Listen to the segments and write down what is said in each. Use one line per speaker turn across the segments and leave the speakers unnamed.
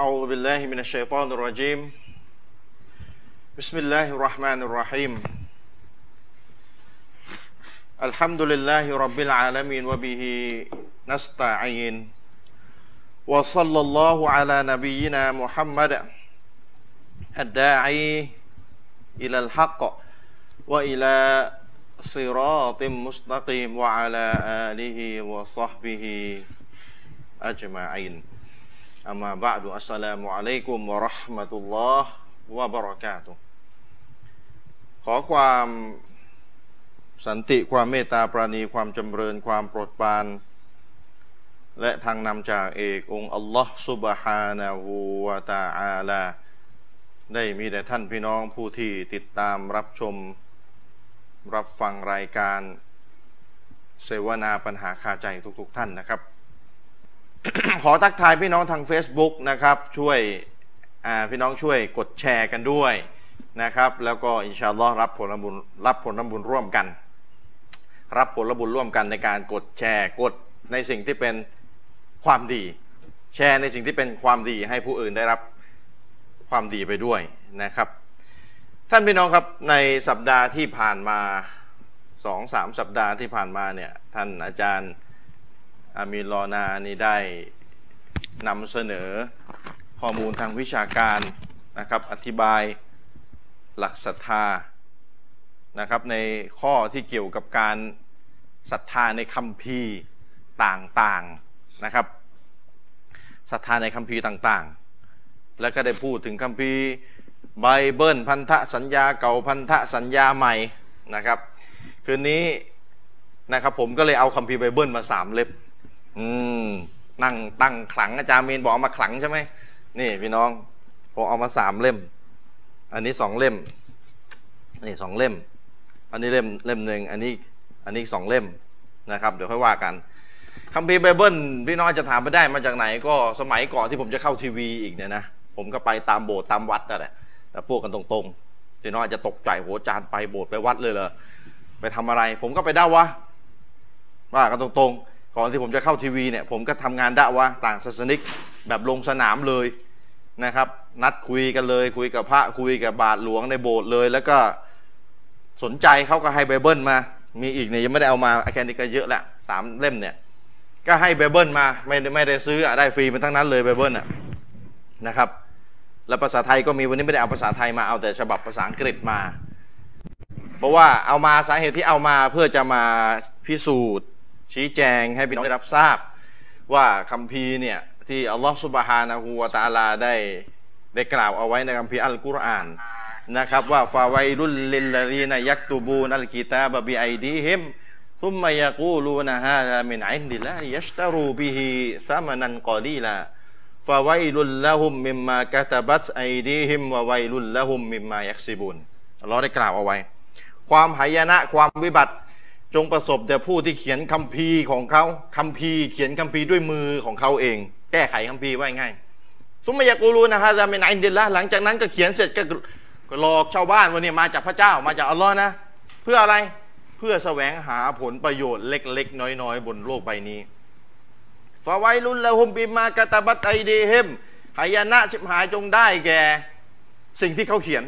أعوذ بالله من الشيطان الرجيم بسم الله الرحمن الرحيم الحمد لله رب العالمين وبه نستعين وصلى الله على نبينا محمد الداعي إلى الحق وإلى صراط مستقيم وعلى آله وصحبه أجمعين أما بعد السلام عليكم ورحمة الله وبركاته ขอความสันติความเมตตาปราณีความจำเริญความโปรดปราน และทางนำจากเอกองค์อัลลอฮ์ซุบฮานะฮูวะตาอาลา ได้มีแต่ท่านพี่น้องผู้ที่ติดตามรับชม รับฟังรายการ เสวนาปัญหาคาใจทุกๆท่านนะครับ ขอทักทายพี่น้องทาง Facebook นะครับช่วยอ่าพี่น้องช่วยกดแชร์กันด้วยนะครับ แล้วก็อินชาอัลลอฮ์รับผลบุญรับผลบุญร่วมกัน รับผลบุญร่วมกันในการกดแชร์กดในสิ่งที่เป็นความดี แชร์ในสิ่งที่เป็นความดีให้ผู้อื่นได้รับความดีไปด้วยนะครับ ท่านพี่น้องครับในสัปดาห์ที่ผ่านมาสองสามสัปดาห์ที่ผ่านมาเนี่ยท่านอาจารย์ อามีนลอนานี่ได้นำเสนอข้อมูลทางวิชาการนะครับ อธิบายหลักศรัทธานะครับ ในข้อที่เกี่ยวกับการศรัทธาในคัมภีร์ต่างๆนะครับศรัทธาในคัมภีร์ต่างๆ แล้วก็ได้พูดถึงคัมภีร์ไบเบิลพันธสัญญาเก่าพันธสัญญาใหม่นะครับ คืนนี้ นะครับผมก็เลยเอาคัมภีร์ไบเบิลมาสามเล่มอืมนั่งตั้งขลังอาจารย์เมนบอกเอามาขลังใช่ไหมนี่พี่น้องผมเอามาสามเล่ม อันนี้สองเล่ม อันนี้สองเล่ม อันนี้เล่มเล่มหนึ่งอันนี้อันนี้อีกสองเล่มนะครับ เดี๋ยวค่อยว่ากันคัมภีร์ไบเบิลพี่น้องจะถามไปได้มาจากไหน ก็สมัยก่อนที่ผมจะเข้าทีวีอีกเนี่ยนะผมก็ไปตามโบสถ์ตามวัดนั่นแหละแต่พูดกันตรงๆพี่น้องอาจจะตกใจโหอาจารย์ไปโบสถ์ไปวัดเลยเหรอไปทำอะไร ผมก็ไปด้าวะ ว่ากันตรงๆ ก่อนที่ผมจะเข้าทีวีเนี่ย ผมก็ทำงานดะวะต่างศาสนิกแบบลงสนามเลยนะครับ นัดคุยกันเลย คุยกับพระคุยกับบาทหลวงในโบสถ์เลย แล้วก็สนใจเขาก็ให้ไบเบิลมา มีอีกเนี่ยยังไม่ได้เอามาอาแคนนี้ก็เยอะละสามเล่มเนี่ย ก็ให้ไบเบิลมาไม่ได้ไม่ได้ซื้ออะได้ฟรีมาทั้งนั้นเลยไบเบิลน่ะนะครับ แล้วภาษาไทยก็มีวันนี้ไม่ได้เอาภาษาไทยมาเอาแต่ฉบับภาษาอังกฤษมา เพราะว่าเอามาสาเหตุที่เอามาเพื่อจะมาพิสูจน์ ชี้แจงให้พี่น้องได้รับทราบ ว่าคัมภีร์เนี่ย ที่อัลลอฮฺสุบฮานะฮูวะตะอาลาได้ได้กล่าวเอาไว้ในคัมภีร์อัลกุรอานนะครับ ว่าฟาไวรุลลิลลาดีนยักตูบูนัลกิตาบะบิไอดีฮิมซุมมายะกูลูนะฮาลามินอินดิลลาฮิยัชตารูบิฮิซามานันกอลีลา ฟาไวลุลละหุมมิมมากะตะบัตไอดีฮิมวะไวลุลละหุมมิมมายักซิบุนอัลลอฮ์ได้กล่าวเอาไว้ ความหายนะความวิบัติจงประสบแต่ผู้ที่เขียนคัมภีร์ของเขาคัมภีร์เขียนคัมภีร์ด้วยมือของเขาเอง แก้ไขคัมภีร์ไว้ง่ายซุมมายากูรูนะฮะจะเป็นอินเดียละหลังจากนั้นก็เขียนเสร็จก็ก็หลอกชาวบ้านว่าเนี่ยมาจากพระเจ้ามาจากอัลลอฮ์นะ เพื่ออะไรเพื่อแสวงหาผลประโยชน์เล็ก ๆ น้อย ๆ บนโลกใบนี้ ฟาไวลุนละหุมบิมากาตาบัตไอเดเฮมหายนะชิบหายจงได้แก่ สิ่งที่เขาเขียน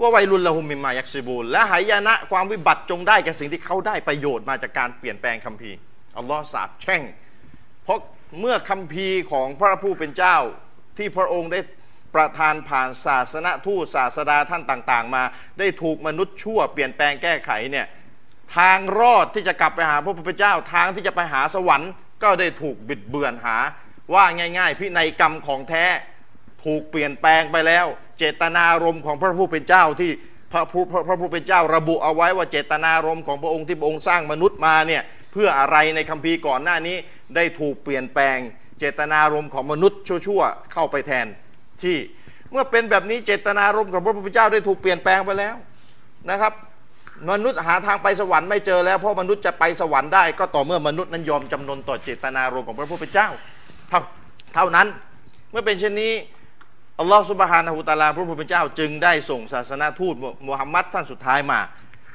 ว่าไวรุนละหุมมิมมายักซิบูลและหายนะความวิบัติจงได้แก่สิ่งที่เขาได้ประโยชน์มาจากการเปลี่ยนแปลงคัมภีร์อัลลอฮ์สาบแช่ง เพราะเมื่อคัมภีร์ของพระผู้เป็นเจ้าที่พระองค์ได้ประทานผ่านศาสนทูตศาสดาท่านต่าง ๆ มา ได้ถูกมนุษย์ชั่วเปลี่ยนแปลงแก้ไขเนี่ย ทางรอดที่จะกลับไปหาพระพุทธเจ้าทางที่จะไปหาสวรรค์ก็ได้ถูกบิดเบือนหา ว่าง่ายๆพินัยกรรมของแท้ ถูกเปลี่ยนแปลงไปแล้ว เจตนารมณ์ของพระผู้เป็นเจ้าที่พระผู้พระพระผู้เป็นเจ้าระบุเอาไว้ว่าเจตนารมณ์ของพระองค์ที่พระองค์สร้างมนุษย์มาเนี่ยเพื่ออะไรในคัมภีร์ก่อนหน้านี้ ได้ถูกเปลี่ยนแปลง เจตนารมณ์ของมนุษย์ชั่วๆเข้าไปแทนที่ เมื่อเป็นแบบนี้เจตนารมณ์ของพระผู้เป็นเจ้าได้ถูกเปลี่ยนแปลงไปแล้วนะครับ มนุษย์หาทางไปสวรรค์ไม่เจอแล้วเพราะมนุษย์จะไปสวรรค์ได้ก็ต่อเมื่อมนุษย์นั้นยอมจำนนต่อเจตนารมณ์ของพระผู้เป็นเจ้าเท่าเท่านั้นเมื่อเป็นเช่นนี้อัลลอฮฺสุบฮานะฮูวะตะอาลาพระผู้เป็นเจ้า จึงได้ส่งศาสนาทูตมุฮัมมัดท่านสุดท้ายมา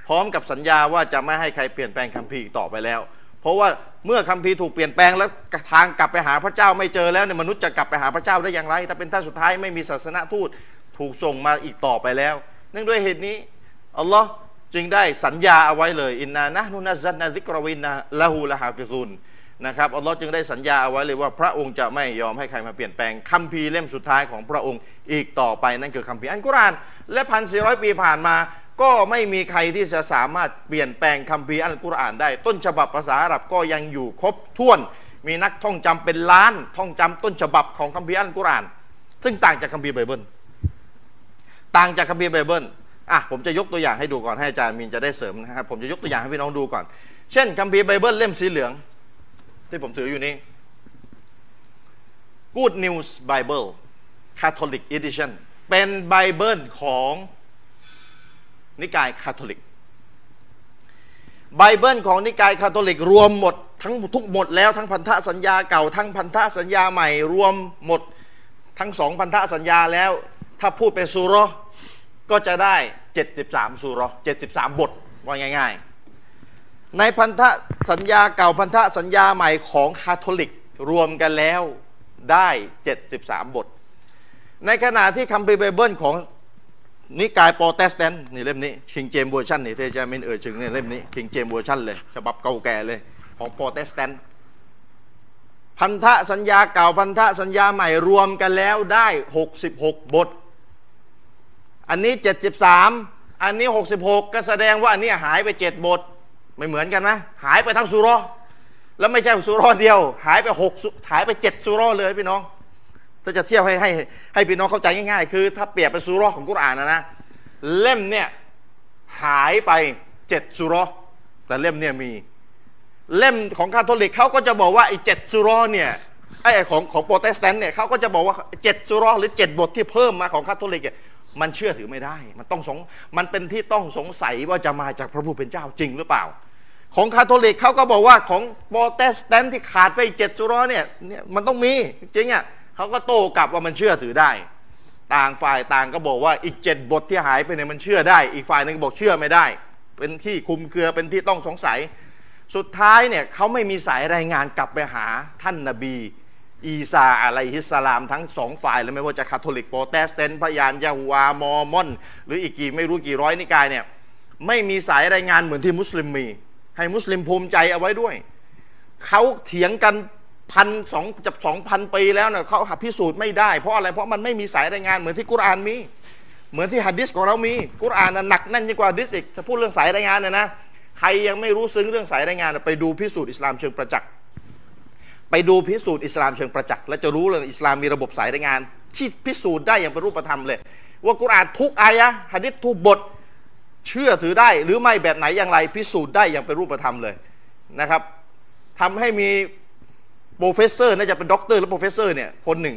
พร้อมกับสัญญาว่าจะไม่ให้ใครเปลี่ยนแปลงคัมภีร์อีกต่อไปแล้ว เพราะว่าเมื่อคัมภีร์ถูกเปลี่ยนแปลงแล้วทางกลับไปหาพระเจ้าไม่เจอแล้วเนี่ยมนุษย์จะกลับไปหาพระเจ้าได้อย่างไร ถ้าเป็นท่านสุดท้ายไม่มีศาสนทูตถูกส่งมาอีกต่อไปแล้ว เนื่องด้วยเหตุนี้อัลลอฮ์จึงได้สัญญาเอาไว้เลยอินนานะฮ์นุนะซัดนาซิกรวินนะละหูละฮาฟิซุนนะครับอัลลอฮ์จึงได้สัญญาเอาไว้เลยว่าพระองค์จะไม่ยอมให้ใครมาเปลี่ยนแปลงคัมภีร์เล่มสุดท้ายของพระองค์อีกต่อไปนั่นคือคัมภีร์อันกุรอานและพันสี่ร้อยปีผ่านมา ก็ไม่มีใครที่จะสามารถเปลี่ยนแปลงคัมภีร์อัลกุรอานได้ ต้นฉบับภาษาอาหรับก็ยังอยู่ครบถ้วน มีนักท่องจำเป็นล้านท่องจำต้นฉบับของคัมภีร์อัลกุรอาน ซึ่งต่างจากคัมภีร์ไบเบิล ต่างจากคัมภีร์ไบเบิล อ่ะ ผมจะยกตัวอย่างให้ดูก่อนให้อาจารย์มีนจะได้เสริมนะครับ ผมจะยกตัวอย่างให้พี่น้องดูก่อน เช่นคัมภีร์ไบเบิลเล่มสีเหลือง ที่ผมถืออยู่นี้ Good News Bible Catholic Edition เป็นไบเบิลของนิกายคาทอลิก ไบเบิลของนิกายคาทอลิกรวมหมดทั้งทุกหมดแล้วทั้งพันธสัญญาเก่าทั้งพันธสัญญาใหม่รวมหมด ทั้งสองพันธสัญญาแล้ว ถ้าพูดเป็นซูเราะห์ก็จะได้ 73ซูเราะห์73 บท ว่าง่ายๆ ในพันธสัญญาเก่าพันธสัญญาใหม่ของคาทอลิกรวมกันแล้วได้ 73 บท ในขณะที่คัมภีร์ไบเบิลของ นิกายโปรเตสแตนต์นี่เล่มนี้คิงเจมเวอร์ชันนี่ที่อาจารย์มินเอ่ยถึงเนี่ยเล่มนี้คิงเจมเวอร์ชันเลยฉบับเก่าแก่เลยของโปรเตสแตนต์พันธสัญญาเก่าพันธสัญญาใหม่รวมกันแล้วได้ 66 บท อันนี้ 73 อันนี้ 66 ก็แสดงว่าอันนี้หายไป 7 บท ไม่เหมือนกันนะ หายไปทั้งซูเราะห์แล้วไม่ใช่ซูเราะห์เดียว หายไป6สุหายไป 7ซูเราะห์เลยพี่น้อง ถ้าจะเทียบให้ให้ให้พี่น้องเข้าใจง่ายๆ คือ ถ้าเปรียบเป็นซูเราะห์ของกุรอานนะนะ เล่มเนี่ยหายไปเจ็ดซูเราะห์แต่เล่มเนี่ยมี เล่มของคาทอลิกเขาก็จะบอกว่าไอ้เจ็ดซูเราะห์เนี่ยไอ้ของของโปรเตสแตนต์เนี่ยเขาก็จะบอกว่าเจ็ดซูเราะห์หรือเจ็ดบทที่เพิ่มมาของคาทอลิกเนี่ยมันเชื่อถือไม่ได้ มันต้องสงมันเป็นที่ต้องสงสัยว่าจะมาจากพระผู้เป็นเจ้าจริงหรือเปล่า ของคาทอลิกเขาก็บอกว่าของโปรเตสแตนต์ที่ขาดไปอีกเจ็ดซูเราะห์เนี่ยเนี่ยมันต้องมีจริงๆอ่ะเขาก็โต้กลับว่ามันเชื่อถือได้ ต่างฝ่ายต่างก็บอกว่าอีกเจ็ดบทที่หายไปเนี่ยมันเชื่อได้ อีกฝ่ายหนึงก็บอกเชื่อไม่ได้ เป็นที่คลุมเครือเป็นที่ต้องสงสัย สุดท้ายเนี่ยเขาไม่มีสายรายงานกลับไปหาท่านนบี อีซาอะลัยฮิสสลามทั้งสองฝ่ายเลยไม่ว่าจะคาทอลิกโปรเตสแตนต์พยานยะฮูวามอร์มอน หรืออีกกี่ไม่รู้กี่ร้อยนิกายเนี่ยไม่มีสายรายงานเหมือนที่มุสลิมมี ให้มุสลิมภูมิใจเอาไว้ด้วย เขาเถียงกันพันสองจับสองพันปีแล้วเนี่ยเขาหาพิสูจน์ไม่ได้เพราะอะไรเพราะมันไม่มีสายรายงานเหมือนที่กุรอานมี เหมือนที่ฮัดดิสของเรามีกุรอานน่ะหนักแน่นยิ่งกว่าฮัดดิสอีกถ้าพูดเรื่องสายรายงานเนี่ยนะใครยังไม่รู้ซึ้งเรื่องสายรายงานน่ะไปดูพิสูจน์อิสลามเชิงประจักษ์ไปดูพิสูจน์อิสลามเชิงประจักษ์และจะรู้เลยอิสลามมีระบบสายรายงาน ที่พิสูจน์ได้อย่างเป็นรูปธรรมเลย ว่ากุรอานทุกอายะห์ฮัดดิสทุกบท เชื่อถือได้หรือไม่แบบไหนอย่างไรพิสูจน์ได้อย่างเป็นรูปธรรมเลยนะครับทำให้มี โปรเฟสเซอร์น่าจะเป็นด็อกเตอร์และโปรเฟสเซอร์เนี่ยคนหนึ่ง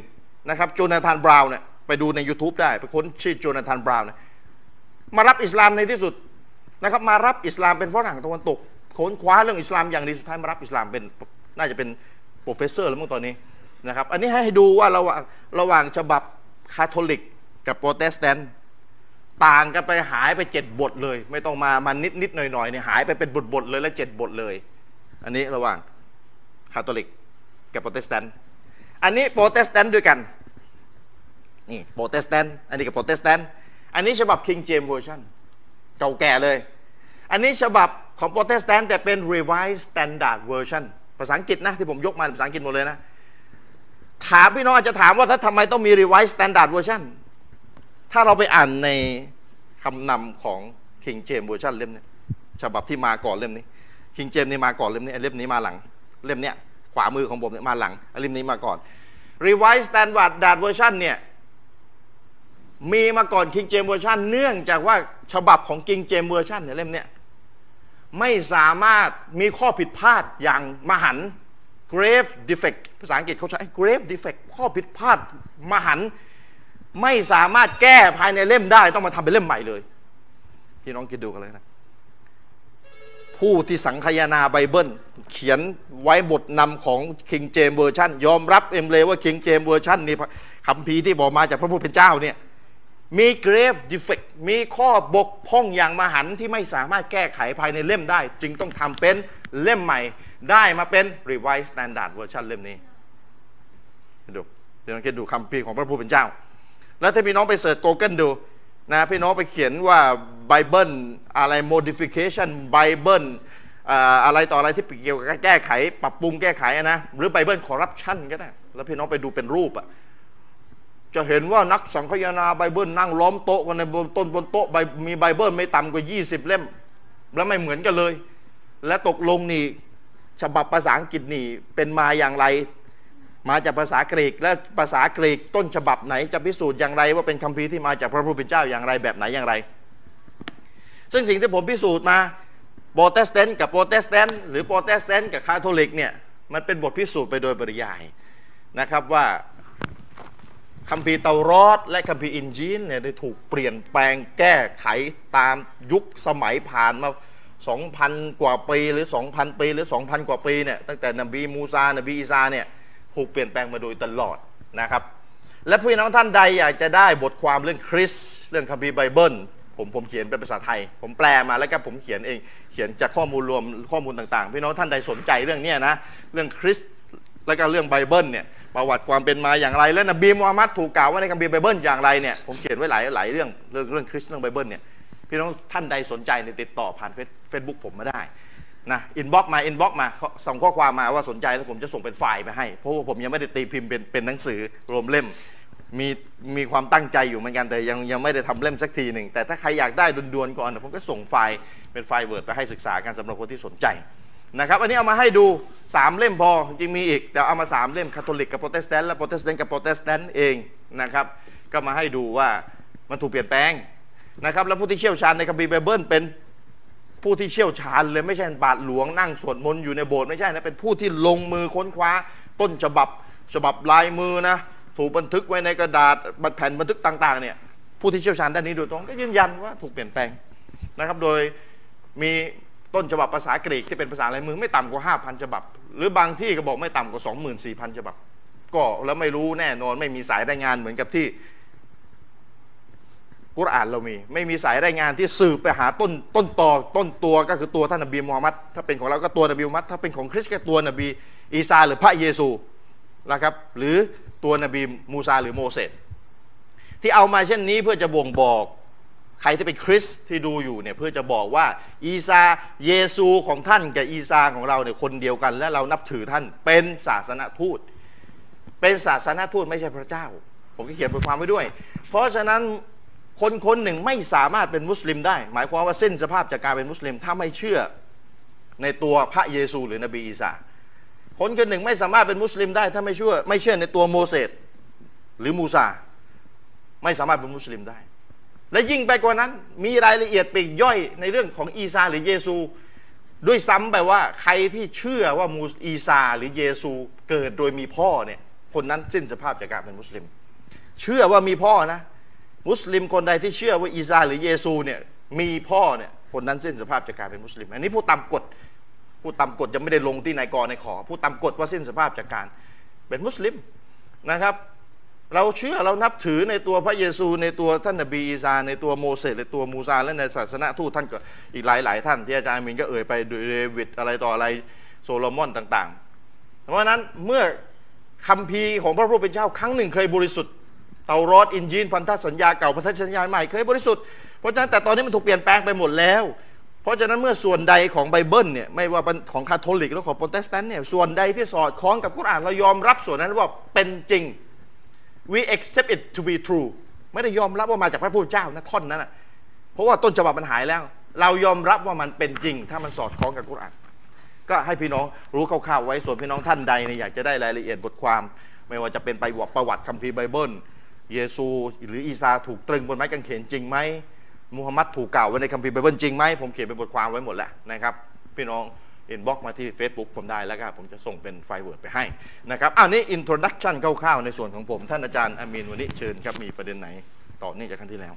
นะครับโจนาธานบราวน์เนี่ยไปดูใน YouTube ได้ ไปค้นชื่อโจนาธานบราวน์เนี่ยมารับอิสลามในที่สุดนะครับมารับอิสลามเป็นฝรั่งตะวันตกค้นคว้าเรื่องอิสลามอย่างดีสุดท้ายมารับอิสลามเป็นน่าจะเป็นโปรเฟสเซอร์แล้วมั้งตอนนี้นะครับอันนี้ให้ดูว่าระหว่างระหว่างฉบับคาทอลิกกับโปรเตสแตนต์ ต่างกันไปหายไปเจ็ดบทเลย ไม่ต้องมามันนิดนิดๆหน่อยหน่อยๆเนี่ยหายไปเป็นบทบทๆเลยและเจ็ดบทเลย อันนี้ระหว่างคาทอลิกกับโปรเตสแตนต์อันนี้โปรเตสแตนต์ด้วยกันนี่โปรเตสแตนต์อันนี้กับโปรเตสแตนต์อันนี้ฉบับคิงเจมส์เวอร์ชันเก่าแก่เลย อันนี้ฉบับของโปรเตสแตนต์แต่เป็น revised standard version ภาษาอังกฤษนะ ที่ผมยกมาเป็นภาษาอังกฤษหมดเลยนะ ถามพี่น้องอาจจะถามว่าถ้าทำไมต้องมี revised standard version ถ้าเราไปอ่านในคำนำของ King James Version เล่มเนี้ยฉบับที่มาก่อนเล่มนี้ King James นี่มาก่อนเล่มนี้ไอ้เล่มนี้มาหลัง เล่มเนี้ยขวามือของผมเนี่ยมาหลังไอ้เล่มนี้มาก่อน Revised Standard Dart Version เนี่ยมีมาก่อน King James Version เนื่องจากว่าฉบับของ King James Version เนี่ยเล่มเนี้ยไม่สามารถมีข้อผิดพลาดอย่างมหันต์ grave defect ภาษาอังกฤษเขาใช้ grave defect ข้อผิดพลาดมหันต์ ไม่สามารถแก้ภายในเล่มได้ต้องมาทำเป็นเล่มใหม่เลย พี่น้องคิดดูกันเลยนะ ผู้ที่สังคายนาไบเบิล เขียนไว้บทนำของคิงเจมเวอร์ชันยอมรับเอ็มเลยว่าคิงเจมเวอร์ชันนี่คัมภีร์ที่บอกมาจากพระผู้เป็นเจ้าเนี่ย มี grave defect มีข้อบกพร่องอย่างมหันต์ที่ไม่สามารถแก้ไขภายในเล่มได้ จึงต้องทำเป็นเล่มใหม่ ได้มาเป็น revised standard version เล่มนี้ ดูพี่น้องคิดดูคำพีร์ของพระผู้เป็นเจ้า แล้วถ้าพี่น้องไปเสิร์ช Google ดูนะพี่น้องไปเขียนว่า Bible อะไร modification Bible อ่าอะไรต่ออะไรที่เกี่ยวกับการแก้ไข ปรับปรุงแก้ไขอะนะ หรือ Bible corruption ก็ได้ แล้วพี่น้องไปดูเป็นรูปอะจะเห็นว่านักสังคายนาไบเบิลนั่งล้อมโต๊ะกันในบนต้นบนโต๊ะ Bi- มีไบเบิลไม่ต่ำกว่า 20 เล่ม และไม่เหมือนกันเลย และตกลงนี่ฉบับภาษาอังกฤษนี่เป็นมาอย่างไร มาจากภาษากรีกและภาษากรีกต้นฉบับไหนจะพิสูจน์อย่างไร ว่าเป็นคัมภีร์ที่มาจากพระผู้เป็นเจ้าอย่างไรแบบไหนอย่างไร ซึ่งสิ่งที่ผมพิสูจน์มาโปรเตสแตนต์กับโปรเตสแตนต์หรือโปรเตสแตนต์กับคาทอลิกเนี่ยมันเป็นบทพิสูจน์ไปโดยปริยายนะครับว่าคัมภีร์เตารอดและคัมภีร์อินจีนเนี่ยได้ถูกเปลี่ยนแปลงแก้ไขตามยุคสมัยผ่านมา 2,000 กว่าปีหรือ 2,000 ปีหรือ 2,000 กว่าปีเนี่ยตั้งแต่นบีมูซานบีอีซาเนี่ย ถูกเปลี่ยนแปลงมาโดยตลอดนะครับ และพี่น้องท่านใดอยากจะได้บทความเรื่องคริสต์เรื่องคัมภีร์ไบเบิลผมผมเขียนเป็นภาษาไทย ผมแปลมาแล้วก็ผมเขียนเองเขียนจากข้อมูลรวมข้อมูลต่างๆ พี่น้องท่านใดสนใจเรื่องเนี้ยนะเรื่องคริสต์แล้วก็เรื่องไบเบิลเนี่ยประวัติความเป็นมาอย่างไร และนบีมูฮัมมัดถูกกล่าวว่าในคัมภีร์ไบเบิลอย่างไรเนี่ยผมเขียนไว้หลายหลายเรื่องเรื่องเรื่องคริสต์เรื่องไบเบิลเนี่ยพี่น้องท่านใดสนใจเนี่ยติดต่อผ่านเฟซบุ๊กผมมาได้ นะอินบ็อกมาอินบ็อกมาข้อส่งข้อความมาว่าสนใจแล้วผมจะส่งเป็นไฟล์ไปให้ เพราะว่าผมยังไม่ได้ตีพิมพ์เป็นเป็นหนังสือรวมเล่ม มีมีความตั้งใจอยู่เหมือนกันแต่ยังยังไม่ได้ทำเล่มสักทีหนึ่ง แต่ถ้าใครอยากได้ด่วนๆก่อนเดี๋ยวผมก็ส่งไฟล์เป็นไฟล์เวิร์ดไปให้ศึกษากันสำหรับคนที่สนใจนะครับอันนี้เอามาให้ดู 3 เล่มพอจริงมีอีก แต่เอามา 3 เล่มคาทอลิกกับโปรเตสแตนต์และโปรเตสแตนต์กับโปรเตสแตนต์เองนะครับก็มาให้ดูว่ามันถูกเปลี่ยนแปลงนะครับแล้วผู้ที่เชี่ยวชาญในคัมภีร์ไบเบิลเป็น ผู้ที่เชี่ยวชาญเลยไม่ใช่บาทหลวงนั่งสวดมนต์อยู่ในโบสถ์ไม่ใช่นะเป็นผู้ที่ลงมือค้นคว้า ต้นฉบับ ฉบับลายมือนะถูกบันทึกไว้ในกระดาษบัตรแผ่นบันทึกต่างๆเนี่ยผู้ที่เชี่ยวชาญด้านนี้โดยตรงก็ยืนยันว่าถูกเปลี่ยนแปลงนะครับโดยมีต้นฉบับภาษากรีกที่เป็นภาษาลายมือไม่ต่ำกว่า 5,000 ฉบับ หรือบางที่ก็บอกไม่ต่ำกว่า 24,000 ฉบับ ก็แล้วไม่รู้แน่นอนไม่มีสายรายงานเหมือนกับที่ กุรอานเรามี ไม่มีสายรายงานที่สืบไปหาต้นต้นตอต้นตัวก็คือตัวท่านนบีมูฮัมมัดถ้าเป็นของเราก็ตัวนบีมูฮัมมัดถ้าเป็นของคริสต์ก็ตัวนบีอีซาหรือพระเยซูนะครับหรือตัวนบีมูซาหรือโมเสสที่เอามาเช่นนี้เพื่อจะบ่งบอกใครที่เป็นคริสต์ที่ดูอยู่เนี่ยเพื่อจะบอกว่าอีซาเยซูของท่านกับอีซาของเราเนี่ยคนเดียวกัน และเรานับถือท่านเป็นศาสนทูต เป็นศาสนทูตไม่ใช่พระเจ้า ผมก็เขียนบทความไว้ด้วย เพราะฉะนั้นคนคนหนึ่งไม่สามารถเป็นมุสลิมได้ หมายความว่าเส้นสภาพจากการเป็นมุสลิมถ้าไม่เชื่อในตัวพระเยซูหรือนบีอีสาคนคนหนึ่งไม่สามารถเป็นมุสลิมได้ ถ้าไม่เชื่อไม่เชื่อในตัวโมเสสหรือมูซาไม่สามารถเป็นมุสลิมได้ และยิ่งไปกว่านั้นมีรายละเอียดปลีกย่อยในเรื่องของอีซาหรือเยซู ด้วยซ้ำไปว่าใครที่เชื่อว่ามูอีซาหรือเยซูเกิดโดยมีพ่อเนี่ยคนนั้นสิ้นสภาพจากการเป็นมุสลิม เชื่อว่ามีพ่อนะ มุสลิมคนใดที่เชื่อว่าอีซาหรือเยซูเนี่ยมีพ่อเนี่ยคนนั้นสิ้นสภาพจากการเป็นมุสลิม อันนี้ผู้ตามกฎผู้ตามกฎยังไม่ได้ลงที่นายกรนายขอผู้ตามกฎว่าสิ้นสภาพจากการเป็นมุสลิมนะครับ เราเชื่อเรานับถือในตัวพระเยซู ในตัวท่านนบีอีซาในตัวโมเสสในตัวมูซาและในศาสนทูตท่านก็อีกหลาย ๆ ท่านที่อาจารย์มินก็เอ่ยไปโดยเดวิดอะไรต่ออะไรโซโลมอนต่าง ๆ เพราะฉะนั้นเมื่อคัมภีร์ของพระผู้เป็นเจ้าครั้งหนึ่งเคยบริสุทธิ์ เตารอดอินจีนพันธสัญญาเก่าพันธสัญญาใหม่เคยบริสุทธิ์เพราะฉะนั้นแต่ตอนนี้มันถูกเปลี่ยนแปลงไปหมดแล้ว เพราะฉะนั้นเมื่อส่วนใดของไบเบิลเนี่ยไม่ว่าเป็นของคาทอลิก แล้วของโปรเตสแตนต์เนี่ยส่วนใดที่สอดคล้องกับกุรอานเรายอมรับส่วนนั้นว่าเป็นจริง we accept it to be true ไม่ได้ยอมรับว่ามาจากพระผู้เป็นเจ้านะท่อนนั้นนะเพราะว่าต้นฉบับมันหายแล้ว เรายอมรับว่ามันเป็นจริง ถ้ามันสอดคล้องกับกุรอาน ก็ให้พี่น้องรู้คร่าวๆไว้ส่วนพี่น้องท่านใดเนี่ยอยากจะได้รายละเอียดบทความ ไม่ว่าจะเป็นไปวัติประวัติคัมภีร์ไบเบิล เยซู หรืออีซาถูกตรึงบนไม้กางเขนจริงไหมมูฮัมหมัดถูกกล่าวไว้ในคัมภีร์ไบเบิลจริงไหมผมเขียนเป็นบทความไว้หมดแล้วนะครับ พี่น้องอินบ็อกมาที่ Facebook ผมได้แล้วก็ผมจะส่งเป็นไฟล์เวิร์ดไปให้นะครับอ้าวนี่อินโทรดักชันคร่าวๆในส่วนของผมท่านอาจารย์อามีนวันนี้เชิญครับมีประเด็นไหนต่อเนื่องจากครั้งที่แล้ว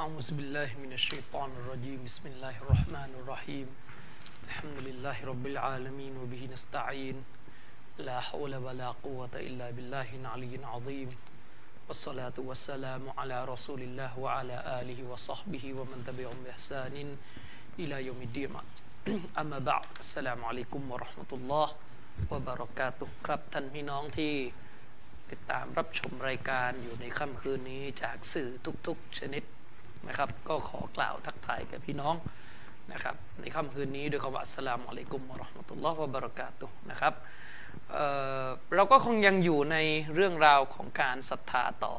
أعوذ بالله من الشيطان الرجيم بسم الله الرحمن الرحيم الحمد لله رب العالمين وبه نستعين لا حول ولا قوة إلا بالله العلي العظيم والصلاة والسلام على رسول الله وعلى آله وصحبه ومن تبعهم بإحسان إلى يوم الدين أما بعد السلام عليكم ورحمة الله وبركاته ครับท่านพี่น้องที่ติดตามรับชมรายการอยู่ในค่ำคืนนี้จากสื่อทุกๆชนิดนะครับ ก็ขอกล่าวทักทายกับพี่น้องนะครับ ในค่ำคืนนี้ด้วยคำว่าอัสสลามอะลัยกุมวะเราะห์มะตุลลอฮ์วะบะเราะกาตุฮ์นะครับเอ่อเราก็คงยังอยู่ในเรื่องราวของการศรัทธาต่อ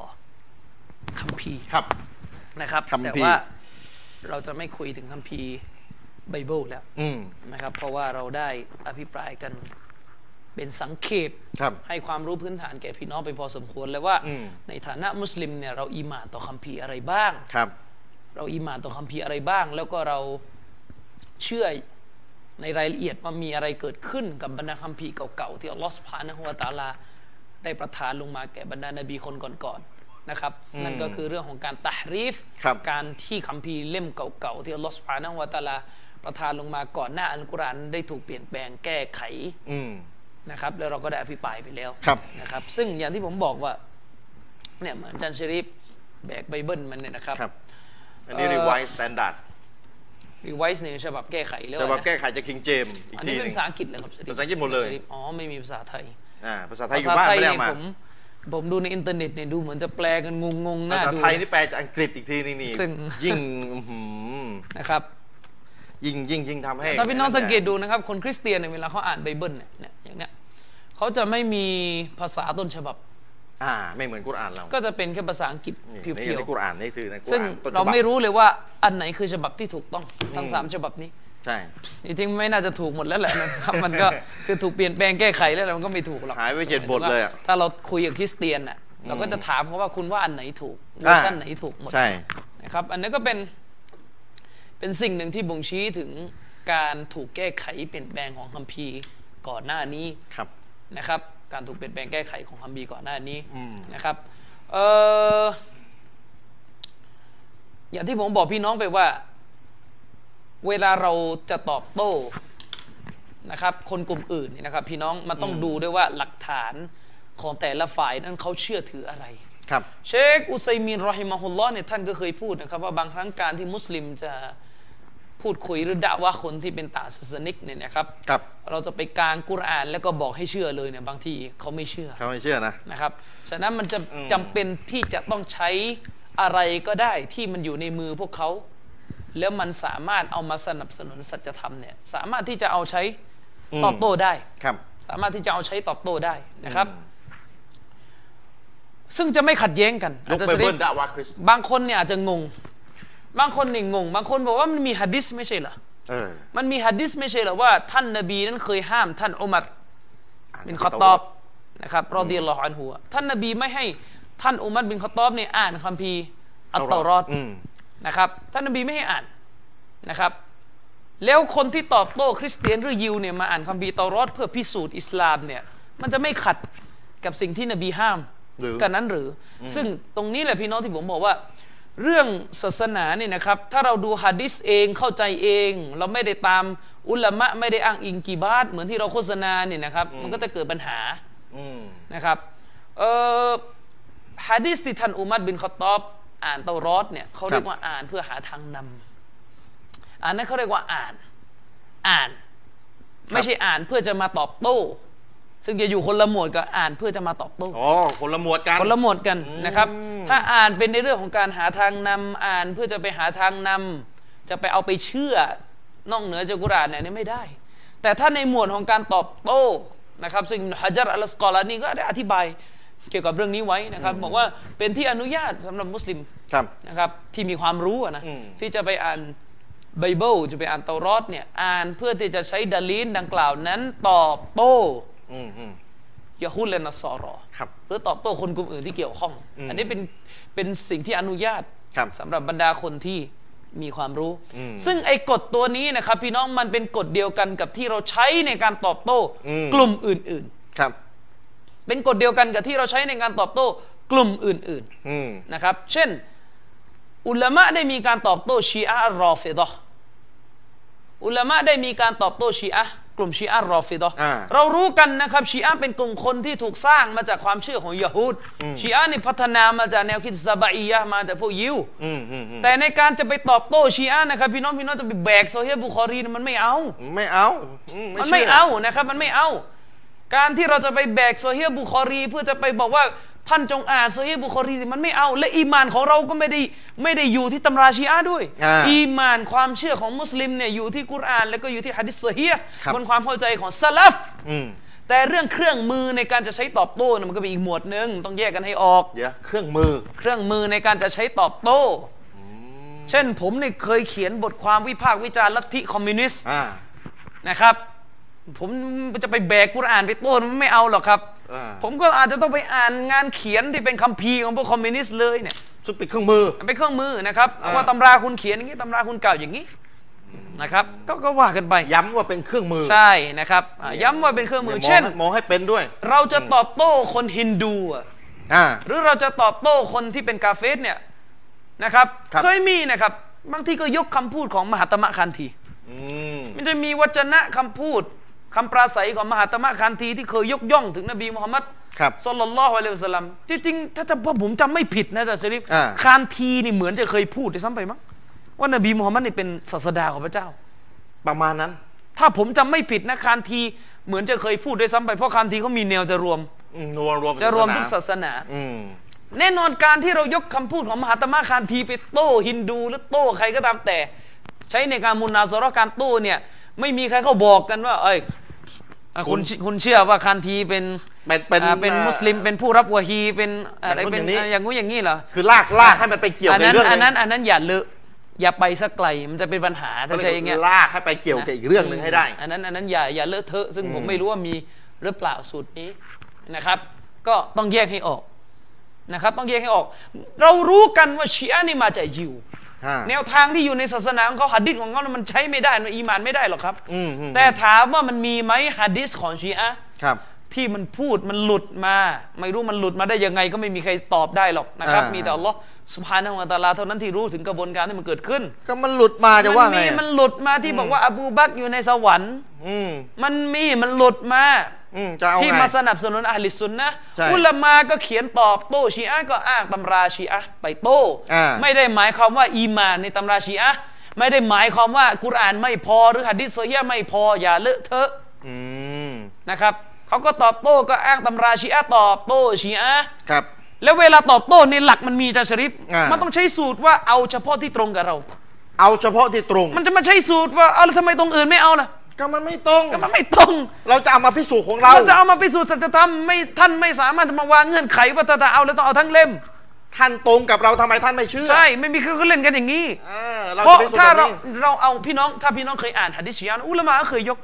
คัมภีร์
ครับ
นะครับ
คัมภีร์
แต่ว่าเราจะไม่คุยถึงคัมภีร์ไบเบิลแล้ว
อืม
นะครับ เพราะว่าเราได้อภิปรายกันเป็นสังเขป
ครับ
ให้ความรู้พื้นฐานแก่พี่น้องไปพอสมควรแล้วว่า
อืม
ในฐานะมุสลิมเนี่ยเราอีหมาต่อคัมภีร์อะไรบ้าง
ครับ
เราอีหมานต่อคัมภีร์อะไรบ้าง แล้วก็เราเชื่อในรายละเอียดว่ามีอะไรเกิดขึ้นกับบรรดาคัมภีร์เก่าๆที่อัลลอฮฺสุบฮานะฮูวะตะอาลาได้ประทานลงมาแก่บรรดานบีคนก่อนๆนะครับ นั่นก็คือเรื่องของการตัฮรีฟ
ครับ
การที่คัมภีร์เล่มเก่าๆที่อัลลอฮฺสุบฮานะฮูวะตะอาลาประทานลงมาก่อนหน้าอัลกุรอานได้ถูกเปลี่ยนแปลงแก้ไข
อืม
นะครับแล้วเราก็ได้อภิปรายไปแล้ว
ครับ
นะครับ ซึ่งอย่างที่ผมบอกว่าเนี่ยเหมือนอาจารย์ชริฟแบกไบเบิลมันเนี่ยนะครับ
ครับ อันนี้
เอ่อ
รีไวซ์สแตนดาร์ด
รีไวซ์เนี่ยฉบับแก้ไขเรียก
จะ
ว่า
มา
อะไรนะ
แก้ไขจากคิงเจมอีก
อัน
ที
นี้
ห
เป็น
นึง
ภาษาอังกฤษเหรอครับชริฟ
ภาษาอังกฤษหมดเลย
ชริฟอ๋อไม่มีภาษาไทย
อ่าภาษาไทยอ
ภา
ยู่
ษา
บ้าน
ไทย
ไม่ได้
เนี่
เอา
ย
มา
ผมผมดูในอินเทอร์เน็ตเนี่ยดูเหมือนจะแปลกันงงงๆ
ภา
หน้า
ษา
ดู
ไทย
เลย
นี่แปลจากอังกฤษอีกทีนึงนี่
ซึ่ง
ยิ่งอื้อหือ
นะครับ
ยิ่งยิ่งยิ่งทำให้
ถ้าพี่น้องสังเกตดูนะครับ คนคริสเตียนเนี่ยเวลาเขาอ่านไบเบิลเนี่ยเนี่ยอย่างเนี้ยเขาจะไม่มีภาษาต้นฉบับ
อ่า ไม่เหมือนกุรอานเรา
ก็จะเป็นแค่ภาษาอังกฤษ
นี่
เพี
นี่
ยว
ใน
ๆ
กุรอานนี่คือในกุร
ซึ่ง
อานต้นฉ
เรา
บับ
ไม่รู้เลยว่าอันไหนคือฉบับที่ถูกต้องทั้งสามฉบับนี้
ใช่
จริงๆไม่น่าจะถูกหมดแล้วแหละนะครับ มัน ก็คือถูกเปลี่ยนแปลงแก้ไขแล้วแหละมันก็ไม่ถูกหรอก
หายไปเจ็ดบทเลยอะ
ถ้าเราคุยกับคริสเตียนน่ะเราก็จะถามเขาว่าคุณว่าอันไหนถูกเวอร์ชันไหนถูกหมด
ใช่
นะครับ อันนี้ก็เป็นเป็นสิ่งหนึ่งที่บ่งชี้ถึงการถูกแก้ไขเปลี่ยนแปลงของคัมภีร์ก่อนหน้านี้
ครับ
นะครับการถูกเปลี่ยนแปลงแก้ไขของคัมภีร์ก่อนหน้านี้
อืม
นะครับเอ่ออย่างที่ผมบอกพี่น้องไปว่า เวลาเราจะตอบโต้นะครับ คนกลุ่มอื่นเนี่ยนะครับ พี่น้องมันต้องดูด้วยว่าหลักฐานของแต่ละฝ่ายนั้นเขาเชื่อถืออะไร
ครับ
เชคอุซัยมินรอฮิมะฮุลลอฮ์เนี่ยท่านก็เคยพูดนะครับ ว่าบางครั้งการที่มุสลิมจะพูดคุยหรือด่าว่าคนที่เป็นตาศาสนิกเนี่ยนะครับ
ครับ
เราจะไปกลางกุรอานแล้วก็บอกให้เชื่อเลยเนี่ยบางทีเขาไม่เชื่อ
เขาไม่เชื่อนะ
นะครับ ฉะนั้นมันจะ
อืม
จำเป็นที่จะต้องใช้อะไรก็ได้ที่มันอยู่ในมือพวกเขา แล้วมันสามารถเอามาสนับสนุนสัจธรรมเนี่ยสามารถที่จะเอาใช้ตอบโต้ได้
ครับ
สามารถที่จะเอาใช้ตอบโต้ได้นะครับ ซึ่งจะไม่ขัดแย้งกัน
ยก
อาจาร
ไป
ย์ชะริ
เบิ้
ฟ
ลดาวาคริส
บางคนเนี่ยอาจจะงง บางคนเนี่ยงง บางคนบอกว่ามันมีฮะดิษไม่ใช่เหรอ
เออ
มันมีฮะดิษไม่ใช่เหรอว่าท่านนบีนั้นเคยห้ามท่านอุมัร
าน
บินขอตอบนะครับรอดียลลอฮ์อันหัวท่านนบีไม่ให้ท่านอุมัรบินขอตอบเนี่ยอ่านคัมภีร์อัตตอรอด
อืม
นะครับ ท่านนบีไม่ให้อ่านนะครับ แล้วคนที่ตอบโต้คริสเตียนหรือยิวเนี่ยมาอ่านคัมภีร์เตารอดเพื่อพิสูจน์อิสลามเนี่ยมันจะไม่ขัดกับสิ่งที่นบีห้าม
หรือ
กันนั้นหรืออซึ่งตรงนี้แหละพี่น้องที่ผมบอกว่า เรื่องศาสนาเนี่ยนะครับ ถ้าเราดูฮะดิษเองเข้าใจเอง เราไม่ได้ตามอุลามะไม่ได้อ้างอิงกีบาตเหมือนที่เราโฆษณาเนี่ยนะครับ มันก็จะเกิดปัญหา
อืม
นะครับเอ่อฮะดิษที่ท่านอุมัดบินคอตตอบ อ่านเตารอดเนี่ยเขาเรีย
ค
ก
รับ
ว่าอ่านเพื่อหาทางนำอันนั้นเขาเรียกว่าอ่านอ่าน ไม่ใช่อ่านเพื่อจะมาตอบโต้ ซึ่งจะอยู่คนละหมวดกับอ่านเพื่อจะมาตอบโต้
อ๋อคนละหมวดกัน
คนละหมวดกันนะครับ
อืม
ถ้าอ่านเป็นในเรื่องของการหาทางนำอ่านเพื่อจะไปหาทางนำจะไปเอาไปเชื่อนอกเหนือจากกุรอานเนี่ยไม่ได้ แต่ถ้าในหมวดของการตอบโต้นะครับ ซึ่งฮะจัรอัลสกอลานี่ก็ได้อธิบายเกี่ยวกับเรื่องนี้ไว้นะครับ บอกว่าเป็นที่อนุญาตสำหรับมุสลิม
ครับ
นะครับที่มีความรู้อะนะ
อืม
ที่จะไปอ่านไบเบิลจะไปอ่านเตารอดเนี่ยอ่านเพื่อที่จะใช้ดาลีนดังกล่าวนั้นตอบโต้
อืมอืม
ยะฮูดและนัสซอรอ
ครับ
หรือตอบโต้คนกลุ่มอื่นที่เกี่ยวข้อง
อืม
อันนี้เป็นเป็นสิ่งที่อนุญาต
ครับ
สำหรับบรรดาคนที่มีความรู้
อืม
ซึ่งไอ้กฎตัวนี้นะครับ พี่น้องมันเป็นกฎเดียวกันกับที่เราใช้ในการตอบโต้
อืม
กลุ่มอื่น
ครับ
ๆ เป็นกฎเดียวกันกับที่เราใช้ในการตอบโต้กลุ่มอื่น ๆ
อืม
นะครับ เช่น อุลามะได้มีการตอบโต้ชีอะห์อัลรอฟิดะห์อุลามะได้มีการตอบโต้ชีอะห์ กลุ่มชีอะห์รอฟิดะห์
อ่า
เรารู้กันนะครับชีอะห์เป็นกลุ่มคนที่ถูกสร้างมาจากความเชื่อของยะฮูดชีอะห์นี่พัฒนามาจากแนวคิดซาบะอียะห์มาจากพวกยิว
อืมอืมอืม
แต่ในการจะไปตอบโต้ชีอะห์นะครับพี่น้องพี่น้องจะไปแบกโซเฮียบุคอรีเนี่ยมันไม่เอา
ไม่เอาอื
มัน
ชื่
ไม่เอานะครับมันไม่เอา การที่เราจะไปแบกโซเฮียบุคอรี เพื่อจะไปบอกว่าท่านจงอ่านโซเฮียบุคอรีสิมันไม่เอา และอีมานของเราก็ไม่ได้ไม่ได้อยู่ที่ตำราชีอะห์ด้วย
อ่า
หมานความเชื่อของมุสลิมเนี่ยอยู่ที่กุรอาน แล้วก็อยู่ที่ฮะดิษโซเฮีย
ครับ
บนความเข้าใจของซะลัฟ
อืม
แต่เรื่องเครื่องมือในการจะใช้ตอบโต้เนี่ยมันก็เป็นอีกหมวดหนึ่งต้องแยกกันให้ออก
เดี๋ยวเครื่องมือ
เครื่องมือในการจะใช้ตอบโต้ เช่นผมเนี่ยเคยเขียนบทความวิพากษ์วิจารณ์ลัทธิคอมมิวนิสต์
อ่า
นะครับ ผมจะไปแบกกุรอานไปโต้มันไม่เอาหรอกครับ
อ่า
ผมก็อาจจะต้องไปอ่านงานเขียนที่เป็นคัมภีร์ของพวกคอมมิวนิสต์เลยเนี่ย
ซึ่งเป็นเครื่องมือ
มันเป็นเครื่องมือนะครับ
อ่า
ว่าตำราคุณเขียนอย่างนี้ตำราคุณเกล่าวอย่างนี้นะครับก็ก็ว่ากันไป
ย้ำว่าเป็นเครื่องมือ
ใช่นะครับอ่าย้ำว่าเป็นเครื่องมือ
ย
เช่น
มองให้เป็นด้วย
เราจะตอบโต้คนฮินดูอะ
อ่า
หรือเราจะตอบโต้คนที่เป็นกาเฟสเนี่ยนะครับ
ครับ
เคยมีนะครับบางทีก็ยกคำพูดของมหาตมะคันธี
อืม
มันจะมีวจนะคำพูดคำปราศัยของมหาตมะคันธีที่เคยยกย่องถึงนบีมุฮัมมัด
ครับ
สลลัลลอฮุอะลัยฮิวะสัลลัมจริงๆถ้าจะว่าผมจำไม่ผิดนะอาจารย์ชริฟ
อ่า
คานธีนี่เหมือนจะเคยพูดด้วยซ้ำไปมั้งว่านบีมุฮัมมัดนี่เป็นศาสดาของพระเจ้า
ประมาณนั้น
ถ้าผมจำไม่ผิดนะคานธีเหมือนจะเคยพูดด้วยซ้ำไปเพราะคานธีเขามีแนวจะรวม
อืมรวมรวม
จะรวมทุ
ศาก สนา
ศาสนา
อืม
แน่นอนการที่เรายกคำพูดของมหาตมะคานธีไปโต้ฮินดูหรือโต้ใครก็ตามแต่ ใช้ในการมุนาสรการโต้เนี่ยไม่มีใครเขาบอกกันว่า เอ้ยอ่ะคุณ
คุณ
คุณเชื่อว่าคานธีเป็น
เป็นเป็น
อ่าเป็นมุสลิมเป็นผู้รับวะฮีเป็นอะไร
อย่างนู้น
เป็น
อย่างนี้
อ่ะอย่างงู้นอย่างนี้เหรอ
คือลากลากให้มันไปเกี่ยว
อัน
ใน
นั้น
เรื่องห
อัน
ง
นั้นอันนั้นอย่าเลอะอย่าไปสักไกลมันจะเป็นปัญหา
ก็
ถ้า
เล
ใช่อย่างเงี้ย
ลากให้ไปเกี่ยวกับอีกเรื่องหนึ่งให้ได้
อันนั้นอันนั้นอย่าอย่าเลอะเทอะซึ่งผมไม่รู้ว่ามีหรือเปล่าสูตรนี้นะครับ ก็ต้องแยกให้ออกนะครับ ต้องแยกให้ออก เรารู้กันว่าชีอะห์นี่มาจากยิว
อ่า
แนวทางที่อยู่ในศาสนาของเขาหัดดิษของเขามันใช้ไม่ได้มันอีหมานไม่ได้หรอกครับ
อืมอืม
แต่ถามว่ามันมีไหมหัดดิษของชีอะห์
ครับ
ที่มันพูดมันหลุดมา ไม่รู้มันหลุดมาได้ยังไงก็ไม่มีใครตอบได้หรอกนะครับ
อ่ามี
มีแต่อัลลอฮ์สุภานะฮูวะตะอาลาเท่านั้นที่รู้ถึงกระบวนการที่มันเกิดขึ้น
ก็มันหลุดมาจะว่า
มัน
ไง
มี
อ่ะ
มันหลุดมาที่บอกว่าอบูบักรอยู่ในสวรรค์
อืม
มันมีมันหลุดมา
อืมจะเอา
ที่
ไง
มาสนับสนุนอะฮ์ลิสซุนนะห์
ใช่
อุลามาก็เขียนตอบโต้ชีอะห์ก็อ้างตำราชีอะห์ไปโต้
อ่า
ไม่ได้หมายความว่าอีมานในตำราชีอะห์ไม่ได้หมายความว่ากุรอานไม่พอหรือหะดิษโซเฮียะห์ไม่พออย่าเลอะเทอะ
อืม
นะครับเขาก็ตอบโต้ก็อ้างตำราชีอะห์ตอบโต้ชีอะห์
ครับ
แล้วเวลาตอบโต้ในยหลักมันมีอาจารย์ชริป
อ่ามั
มันต้องใช้สูตรว่าเอาเฉพาะที่ตรงกับเรา
เอาเฉพาะที่ตรง
มันจะมาใช้สูตรว่าเอาแล้วทำไมตรงอื่นไม่เอาล่ะ
ก็มันไม่ตรง
ก็มันไม่ตรง
เราจะเอามาพิสูจน์ของเรา
เราจะเอามาพิสูจน์สัจธรรมไม่ท่านไม่สามารถจะมาวางเงื่อนไขว่าถ้าจะเอาแล้วต้องเอาทั้งเล่ม
ท่านตรงกับเราทำไมท่านไม่เชื่อ
ใช่ไม่มีคือเขาเล่นกันอย่างนี้
อ่าเรา
เพราะ
จะพิสูจน์
ถ้า
แบบ
เรา
นี้
เราเอาพี่น้องถ้าพี่น้องเคยอ่านฮัดดิษชีอะห์อุลามะก็เคยยก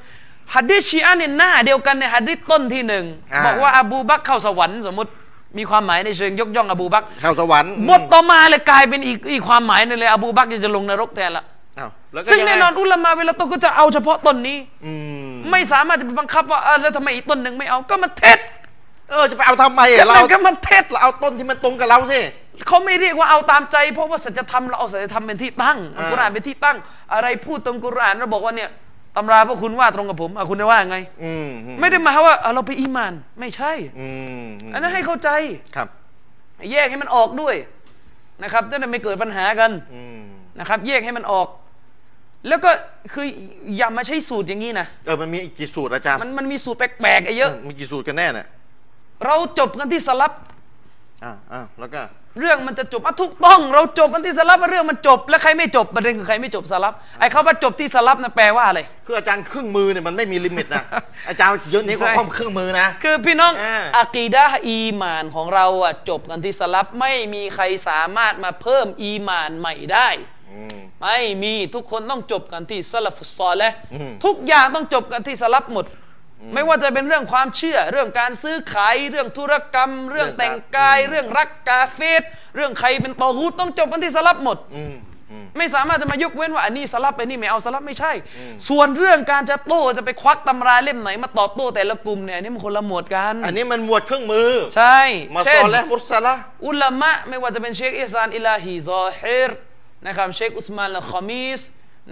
ฮัดดิษชีอะห์เนี่ยหน้าเดียวกันในฮัดดิษต้นที่หนึ่ง
า
บอกว่าอบูบักรเข้าสวรรค์สมมติมีความหมายในเชิงยกย่องอบูบักร
เข้าสวรรค์
หมดต่อมาเลยกลายเป็นอีกอีกความหมายหนึงเลยอบูบักรจะลงนรกแทนละ
อ้าวล้วก็
ซึ่ง
ยัไ
แน่นอนอุลามะเวลาโตก็จะเอาเฉพาะต้นนี้
อืม
ไม่สามารถจะไปบังคับว่าเออแล้วทำไมอีกต้นหนึ่งไม่เอาก็มันเท็จ
เออจะไปเอาทำไม
ก็
อ่ะ
มั
เรา
นก็มันเท็จ
เราเอาต้นที่มันตรงกับเราสิ
เขาไม่เรียกว่าเอาตามใจ เพราะว่าสัจธรรมเราเอาสัจธรรมเป็นที่ตั้งอัลกุรอานเป็นที่ตั้ง อะไรพูดตรงกุรอานเราบอกว่าเนี่ยตำราพวกคุณว่าตรงกับผมอ่ะคุณจะว่าไง
อืม
ไม่ได้หมายความว่าอ่ะเราไปอีหมานไม่ใช่
อืมอืม
อันนั้นให้เข้าใจ
ครับ
แยกให้มันออกด้วยนะครับจะได้ไม่เกิดปัญหากัน
อืม
นะครับ แยกให้มันออก แล้วก็คืออย่ามาใช้สูตรอย่างนี้นะ
เออมันมีกี่สูตรอาจารย์
มันมันมีสูตรแปลกๆอะเยอะ
มีกี่สูตรกันแน่เนี่ย
เราจบกันที่สลับ
อ่าอ่าแล้วก็
เรื่องมันจะจบอ่ะถูกต้อง เราจบกันที่สลับว่าเรื่องมันจบ แล้วใครไม่จบประเด็นคือใครไม่จบสลับไอ้คำว่าจบที่สลับนะแปลว่าอะไร
คืออาจารย์เครื่องมือเนี่ยมันไม่มีลิมิตนะ อาจารย์เยอะนี้ก็
ใช่
ความเครื่องมือนะ
คือพี่น้อง
อ่า
อะกีดะห์อีหมานของเราอ่ะจบกันที่สลับไม่มีใครสามารถมาเพิ่มอีหมานใหม่ได้
อืม
ไม่มีทุกคนต้องจบกันที่สลัฟุสซอลและ
อืม
ทุกอย่างต้องจบกันที่สลับหมด ไม่ว่าจะเป็นเรื่องความเชื่อ เรื่องการซื้อขายเรื่องธุรกรรม เรื่องแต่งกาย เรื่องรักกาเฟสเรื่องใครเป็นตอฮูตต้องจบกันที่สลับหมด
อืมอืม
ไม่สามารถจะมายกเว้นว่าอันนี้สลับไปนี่ไม่เอาสลับไม่ใช่ ส่วนเรื่องการจะโต้จะไปควักตำราเล่มไหนมาตอบโต้แต่ละกลุ่มเนี่ยอันนี่มันคนละหมวดกัน
อันนี้มันหมวดเครื่องมือ
ใช่
มา
เช่
ซ
น
อและมุสละ
อุลามะไม่ว่าจะเป็นเชคอิสานอิลาฮีซอฮิรนะครับเชคอุสมานละคอมีส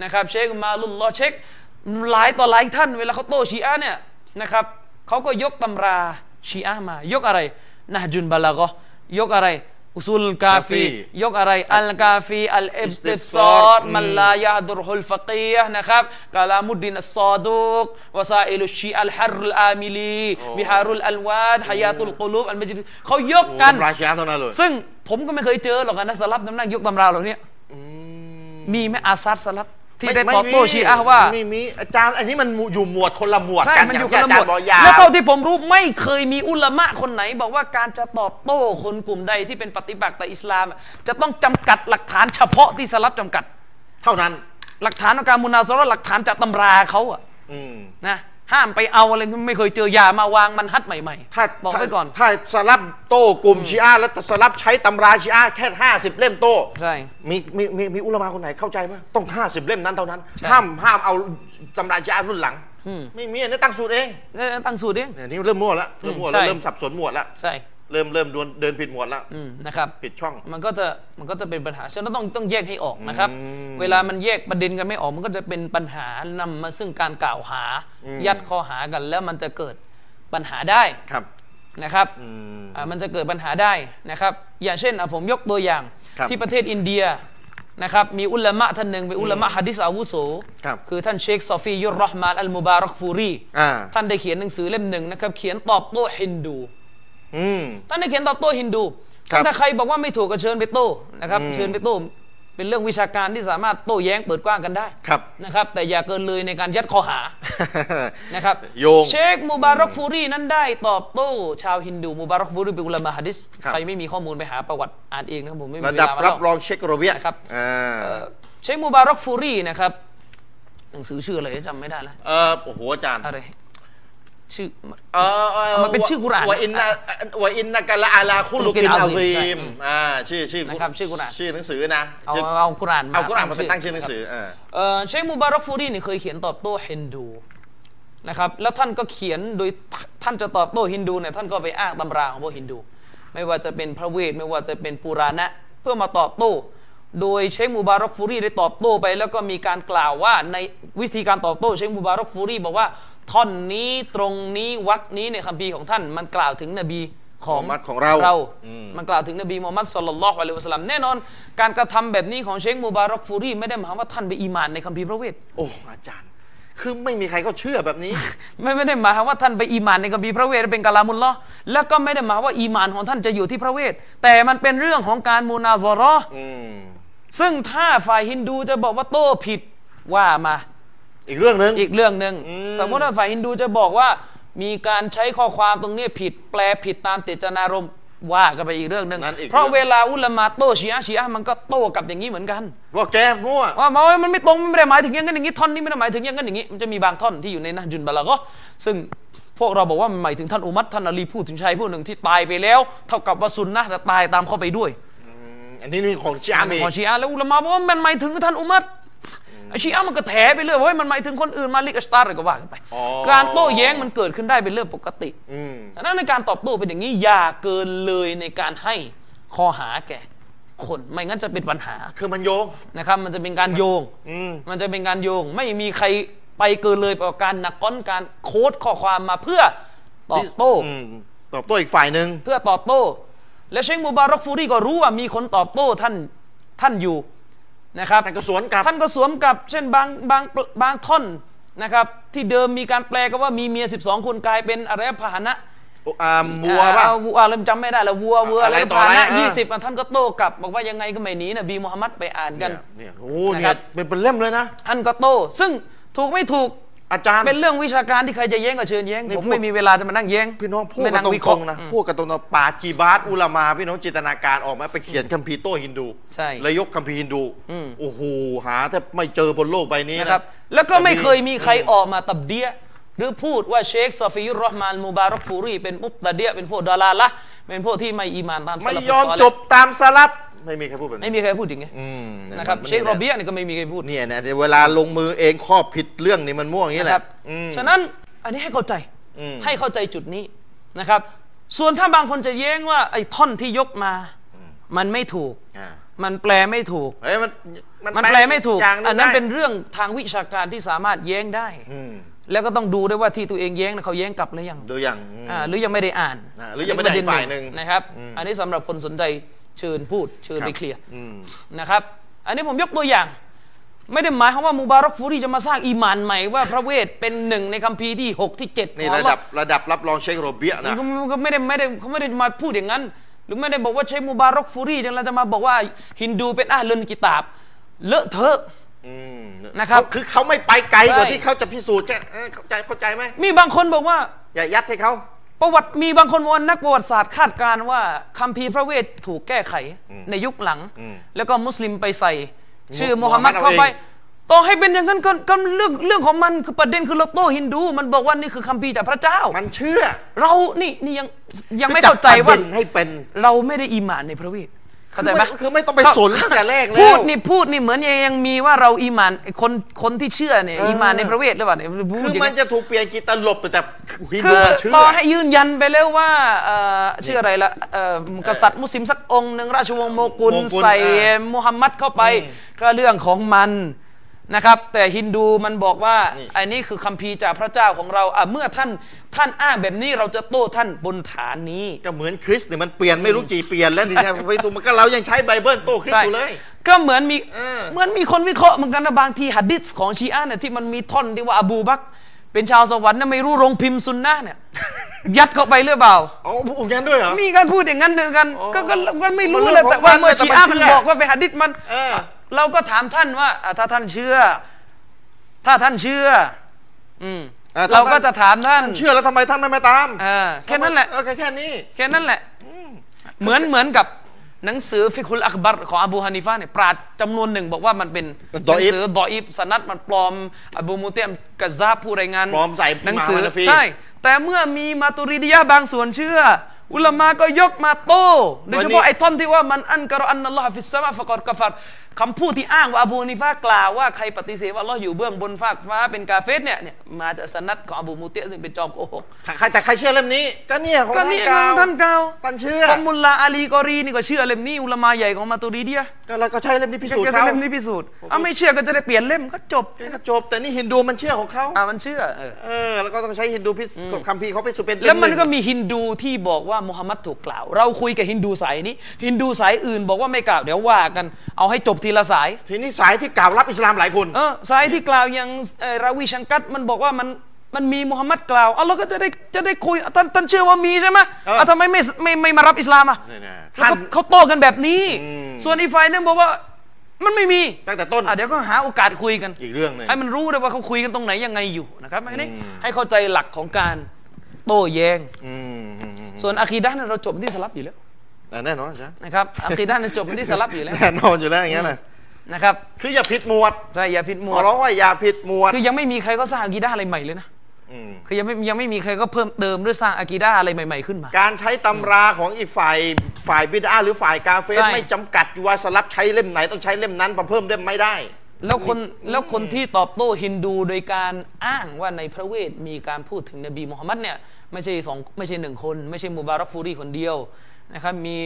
นะครับเชคมาลุลลอฮ์เชค หลายต่อหลายท่าน เวลาเขาโต้ชีอะห์เนี่ยนะครับเขาก็ยกตำราชีอะห์มา ยกอะไรนะจุนบาลากอฮ์ยกอะไร อุซุลกาฟี
กาฟี
ยกอะไร อัลกาฟีอัลอิบติฟซอร
อืม
มันลายาดุรฮุลฟะกียะห์นะครับกาลามุดดินอัสซอดุกวาซาอิลุชชีอัลฮัรลอามิลีบิฮารุลอัลวาดฮายาตุลกุลูบอัลมัจิดเขายก
โอ้
กัน
รายชีอะห์เท่านั้นเลย
ซึ่งผมก็ไม่เคยเจอหรอกนะสลับน้ำหนักยกตำราเหล่านี้
อืม
มีไหมอาซาดสลับที่ได้
ม่
ตอบโต้
ม่มี
ชีอะห์ว่า
ไม่มีอาจารย์อันนี้มันอยู่หมวดคนละหมวด
ใช่
กัน
มันอยู่ค
าน งที่
ละหม
จาร
วด
ย์บอกอย่า
แล้วเท่าที่ผมรู้ไม่เคยมีอุลามะคนไหน บอกว่าการจะตอบโต้คนกลุ่มใดที่เป็นปฏิบัติต่ออิสลามอะจะต้องจำกัดหลักฐานเฉพาะที่สลับจำกัด
เท่านั้น
หลักฐานของการมุนาซาระห์หลักฐานจากตำราเขาอะ
อืม
นะห้ามไปเอาอะไรไม่เคยเจออย่ามาวางมันฮัดใหม่
ถ้า
บอกไว้ก่อน
ถ้าสลับโต้กลุ่มชีอะห์แล้วสลับใช้ตำราชีอะห์แค่ห้าสิบเล่มโต้
ใช่
มีมีมีมีอุลามะคนไหนเข้าใจไหมต้องห้าสิบเล่มนั้นเท่านั้น
ใช่
ห้ามห้ามเอาตำราชีอะห์รุ่นหลัง ไม่มีอันนี้ตั้งสูตรเอง
แล้วตั้งสูตรเอง
เนี่ยนี่เริ่มมั่วแล้วเริ่มมั่วแล้
ใช่
วเริ่มสับสนหมวดแล้ว
ใช่
เริ่มเริ่มเดินเดินผิดหมวดแล้ว
อืมนะครับ
ผิดช่อง
มันก็จะมันก็จะเป็นปัญหาฉะนั้นต้องต้องแยกให้ออกนะครับ
อืม
เวลามันแยกประเด็นกันไม่ออก มันก็จะเป็นปัญหานำมาซึ่งการกล่าวหา
อืม
ยัดข้อหากันแล้วมันจะเกิดปัญหาได้
ครับ
นะครับ
อืม
อ่ามันจะเกิดปัญหาได้นะครับ อย่างเช่นอ่ะผมยกตัวอย่าง
ครับ
ที่ประเทศอินเดียนะครับมีอุลามะท่านหนึ่งเป็นอุลามะฮะดิษอาวุโส
ครับ
คือท่านเชคซอฟียุรรอห์มานอัลมุบารักฟูรี
อ่า
ท่านได้เขียนหนังสือเล่มหนึ่งนะครับเขียนตอบโต้ฮินดู
อืม
ท่านได้เขียนตอบโต้ฮินดู
ครับ
ถ้าใครบอกว่าไม่ถูกก็เชิญไปโต้นะครับ เชิญไปโต้เป็นเรื่องวิชาการที่สามารถโต้แย้งเปิดกว้างกันได้
ครับ
นะครับ แต่อย่าเกินเลยในการยัดข้อหา นะครับ
โยง
เชคมูบารักฟูรีนั้นได้ตอบโต้ชาวฮินดูมูบารักฟูรีเป็นอุลามะฮะดิษ
ครับ
ใครไม่มีข้อมูลไปหาประวัติอ่านเองนะครับผมไม่มี
ระ
เว
ดับ
ลา
รั
มาเล่า
บรองเช็คโรเบีย
นะครับ
อ่า
เอ่อเชคมูบารักฟูรีนะครับหนังสือชื่ออะไรจำไม่ได้แล้ว
เออโอ้โหอาจารย์
อะไร ชื่อ
เออเออ
มันเป็นชื่อกุรอาน
วะอินนะวะอินนะกะละอาลาคุลุกินอาซีมอ่าชื่อชื่อ
นะครับชื่อกุรอาน
ชื่อหนังสือนะ
เอา
ชื่อ
เอากุรานมา
เอากุรอานมาเป็น
ชื่
ตั้งชื่อหนังสือเออ
เอ่อเชคมูบารักฟูรีเนี่ยเคยเขียนตอบโต้ฮินดูนะครับแล้วท่านก็เขียนโดยทท่านจะตอบโต้ฮินดูเนี่ยท่านก็ไปอ้างตำราของพวกฮินดู ไม่ว่าจะเป็นพระเวทไม่ว่าจะเป็นปุราณะเพื่อมาตอบโต้ โดยเชคมูบารักฟูรีได้ตอบโต้ไป แล้วก็มีการกล่าวว่าในวิธีการตอบโต้เชคมูบารักฟูรีบอกว่าท่อนนี้ตรงนี้วักนี้ในคัมภีร์ของท่านมันกล่าวถึงนบีขอ
มุ
ง
ฮัมมัดของเรา
เรา
อืม
มันกล่าวถึงนบีมูฮัมมัดสุลลัลลอฮุอะลัยฮิวะสัลลัมแน่นอนการกระทำแบบนี้ของเชคมูบารักฟูรีไม่ได้หมายความว่าท่านไปอีหมานในคัมภีร์พระเวท
โอ้อาจารย์ คือไม่มีใครเขาเชื่อแบบนี้
ไม่ไม่ได้หมายความว่าท่านไปอีหมานในคัมภีร์พระเวทเป็นกาลามุลลอฮ์แล้วก็ไม่ได้หมายว่าอีหมานของท่านจะอยู่ที่พระเวท แต่มันเป็นเรื่องของการมูนาซอรอห์
อืม
ซึ่งถ้าฝ่ายฮินดูจะบอกว่าโต้ผิดว่ามา
อีกเรื่องหนึง
อีกเรื่องหนึ่งสมมติว่าฝ่ายฮินดูจะบอกว่า มีการใช้ข้อความตรงนี้ผิดแปลผิดตามเจตนารมณ์ว่ากันไปอีกเรื่องหนึ่ง
นั่นอีก
เพราะ
เรื่อง
เวลาอุลามะโต้ชีอะห์ชีอะห์มันก็โต้กลับอย่างนี้เหมือนกัน
ว่าแกมั่ว
ว่ามันมันไม่ตรงมันไม่ได้หมายถึงอย่างนั้นอย่างนี้ท่อนนี้ไม่ได้หมายถึงอย่างนั้นอย่างนี้มันจะมีบางท่อนที่อยู่ในนะจุนบาลาก็ซึ่งพวกเราบอกว่ามันหมายถึงท่านอุมัตท่านอาลีพูดถึงชายผู้หนึ่งที่ตายไปแล้ว เท่ากับว่าซุนนะห์จะตายตามเข้าไปด้วย
อันนี้นี่ของชีอะห์มี
ของชีอะห์แล้วอุลามะบอกว่ามันหมายถึงท่านอุมัตไอ้ชีอะห์มันก็แถไปเรื่อยว่าเฮ้ยมันหมายถึงคนอื่นมาลิกอัชตาร์อะไรก็ว่ากันไป
อ๋อ
การโต้แย้งมันเกิดขึ้นได้เป็นเรื่องปกติ
อืม
ดังนั้นในการตอบโต้เป็นอย่างนี้อย่าเกินเลยในการให้ข้อหาแก่คนไม่งั้นจะเป็นปัญหา
คือมันโยง
นะครับมันจะเป็นการโยง
อืม
มันจะเป็นการโยงไม่มีใครไปเกินเลยต่อการหนักก้อนการโค้ดข้อความมาเพื่อตอบโต้
อืมตอบโต้อีกฝ่ายหนึ่ง
เพื่อตอบโต้ และเชคมูบารักฟูรีก็รู้ว่ามีคนตอบโต้ท่านท่านอยู่นะครับ
แต่ก็สวนกลับ
ท่านก็สวมกับเช่นบางบางบางท่อนนะครับ ที่เดิมมีการแปลกันว่ามีเมีย 12 คนกลายเป็นอะไรพาหนะ
โอ้อ่ามัวป่ะ
อ่าวัวเริ่มจำไม่ได้แล้ววัววัวอะไร
อะไรต่อ
พาหนะ
อะไรเออ
ยี่สิบอ่ะท่านก็โต้กลับ บอกว่ายังไงก็ไม่หนีนบีมุฮัมมัดไปอ่านกัน
เยเนี่ยโอ้
นะ
เนี่
ครั
ย
บ
เป็นเป็นเล่มเลยนะ
ท่านก็โต้ซึ่งถูกไม่ถูก
อาจารย์
เป็นเรื่องวิชาการที่ใครจะแย้งก็เชิญแย้ง
นี่
ผม
พูด
ไม่มีเวลาจะมานั่งแย้ง
พี่น้องพูด
ไม่
กั
นั่
นต
งวิเคราะ
ร
ห์
งๆนะ
อืม
พูดกันตรงๆป่ากีบาสอุลามาพี่น้องจินตนาการออกมาไปเขียนคัมภีร์โตฮินดู
ใช่
แล้วยกคัมภีร์ฮินดู
อืม
โอ้โหหาแทบไม่เจอบนโลกใบนี้
นะครับ แล้วก็ไม่เคยมีใครออกมาตับเดียหรือพูดว่าเชคซอฟิยุรเราะห์มานมูบารักฟูรีเป็นมุบตะเดียเป็นพวกดาลาละห์เป็นพวกที่ไม่อีหมานตาม
ไม่
สลัฟ
ยอม
ซลห์
จบตามสลับไม่มีใครพูดแบบ
ไม่
นี้
มีใครพูดอย่างเงี้ย
อืม
นะครับ
มั
เชคโรเบียเนี่ยก็ไม่มีใครพูด
เนี่ยนะเวลาลงมือเองข้อผิดเรื่องนี่มันม่วงอย่างนี้
นะ
แห
ค
ละ
รับ
อืม
ฉะนั้นอันนี้ให้เข้าใจ
อืม
ให้เข้าใจจุดนี้นะครับ ส่วนถ้าบางคนจะแย้งว่าไอ้ท่อนที่ยกมา มันไม่ถูก
อ่า
มันแปลไม่ถูก
เฮ้ยมัน
มันแปลไม่ถูก
อย่างหง
อันนั้น
ได้
เป็นเรื่องทางวิชาการที่สามารถแย้งได้
อืม
แล้วก็ต้องดูด้วยว่าที่ตัวเองแย้งนะเขาแย้งกลับหรือยัง
ตัวอย่างม
อ่าหรือยังไม่ได้อ่าน
อ่าหรือยังไม่ได้
นนี้ประ
ฝ่ายหนึ่ง
นะครับ
อืม
อันนี้สำหรับคนสนใจเชิญพูดเชิญไปเคลียร์
อืม
นะครับ อันนี้ผมยกตัวอย่าง ไม่ได้หมายความว่ามูบารักฟูรีจะมาสร้างอีมานใหม่ว่าพระเวทเป็นหนึ่งในคัมภีร์ที่หกที่เจ็ด
นี่
ของ
ระดับระดับรับรองเชคโรเบียนะ
ก็ก็ไม่ได้ไม่ได้เขาไม่ได้มาพูดอย่างนั้น หรือไม่ได้บอกว่าใช้มูบารอกฟูรีเราจะมาบอกว่าฮินดูเป็นอาลุนกิตาบ เลอะเทอะ
อืม
นะครับ
เขาคือเขาไม่ไปไกลกว่า
ใช่
ที่เขาจะพิสูจน์ใช่เออเข้าใจเข้าใจไหม
มีบางคนบอกว่า
อย่ายัดให้เขา
ประวัติมีบางคนวนนักประวัติศาสตร์คาดการณ์ว่าคัมภีร์พระเวทถูกแก้ไขในยุคหลัง แล้วก็มุสลิมไปใส่ ชื่อมูฮัมหมัดเข้าไป ต่อให้เป็นอย่างนั้นก็ก็เรื่องเรื่องของมันคือประเด็นคือเราโต้ฮินดู มันบอกว่านี่คือคัมภีร์จากพระเจ้า
มันเชื่อ
เรานี่นี่ยังยังไม่เข้าใจ
คือบ
ว่า
ประเด็นให้เป็น
เราไม่ได้อีหมานในพระเวทเข้าใจไหม
คือไม่คือไม่ต้องไปสนตั้งแต่แรกแล้ว
พูดนี่พูดนี่เหมือนยังยังมีว่าเราอีหมานคนคนที่เชื่อเนี่ย
เอออี
อีหมานในพระเวทหรือเปล่าเนี่ยพูด
คือ
อย่าง
มัน
นั้น
จะถูกเปลี่ยนกีตาลบไปแต่ฮิน
คื
ดู
อ
มันเชื่อ
ต่อให้ยืนยันไปแล้วว่าเอ่อชื่ออะไรละเอ่อกษัตริย์มุสลิมสักองค์หนึ่งราชวงศ์โมกุล
โมกุล
ใส่
อ่า
มุฮัมมัดเข้าไปก็เรื่องของมันนะครับ แต่ฮินดูมันบอกว่า
นี่
อันนี้คือคัมภีร์จากพระเจ้าของเราอ่ะเมื่อท่านท่านอ้างแบบนี้เราจะโต้ท่านบนฐานนี้
ก็เหมือนคริสเนี่ยมันเปลี่ยนไม่รู้กี่เปลี่ยนแล้วทีนี้ไปดูมันก็เรายังใช้ไบเบิลโต้คริส
ใช่
อยู่เลย
ก็เหมือนมี
เออ
เหมือนมีคนวิเคราะห์เหมือนกันนะบางทีหัดดิษของชีอะห์เนี่ยที่มันมีท่อนที่ว่าอบูบักรเป็นชาวสวรรค์นะไม่รู้โรงพิมพ์ซุนนะห์ เนี่ย ยัดเข้าไปหรือเปล่า
อ๋อพูดอย่างนั้นด้วยเหรอ
มีการพูดอย่างนั้นเหมือนกัน
อ๋อ
ก็ก็ก็ไม่รู้
มันเรื่
เล
อย งของ
แต่ว่าเมื่อ
มันแต่
ชี
มัน
อะห์มัน
เชื่อ
บอกว่าเป็นหัดดิษมัน
เออ
เราก็ถามท่านว่าอ่ะถ้าท่านเชื่อ ถ้าท่านเชื่อ อืม
อ่ะถ้า
เราก็
ท่าน
จะถามท่าน
ท่านเชื่อแล้วทำไมท่านไม่มาตาม
เออแค่นั้นแหละ
เออแค่แค่นี้
แค่นั้นแหละ เหมือนเหมือนกับหนังสือฟิกุลอักบัรของอบูฮานิฟาเนี่ยปราดจำนวนหนึ่งบอกว่ามันเป็นห
ดอ
นั
อิฟ
สือดออิฟสนัดมันปลอม อบูมูเตยมกะซาบผู้รายงาน
ปลอมใส่
หนังสือ
มาฮานาฟี
ใช่ แต่เมื่อมีมาตุริดิยะห์บางส่วนเชื่อ อุลามาก็ยกมาโต้โดยเฉพาะไอ้ท่อนที่ว่ามันอันกะรออันนัลลอฮฟิสซามะฟะกอดกะฟัรคำพูดที่อ้างว่าอบูฮานิฟากล่าวว่าใครปฏิเสธว่าอัลลอฮ์อยู่เบื้องบนฟากฟ้าเป็นกาเฟสเนี่ยเนี่ยมาจากสนัดของอบูมูเตยมซึ่งเป็นจอมโกหก
ใครแต่ใครเชื่อเล่มนี้ ก็เนี่ยของ
ก็
ท่าน
นี่
เกา
ท่านกล่าว
ท่านเชื่อ
ของมุลลาอาลีกอรีนี่ก็เชื่อเล่มนี้อุลามาใหญ่ของมาตูรีเดีย
ก็เราก็ใช้เล่มนี้พิสูจน์
ก็จะ
เขา
เล่มนี้พิสูจน์อ่ะไม่เชื่อก็จะได้เปลี่ยนเล่มก็จบ
ก็จบแต่นี่ฮินดูมันเชื่อของเขา
อ่ะมันเชื่อเออ
เออแล้วก็ต้องใช้ฮินดูพิสคัมภีร์เขาไปสุเป็น
แล้วมันก็
เล่หง
มีฮินดูที่บอกว่ามูฮัมหมัดถูกกล่าว เราคุยกับฮินดูสายนี้ ฮินดูสายอื่นบอกว่าไม่กล่าวเดี๋ยวว่ากันเอาให้จบทีละสาย
ทีนี้สายที่กล่าวรับอิสลามหลายคน
เออสายที่กล่าวอย่างเอ่อราวีชังกัตมันบอกว่ามันมันมีมูฮัมหมัดกล่าวเอาเราก็จะได้จะได้คุยอ่ะท่านท่านเชื่อว่ามีใช่ไหม
เอออ่
ะทำไมไม่ไม่ไม่มารับอิสลามอ่ะ
นี่แน่
แล้ว
ท่าน
เขาเขาโต้กันแบบนี้ ส่วนอีกฝ่ายนึงบอกว่ามันไม่มี
ตั้งแต่ต้น
อ่ะเดี๋ยวก็หาโอกาสคุยกัน
อีกเรื่องหนึง
ให้มันรู้ด้วยว่าเขาคุยกันตรงไหนยังไงอยู่นะครับอันนี้ให้เข้าใจหลักของการโต้แยง้ง
อืมอืมอืม
ส่วนอะคีด้านยเราจบที่สลับอยู่แล้ว
แต่แน่นอนใช่
นะครับอะคีด้านยจบที่สลับอยู่แล้ว
แน่นอนอยู่แล้วอย่างเงี้ยนะ
นะครับ
คืออย่าผิดหมวด
ใช่อย่าผิดหม
ข
ว
อ
ด
ร้องว่าอย่าผิดหมวด
คือยังไม่มีใครก็สร้างอะคีด้าอะไรใหม่เลยนะ
ม
คือยังไม่ยังไม่มีใครก็เพิ่มเติมหรือสร้างอากีดาอะไรใหม่ ๆ ขึ้นมา
การใช้ตำราของอีกฝ่ายฝ่ายบิดาหรือฝ่ายกาเฟร
ใช่
ไม่จำกัดว่าสลับใช้เล่มไหนต้องใช้เล่มนั้นมาเพิ่มเล่มไม่ได้
แล้วคนแล้วคนที่ตอบโต้ฮินดูโดยการอ้างว่าในพระเวทมีการพูดถึงนบีมูฮัมมัดเนี่ยไม่ใช่สองไม่ใช่หนึ่งคน ไม่ใช่มูบารักฟูรีคนเดียวนะครับมี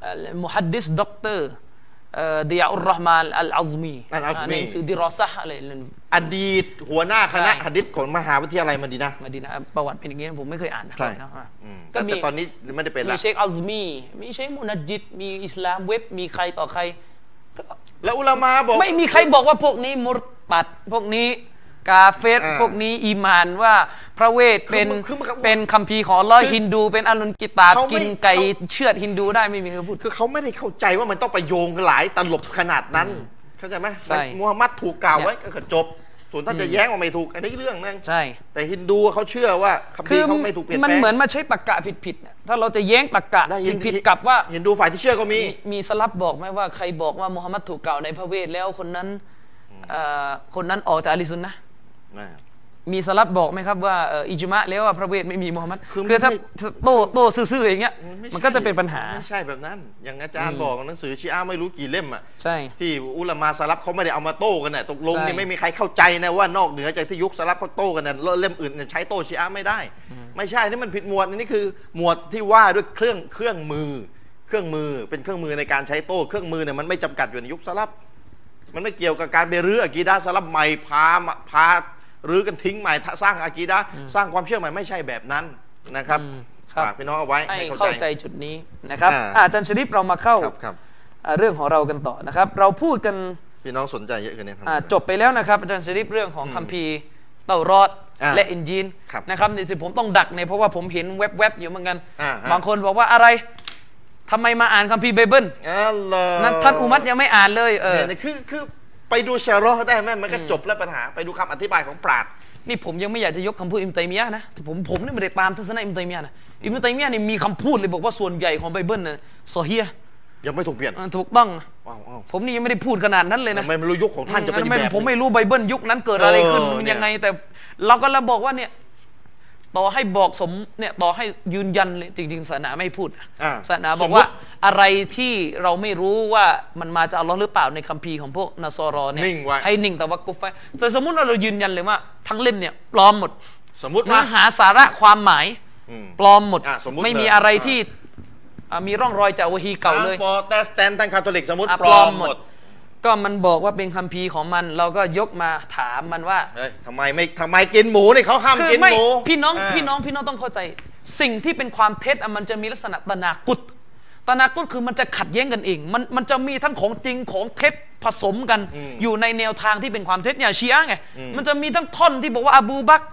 เอ่อมุฮัดดิสด็อกเตอร์เอ่อดียาอุรเราะห์มานอัลอาซมี
อัลอาซมี
ในหนังสือดิรอซะฮ์อะไรนั่น
อดีตหัวหน้าคณะ
ใช่
หะดิษของมหาวิทยาลัยมันดีนะ
มาดีนะประวัติเป็นอย่างนี้นะผมไม่เคยอ่านนะ
ใช่
นะอ่ะ
อืม
ก็
แต่
มี
แต่ตอนนี้ไม่ได้เป็น
มี
ละ
เชคอัลซมีมีเชคมุนัดจิตมีอิสลามเว็บมีใครต่อใครก็
แล้วอุลามาบอก
ไม่มีใครบอกว่าพวกนี้มุรตัด พวกนี้กาเฟส
อ่า
พวกนี้อีหมานว่าพระเวทเป็น
คือมันคือมัน
เป็นคัมภีร์ของอัลลอฮ์
คือ
ฮินดูเป็นอันุนกิตาบ
เขาไม่
กินไก่
เขา
เชือดฮินดูได้ไม่มีใครพูด
คือเขาไม่ได้เข้าใจว่ามันต้องไปโยงหลายตลบขนาดนั้น เข้าใจไหม
ใช่
มูฮัมหมัดถูกกล่าว
เนี่ย
ไว้ก็จบ ส่วนท่านจะแย้งว่าไม่ถูก อันนี้เรื่องนึง
ใช่
แต่ฮินดูเขาเชื่อว่าคำพี
คือ
ร์เขาไม่ถูกเปลี่ยน
มัน
แปลง
เหมือนมาใช้ตรกกะผิดๆน่ะถ้าเราจะแย้งตรกกะ
ได้ฮิ
ผิด
น
ผิดๆกลับว่า
ฮินดูฝ่ายที่เชื่อก็มี
มีมีสลับบอกไหมว่าใครบอกว่ามูฮัมหมัดถูกกล่าวในพระเวทแล้วคนนั้นเอ่อคนนั้นออกจากอาลีซุนนะห์ มีสลับบอกไหมครับว่าเอ่ออิจมะแล้วว่าพระเวทไม่มีมูฮัมหมัด
คือมัน
คือถ้า
ไม่
โต้โต้ซื่อๆอย่างเงี้ยมันก็จะเป็นปัญหา
ไม่ใช่แบบนั้น อย่างอาจารย์บอกหนังสือชีอะห์ไม่รู้กี่เล่มอ่ะ
ใช่
ที่อุลามาสลับเขาไม่ได้เอามาโต้กันน่ะตกลงเนี่ย
ใช่
ไม่มีใครเข้าใจนะว่านอกเหนือจากที่ยุคสลับเขาโต้กันน่ะแล้วเล่มอื่นเนยใช้โต้ชีอะห์ไม่ได้ ไม่ใช่นี่มันผิดหมวดนี่คือหมวดที่ว่าด้วยเครื่องเครื่องมือ เครื่องมือเป็นเครื่องมือในการใช้โต้เครื่องมือเนี่ยมันไม่จำกัดอยู่ในยุคสลับ มันไม่เกี่ยวกับการไปรื้ออากีดาสลับใหม่พามาพารื้อกันทิ้งใหม่ถ้าสร้างอากีดาสร้างความเชื่อใหม่ไม่ใช่แบบนั้นนะครับ
อืมครับ
ฝากพี่น้องเอาไว้
ให้
ให้เข้า
เข้า
ใจ
ใจจุดนี้นะครับ
อ่า
อ่ะอาจารย์ชริปเรามาเข้า
ครับครับ
อ่าเรื่องของเรากันต่อนะครับ เราพูดกัน
พี่น้องสนใจเยอะเกินเนี่ยทำไม
อ่าจบไปแล้วนะครับ อาจารย์ชริปเรื่องของคัมภีร์เตารอด
อ่า
และอินจีน
ครับ
นะครับนี่สิผมต้องดักเนี่ยเพราะว่าผมเห็นเว็บๆอยู่เหมือนกัน
อ่าฮะ
บางคนบอกว่าอะไรทำไมมาอ่านคัมภีร์ไบเบิล
อ๋อเหรอ
นั่นท่านอุมัตยังไม่อ่านเลยเออ
เนี่ยเนี่ยคือคือไปดูชารอได้ไหมมันก็จบแล้วปัญหา ไปดูคำอธิบายของปราด
นี่ผมยังไม่อยากจะยกคำพูดอิมตัยมียะห์นะแต่ผมผมนี่ไม่ได้ตามทัศนะอิมตัยมียะห์นะอิมตัยมียะห์นี่มีคำพูดเลยบอกว่าส่วนใหญ่ของไบเบิลน่ะซอเฮีย
ยังไม่ถูกเปลี่ยน
อ่ะถูกต้อง
ว้าวอ้าว
ผมนี่ยังไม่ได้พูดขนาดนั้นเลยนะ
ทำไมไม่รู้ยุคของท่านจะเป็น
อืม
แบ
ไม่
บ
ผมไม่รู้ไบเบิลยุคนั้นเกิดอะไรขึ้น
เออ
มัน
เนี่ย
ยังไง แต่เราก็แล้วบอกว่าเนี่ย ต่อให้บอกสมเนี่ยต่อให้ยืนยันเลยจริง ๆ ศาสนาไม่พูดนะ
อ่
ศาสนาบ
ส
อ
ม
ก
มุติ
ว่าอะไรที่เราไม่รู้ว่ามันมาจากอัลลอฮ์หรือเปล่าในคัมภีร์ของพวกนาซอรอเนี่ย
นิ่งไว้
ให้นิ่งแต่ว่ากุฟไฟแต่สมมุติว่าเรายืนยันเลยว่า ทั้งเล่มเนี่ยปลอมหมด
สมมุติ
เนื้
ว่า
อหาสาระความหมาย
อืม
ปลอมหมด
อ่ะสมมุติ
ไม่มี
เลย
อะไร
อ่ะ
ที่อ่ะมีร่องรอยจากวะฮีเก่าเลย
ทั้งโปรเตสแตนต์ทั้งคาทอลิกสมมติ
อ่ะ
ปลอมหมด
ก็มันบอกว่าเป็นคัมภีร์ของมัน เราก็ยกมาถามมันว่า
เฮ้ยทำไมไม่ทำไมกินหมูเนี่ยเขาห้าม
คือ
กิน
ไม่
หมู
พี่น้อง
า
พี่น้องพี่น้องต้องเข้าใจ สิ่งที่เป็นความเท็จอ่ะมันจะมีลักษณะตนากุตตนากุตคือมันจะขัดแย้งกันเอง มันมันจะมีทั้งของจริงของเท็จผสมกัน อยู่ในแนวทางที่เป็นความเท็จอย่างชีอะห์ไงมันจะมีทั้งท่อนที่บอกว่าอบูบักร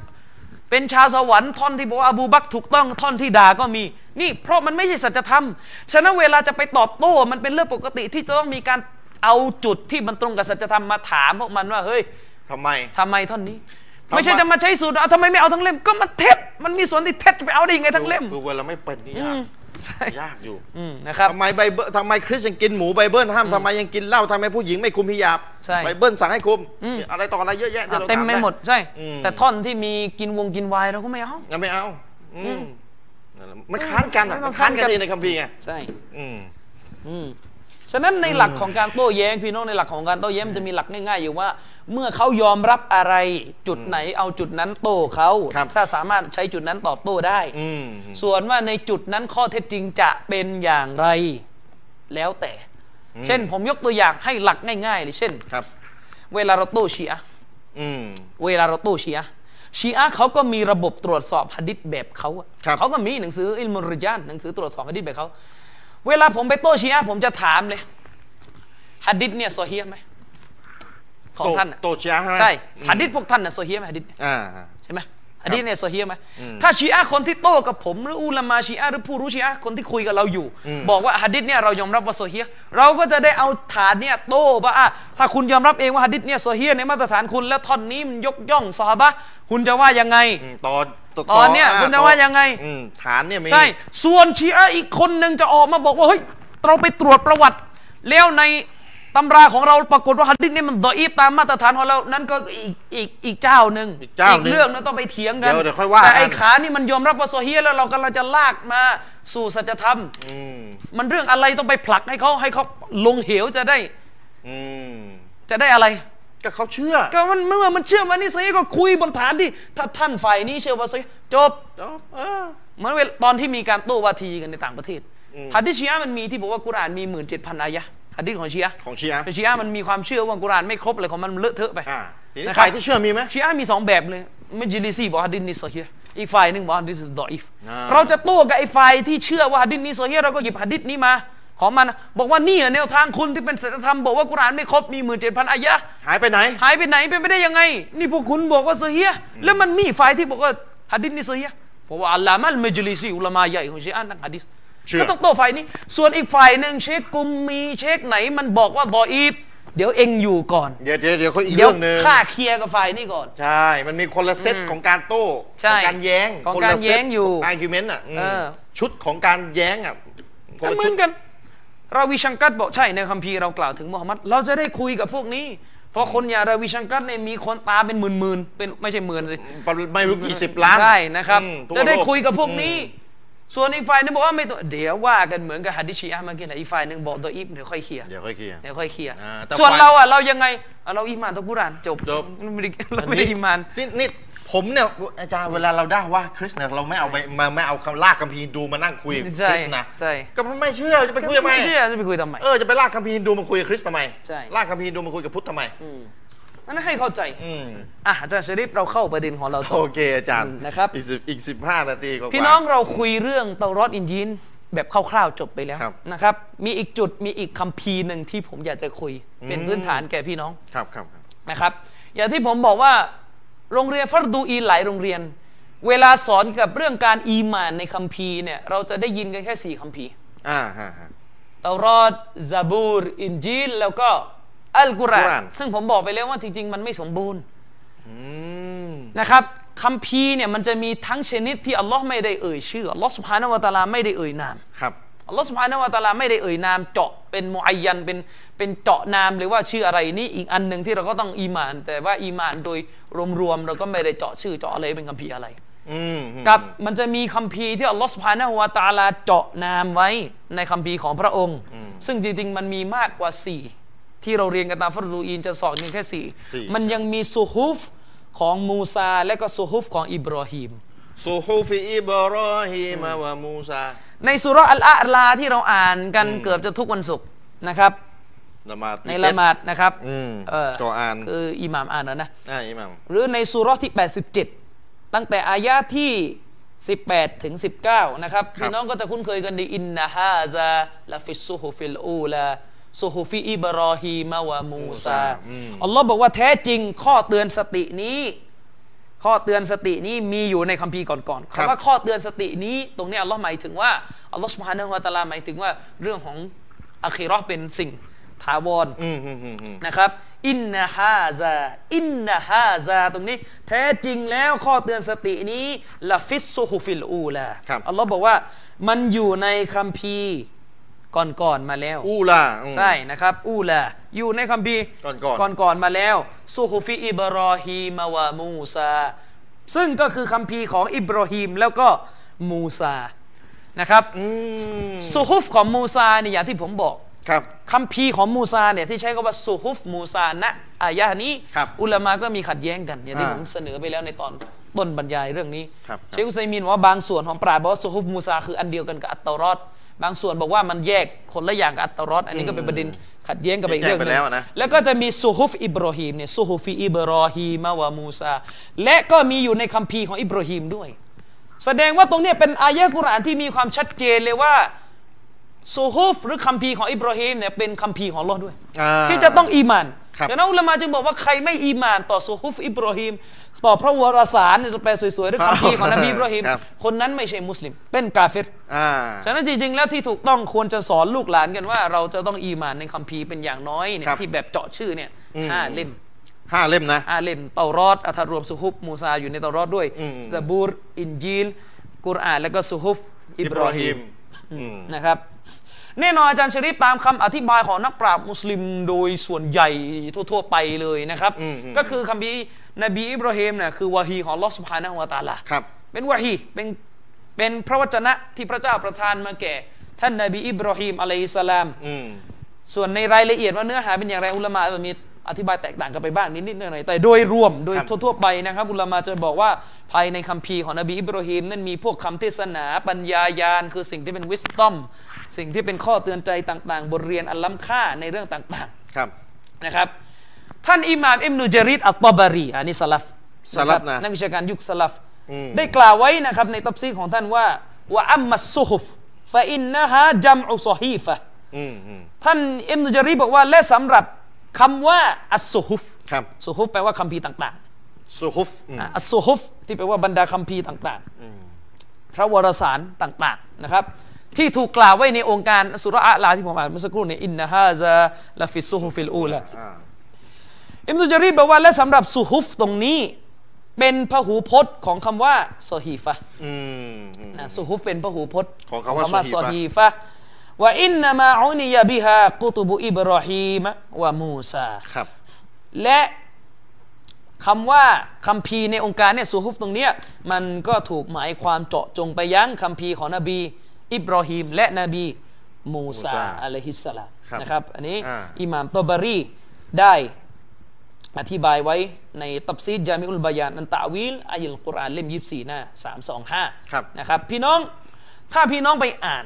เป็นชาวสวรรค์ท่อนที่บอกว่าอบูบักรถูกต้องท่อนที่ด่าก็มี นี่เพราะมันไม่ใช่สัจธรรมฉะนั้นเวลาจะไปตอบโต้มันเป็นเรื่องปกติที่จะต้องมีการเอาจุดที่มันตรงกับสัจธรรมมาถามพวกมันว่าเฮ้ย
ทำไม
ทำไมท่อนนี้
ทำไม
ไม่ใช่จะมาใช้สูตรเอาทำไมไม่เอาทั้งเล่มก็มันเท็จมันมีส่วนที่เท็จจะไปเอาได้ยังไงทั้งเล่ม
คือเวลาไม่เป็นนี่ยากยากอยู่
อืมนะครับ
ทำไมไบเบิลทำไมคริสยังกินหมูไบเบิลห้ามทำไมยังกินเหล้าทำไมผู้หญิงไม่คุมพิยาบ
ใช่
ไบเบิลสั่งให้คุมเนี่ยอะไรต่ออะไรเยอะแยะที่
อ่ะ
เรา
เต็มไป
ถา
หมดใช่
อืม
แต่ท่อนที่มีกินวงกินวายเราก็ไม่เอา
งั้นไม่เอาอืมนั่นแหละมันค้านกันอะ
มั
มัน
น
ค้า
ค้าน นกั
กัน
น
เองในคัมภีร์ไง
ใช่
อืม
อืมฉะนั้นในหลักของการโต้แย้งพี่น้องในหลักของการโต้แย้งมันจะมีหลักง่าย ๆ อยู่ว่า เมื่อเขายอมรับอะไรจุดไหนเอาจุดนั้นโต้เขา
ครับ
ถ้าสามารถใช้จุดนั้นตอบโต้ได้
อืม
ส่วนว่าในจุดนั้นข้อเท็จจริงจะเป็นอย่างไรแล้วแต่ เช่นผมยกตัวอย่างให้หลักง่ายๆเลยเช่น
ครับ
เวลาเราโต้ชีอะห์
อืม
เวลาเราโต้ชีอะห์ชีอะห์เขาก็มีระบบตรวจสอบหะดิษแบบเขาอะ
ครับ
เขาก็มีหนังสืออิลมุริยานหนังสือตรวจสอบหะดิษแบบเขา เวลาผมไปโต้ชีอะห์ผมจะถามเลยหะดิษเนี่ยโซอเฮียไหมของท่านอะ
โตเชียร์ใช่ไหม
ใช่หะดิษพวกท่านน่ะโซอเฮียไหมหะดิษ
อ่า
ใช่ไหมอันนี้เนี่ยโซเฮียไหมถ้าชีอะห์คนที่โต้กับผมหรืออุลามาชีอะห์หรือผู้รู้ชีอะห์คนที่คุยกับเราอยู่ บอกว่าฮะดิษเนี่ยเรายอมรับว่าโซเฮียเราก็จะได้เอาฐานเนี่ยโต้ว่าอ่ะถ้าคุณยอมรับเองว่าฮะดิษเนี่ยโซเฮียในมาตรฐานคุณและท่อนนี้มันยกย่องซอฮาบะห์คุณจะว่ายังไง
อืมตอน
ตอนเนี่ยคุณจะว่ายังไง
อืมฐานเนี่ยมี
ใช่ ส่วนชีอะห์อีกคนหนึ่งจะออกมาบอกว่าเฮ้ยเราไปตรวจประวัติ แล้วในตำราของเราปรากฏว่าฮัดดิษเนี่ยมันดออีฟตามมาตรฐานของเรา นั้นก็อีกอีกอีกเจ้าหนึ่ง
อีกเจ้าหนึ่ง
เรื่องนั้นต้องไปเถียงกัน
เดี๋ยวเดี๋ยวค่อยว่า
แต่ไอ้
กัน
ขานี่มันยอมรับว่าโซอเฮียแล้วเรากำลังจะลากมาสู่สัจธรรม
อืม
มันเรื่องอะไรต้องไปผลักให้เขาให้เขาลงเหวจะได้
อืม
จะได้อะไร
ก็เขาเชื่อ
ก็มันเมื่อมันเชื่อมันนี่โซอเฮียก็คุยบนฐานที่ถ้าท่านฝ่ายนี้เชื่อว่าโซอเฮียจบ
เนาะเออ
เหมือนเวลาตอนที่มีการโต้วาทีกันในต่างประเทศ
อืม
ฮัดดิสชีอะห์มันมีที่บอกว่ากุรอานมีหมื่นเจ็ดพันอายะห์ฮัดดิสของชีอะห์
ของเชียร์
แต่ชีอะห์มันมีความเชื่อว่ากุรอานไม่ครบเลยของมันเลอะเทอะไป
อ่าทีนี้
นะครับ
ฝ่ายที่เชื่อมีไหม
ชีอะห์มีสองแบบเลยมัจลิซีบอกฮัดดิสนิสซอฮีฮ์อีกฝ่ายหนึ่งบอกฮัดดิสดออีฟ
อ่า
เราจะโต้กับไอ้ฝ่ายที่เชื่อว่าฮัดดิสนิสซอฮีฮ์เราก็หยิบฮัดดิสนี้มา ของมันนะบอกว่านี่อะแนวทางคุณที่เป็นศีลธรรมบอกว่ากุรอานไม่ครบมีหมื่นเจ็ดพันอายะห์
หายไปไหน
หายไปไหนเป็นไปได้ยังไง นี่พวกคุณบอกว่าเสียเฮียแล้วมันมีฝ่ายที่บอกว่าฮัดดิษนี่เสียเฮียเพราะว่าอัลลามัลมจลิซีอุลามาใหญ่ของเชคอันนักฮัดดิษ
เชื่อ
ก็ต้องโต้ฝ่ายนี้ ส่วนอีกฝ่ายหนึ่งเชคกุมมีเชคไหนมันบอกว่าบออีฟเดี๋ยวเองอยู่ก่อน
เดี๋ยวเดี๋ยวเดี๋ยวเขาอีก
เดี๋ย
เรื่
ว
องหนึ่ง
ข้าเคลียร์กับฝ่ายนี้ก่อน
ใช่ มันมีคนละเซตของการโต้
ใช่
ของการแย้ง
ของ
คน
การ
ละเซต
แย้งอยู่
อาร์กิวเมนต์อ่ะอืม
เออ
ชุดของการแย้งอ่ะคนละ
เหมื
ชุ
อ
ด
นกัน ราวิชังกัดบอกใช่ในคัมภีร์เรากล่าวถึงมูฮัมหมัดเราจะได้คุยกับพวกนี้ เพราะคนอย่างราวิชังกัดเนี่ยมีคนตามเป็นหมื่นๆเป็นไม่ใช่หมื่นสิ
ไม่รู้กี่สิบล้าน
ใช่นะครับ
อืมทั่ว
จะได้
โล
คุยกับพวกนี้ ส่วนอีกฝ่ายนึงบอกว่าไม่ต้องเดี๋ยวว่ากันเหมือนกับฮัดดิชีอะห์เมื่อกี้นะอีกฝ่ายนึงบอกตัวอีฟเดี๋ยวค่อยเคลียร์
เดี๋ยวค่อยเคลียร์
เดี๋ยวค่อยเคลียร์
อ่าแต่
ส่วน
ฝ่าย
เราอ่ะเรายังไงอ่ะเราอีหมานต่อกุรอานจบ
จบ
ไม่ได้เราไม่ได้อีหมาน
นี่นี่ ผมเนี่ยอาจารย์เวลาเราได้ว่าคริสเนี่ยเราไม่เอาไปมาไม่เอาคำลากคัมภีร์ดูมานั่งคุยกับ
ใช่
คริสนะ
ใช่
ก็ไม่เชื่อจะไปคุยทำไม
ไม่เชื่อจะไปคุยทำไม
เออจะไปลากคัมภีร์ดูมาคุยกับคริสทำไม
ใช่
ลากคัมภีร์ดูมาคุยกับพุทธทำไม
มอันนั้นให้เข้าใจ
อืม
อ่ะอาจารย์ชริปเราเข้าประเด็นของเราต่อ
โอเคอาจารย์
นะครับ
อีกสิบอีกสิบห้านาทีกว่า
พี่น้องเราคุยเรื่องเตารอดอินยีนแบบคร่าวๆจบไปแล้ว
ครับ
นะครับ มีอีกจุดมีอีกคัมภีร์หนึ่งที่ผมอยากจะคุย เป็น
อืม
พื้นฐานแก่พี่น้อง
ครับครับครับ
นะครับอย่างที่ผมบอกว่าโรงเรียนฟัรดูอีนหลายโรงเรียน เวลาสอนกับเรื่องการอีหมานในคัมภีร์เนี่ยเราจะได้ยินกันแค่ 4คัมภีร์
อ่าฮะฮะ
เตารอดซาบูรอินจีลแล้วก็อัลกุร
กุร
อา
อาน น
ซึ่งผมบอกไปแล้วว่าจริง ๆ มันไม่สมบูรณ์
อืม
นะครับคัมภีร์เนี่ยมันจะมีทั้งชนิดที่อัลลอฮ์ไม่ได้เอ่ยชื่ออัลลอฮ์สุภาณวะตะอาลาไม่ได้เอ่ยนาม
ครับ
อัลลอฮ์สุภาณวะตะอาลาไม่ได้เอ่ยนามเจาะเป็นมุอัยยันเป็นเป็นเจาะนามหรือว่าชื่ออะไรนี่อีกอันหนึ่งที่เราก็ต้องอีหมาน แต่ว่าอีหมานโดยรวมๆเราก็ไม่ได้เจาะชื่อเจาะอะไรเป็นคัมภีร์อะไร
อืมอืม
กับมันจะมีคัมภีร์ที่อัลลอฮฺสุบฮานะฮูวาตะอาลาเจาะนามไว้ในคัมภีร์ของพระองค์ ซึ่งจริงๆ มันมีมากกว่า 4 ที่เราเรียนกันตามฟรุดูอีนจะสอนกันแค่ 4 มันยังมีซูฮุฟของมูซาและก็ซูฮุฟของอิบรอฮีม
ซูฮูฟิอิบรอฮิมาวะมูซา
ในสุเราะห์อัลอาลาที่เราอ่านกันเกือบจะทุกวันศุกร์นะครับ
ละหมาด
ในละหมาดนะครับ
อืม
เออ
ก็อ่าน
คืออิหม่ามอ่านแล้วนะ
อ่าอิหมัม
หรือในสุเราะห์ที่ 87 ตั้งแต่อายะที่ 18 ถึง 19 นะครับ พี่น้องก็จะคุ้นเคยกันดีอินนาฮาซาลาฟิสซูฮุฟิลอูลาซูฮุฟิอิบรอฮีมาวะมูซาอัลลอฮ์บอกว่าแท้จริงข้อเตือนสตินี้ ข้อเตือนสตินี้มีอยู่ในคัมภีร์ก่อนๆคำว่าข้อเตือนสตินี้ ตรงนี้อัลลอฮ์หมายถึงว่าอัลลอฮ์สุบฮานะฮูวะตะอาลาหมายถึงว่าเรื่องของอะคีเราะห์เป็นสิ่งถาวร
อืมอืมอืมอืม
นะครับอินนาฮาซาอินนาฮาซาตรงนี้ แท้จริงแล้วข้อเตือนสตินี้ละฟิสซูฮุฟิลอูลาอัลลอฮ์บอกว่ามันอยู่ในคัมภีร์ก่อนๆมาแล้ว
อูลาอืม
ใช่นะครับ อูลาอยู่ในคัมภีร์
ก่อนๆ
ก่อนๆมาแล้วซูฮุฟิอิบรอฮีมาวะมูซา ซึ่งก็คือคัมภีร์ของอิบรอฮีมแล้วก็มูซานะครับ
อืม
ซูฮุฟของมูซาเนี่ยอย่างที่ผมบอก
ครับ
คัมภีร์ของมูซาเนี่ยที่ใช้คำว่าซูฮุฟมูซาณอายะห์นี้
ครับ
อุลามะก็มีขัดแย้งกันอย่างที่
อ่า
ผมเสนอไปแล้วในตอนต้นบรรยายเรื่องนี้
ครับ
เชคอุซัยมินบอกว่าบางส่วนของปราชญ์บอกว่าซูฮุฟมูซาคืออันเดียวกันกับอัตเตารอดบางส่วนบอกว่ามันแยกคนละอย่างกับอัตเตารอดอันนี้ก็เป็นประเด็นขัดแย้งกันไปอีกเรื่องหนึ
แยกไปแล้ว
ง
อะนะ
แล้วก็จะมีซูฮุฟอิบรอฮีมเนี่ยซูฮุฟีอิบรอฮีมาวะมูซาและก็มีอยู่ในคัมภีร์ของอิบรอฮีมด้วย แสดงว่าตรงเนี้ยเป็นอายะห์กุรอานที่มีความชัดเจนเลยว่า ซูฮุฟหรือคัมภีร์ของอิบราฮิมเนี่ยเป็นคัมภีร์ของอัลลอฮ์ด้วย
อ่า
ที่จะต้องอีหมาน
ครับ
ดังนั้นอุลามะจึงบอกว่าใครไม่อีหมานต่อซูฮุฟอิบราฮิมต่อพระวรสารแปลสวยๆหรือคัมภีร์ของนบีอิบราฮิม
ครับ
คนนั้นไม่ใช่มุสลิม เป็นกาเฟร
อ่า
ฉะนั้นจริงๆแล้วที่ถูกต้องควรจะสอนลูกหลานกันว่า เราจะต้องอีหมานในคัมภีร์เป็นอย่างน้อยเนี่ย
ครับ
ที่แบบเจาะชื่อเนี่ย
อืม
ห้าเล่ม
ห้าเล่มนะ
อาเลมเตารอดอัธารวมสุฮุบมูซาอยู่ในเตารอดด้วย
อืม
ซาบูรอินจีล กุรอานแล้วก็สุฮุฟอิบรอฮิม
อืม
นะครับแน่นอนอาจารย์ชริปตามคำอธิบายของนักปราชญ์มุสลิมโดยส่วนใหญ่ทั่ว ๆ ไปเลยนะครับ
อืมอืม
ก็คือคำพีร์นบีอิบราฮิมเนี่ยคือวะฮีของอัลลอสุภานะฮูวะตะอาลา
ครับ
เป็นวะฮีเป็นเป็นพระวจนะที่พระเจ้าประทานมาแก่ ท่านนบีอิบราฮิมอะลัยฮิสสลาม
อืม
ส่วนในรายละเอียดว่าเนื้อหาเป็นอย่างไรอุลามะจะมีอธิบายแตกต่างกันไปบ้างนิดๆหน่อยๆแต่โดยรวมโดย
ครับ
ทั่วๆไปนะครับอุลามะจะบอกว่าภายในคัมภีร์ของนบีอิบราฮิมนั่นมีพวกคำเทศนาปัญญายานคือสิ่งที่เป็นวิสตอมสิ่งที่เป็นข้อเตือนใจต่างๆ บทเรียนอันล้ำค่าในเรื่องต่าง
ครับ
ๆนะครับ ท่านอิหม่ามอิมนุจาริดอัลตอบารีอันนี้สลัฟ
สลัฟนะ
ครับนักวิชาการยุคสลัฟ
อืม
ได้กล่าวไว้นะครับในตับซีรของท่านว่าว่าอัมมัสซุฮุฟฟะอินนะฮะจัมอุซอฮีฟะ
อืมอืม
ท่านอิมนุจารีบอกว่าและสำหรับคำว่าอัสซุฮุฟ
ครับ
ซุฮุฟแปลว่าคัมภีร์ต่าง
ซูฮุฟอืม
ๆอ่ะอัสซุฮุฟที่แปลว่าบรรดาคัมภีร์ต่างๆ พระวรสารต่างๆนะครับ ที่ถูกกล่าวไว้ในองค์การสุราะอะลาที่ผมอ่านเมื่อสักครู่เนี่ยอินนาฮาซาลาฟิสซุฮุฟิลอูลา
อ่า
อิมนุจารีบอกว่าและสำหรับซุฮุฟตรงนี้เป็นพหูพจน์ของคำว่าซอฮีฟะห์
อืมอืม
นะสุฮุฟเป็นพหูพจน์
ของคำว่า
ซ
ซอฮีฟะ
อฮีฟะว่าอินนามาอุนียบิฮากุตุบุอิบรอฮีมะวะมูซา
ครับ
และคำว่าคำพีร์ในองค์การเนี่ยสุฮุฟตรงเนี้ยมันก็ถูกหมายความเจาะจงไปยังคำพีร์ของนบี อิบรอฮีมและนบีมูซา
มูซา
อะลัยฮิสสลาม
ครับ
นะครับอันนี้
อ่า
อิหม่ามตอบารีได้ อธิบายไว้ในตับซีดยามิอุลบายานอันตะวิลอายุลกุรอานเล่ม 24 หน้า 325
ครับ
นะครับ พี่น้องถ้าพี่น้องไปอ่าน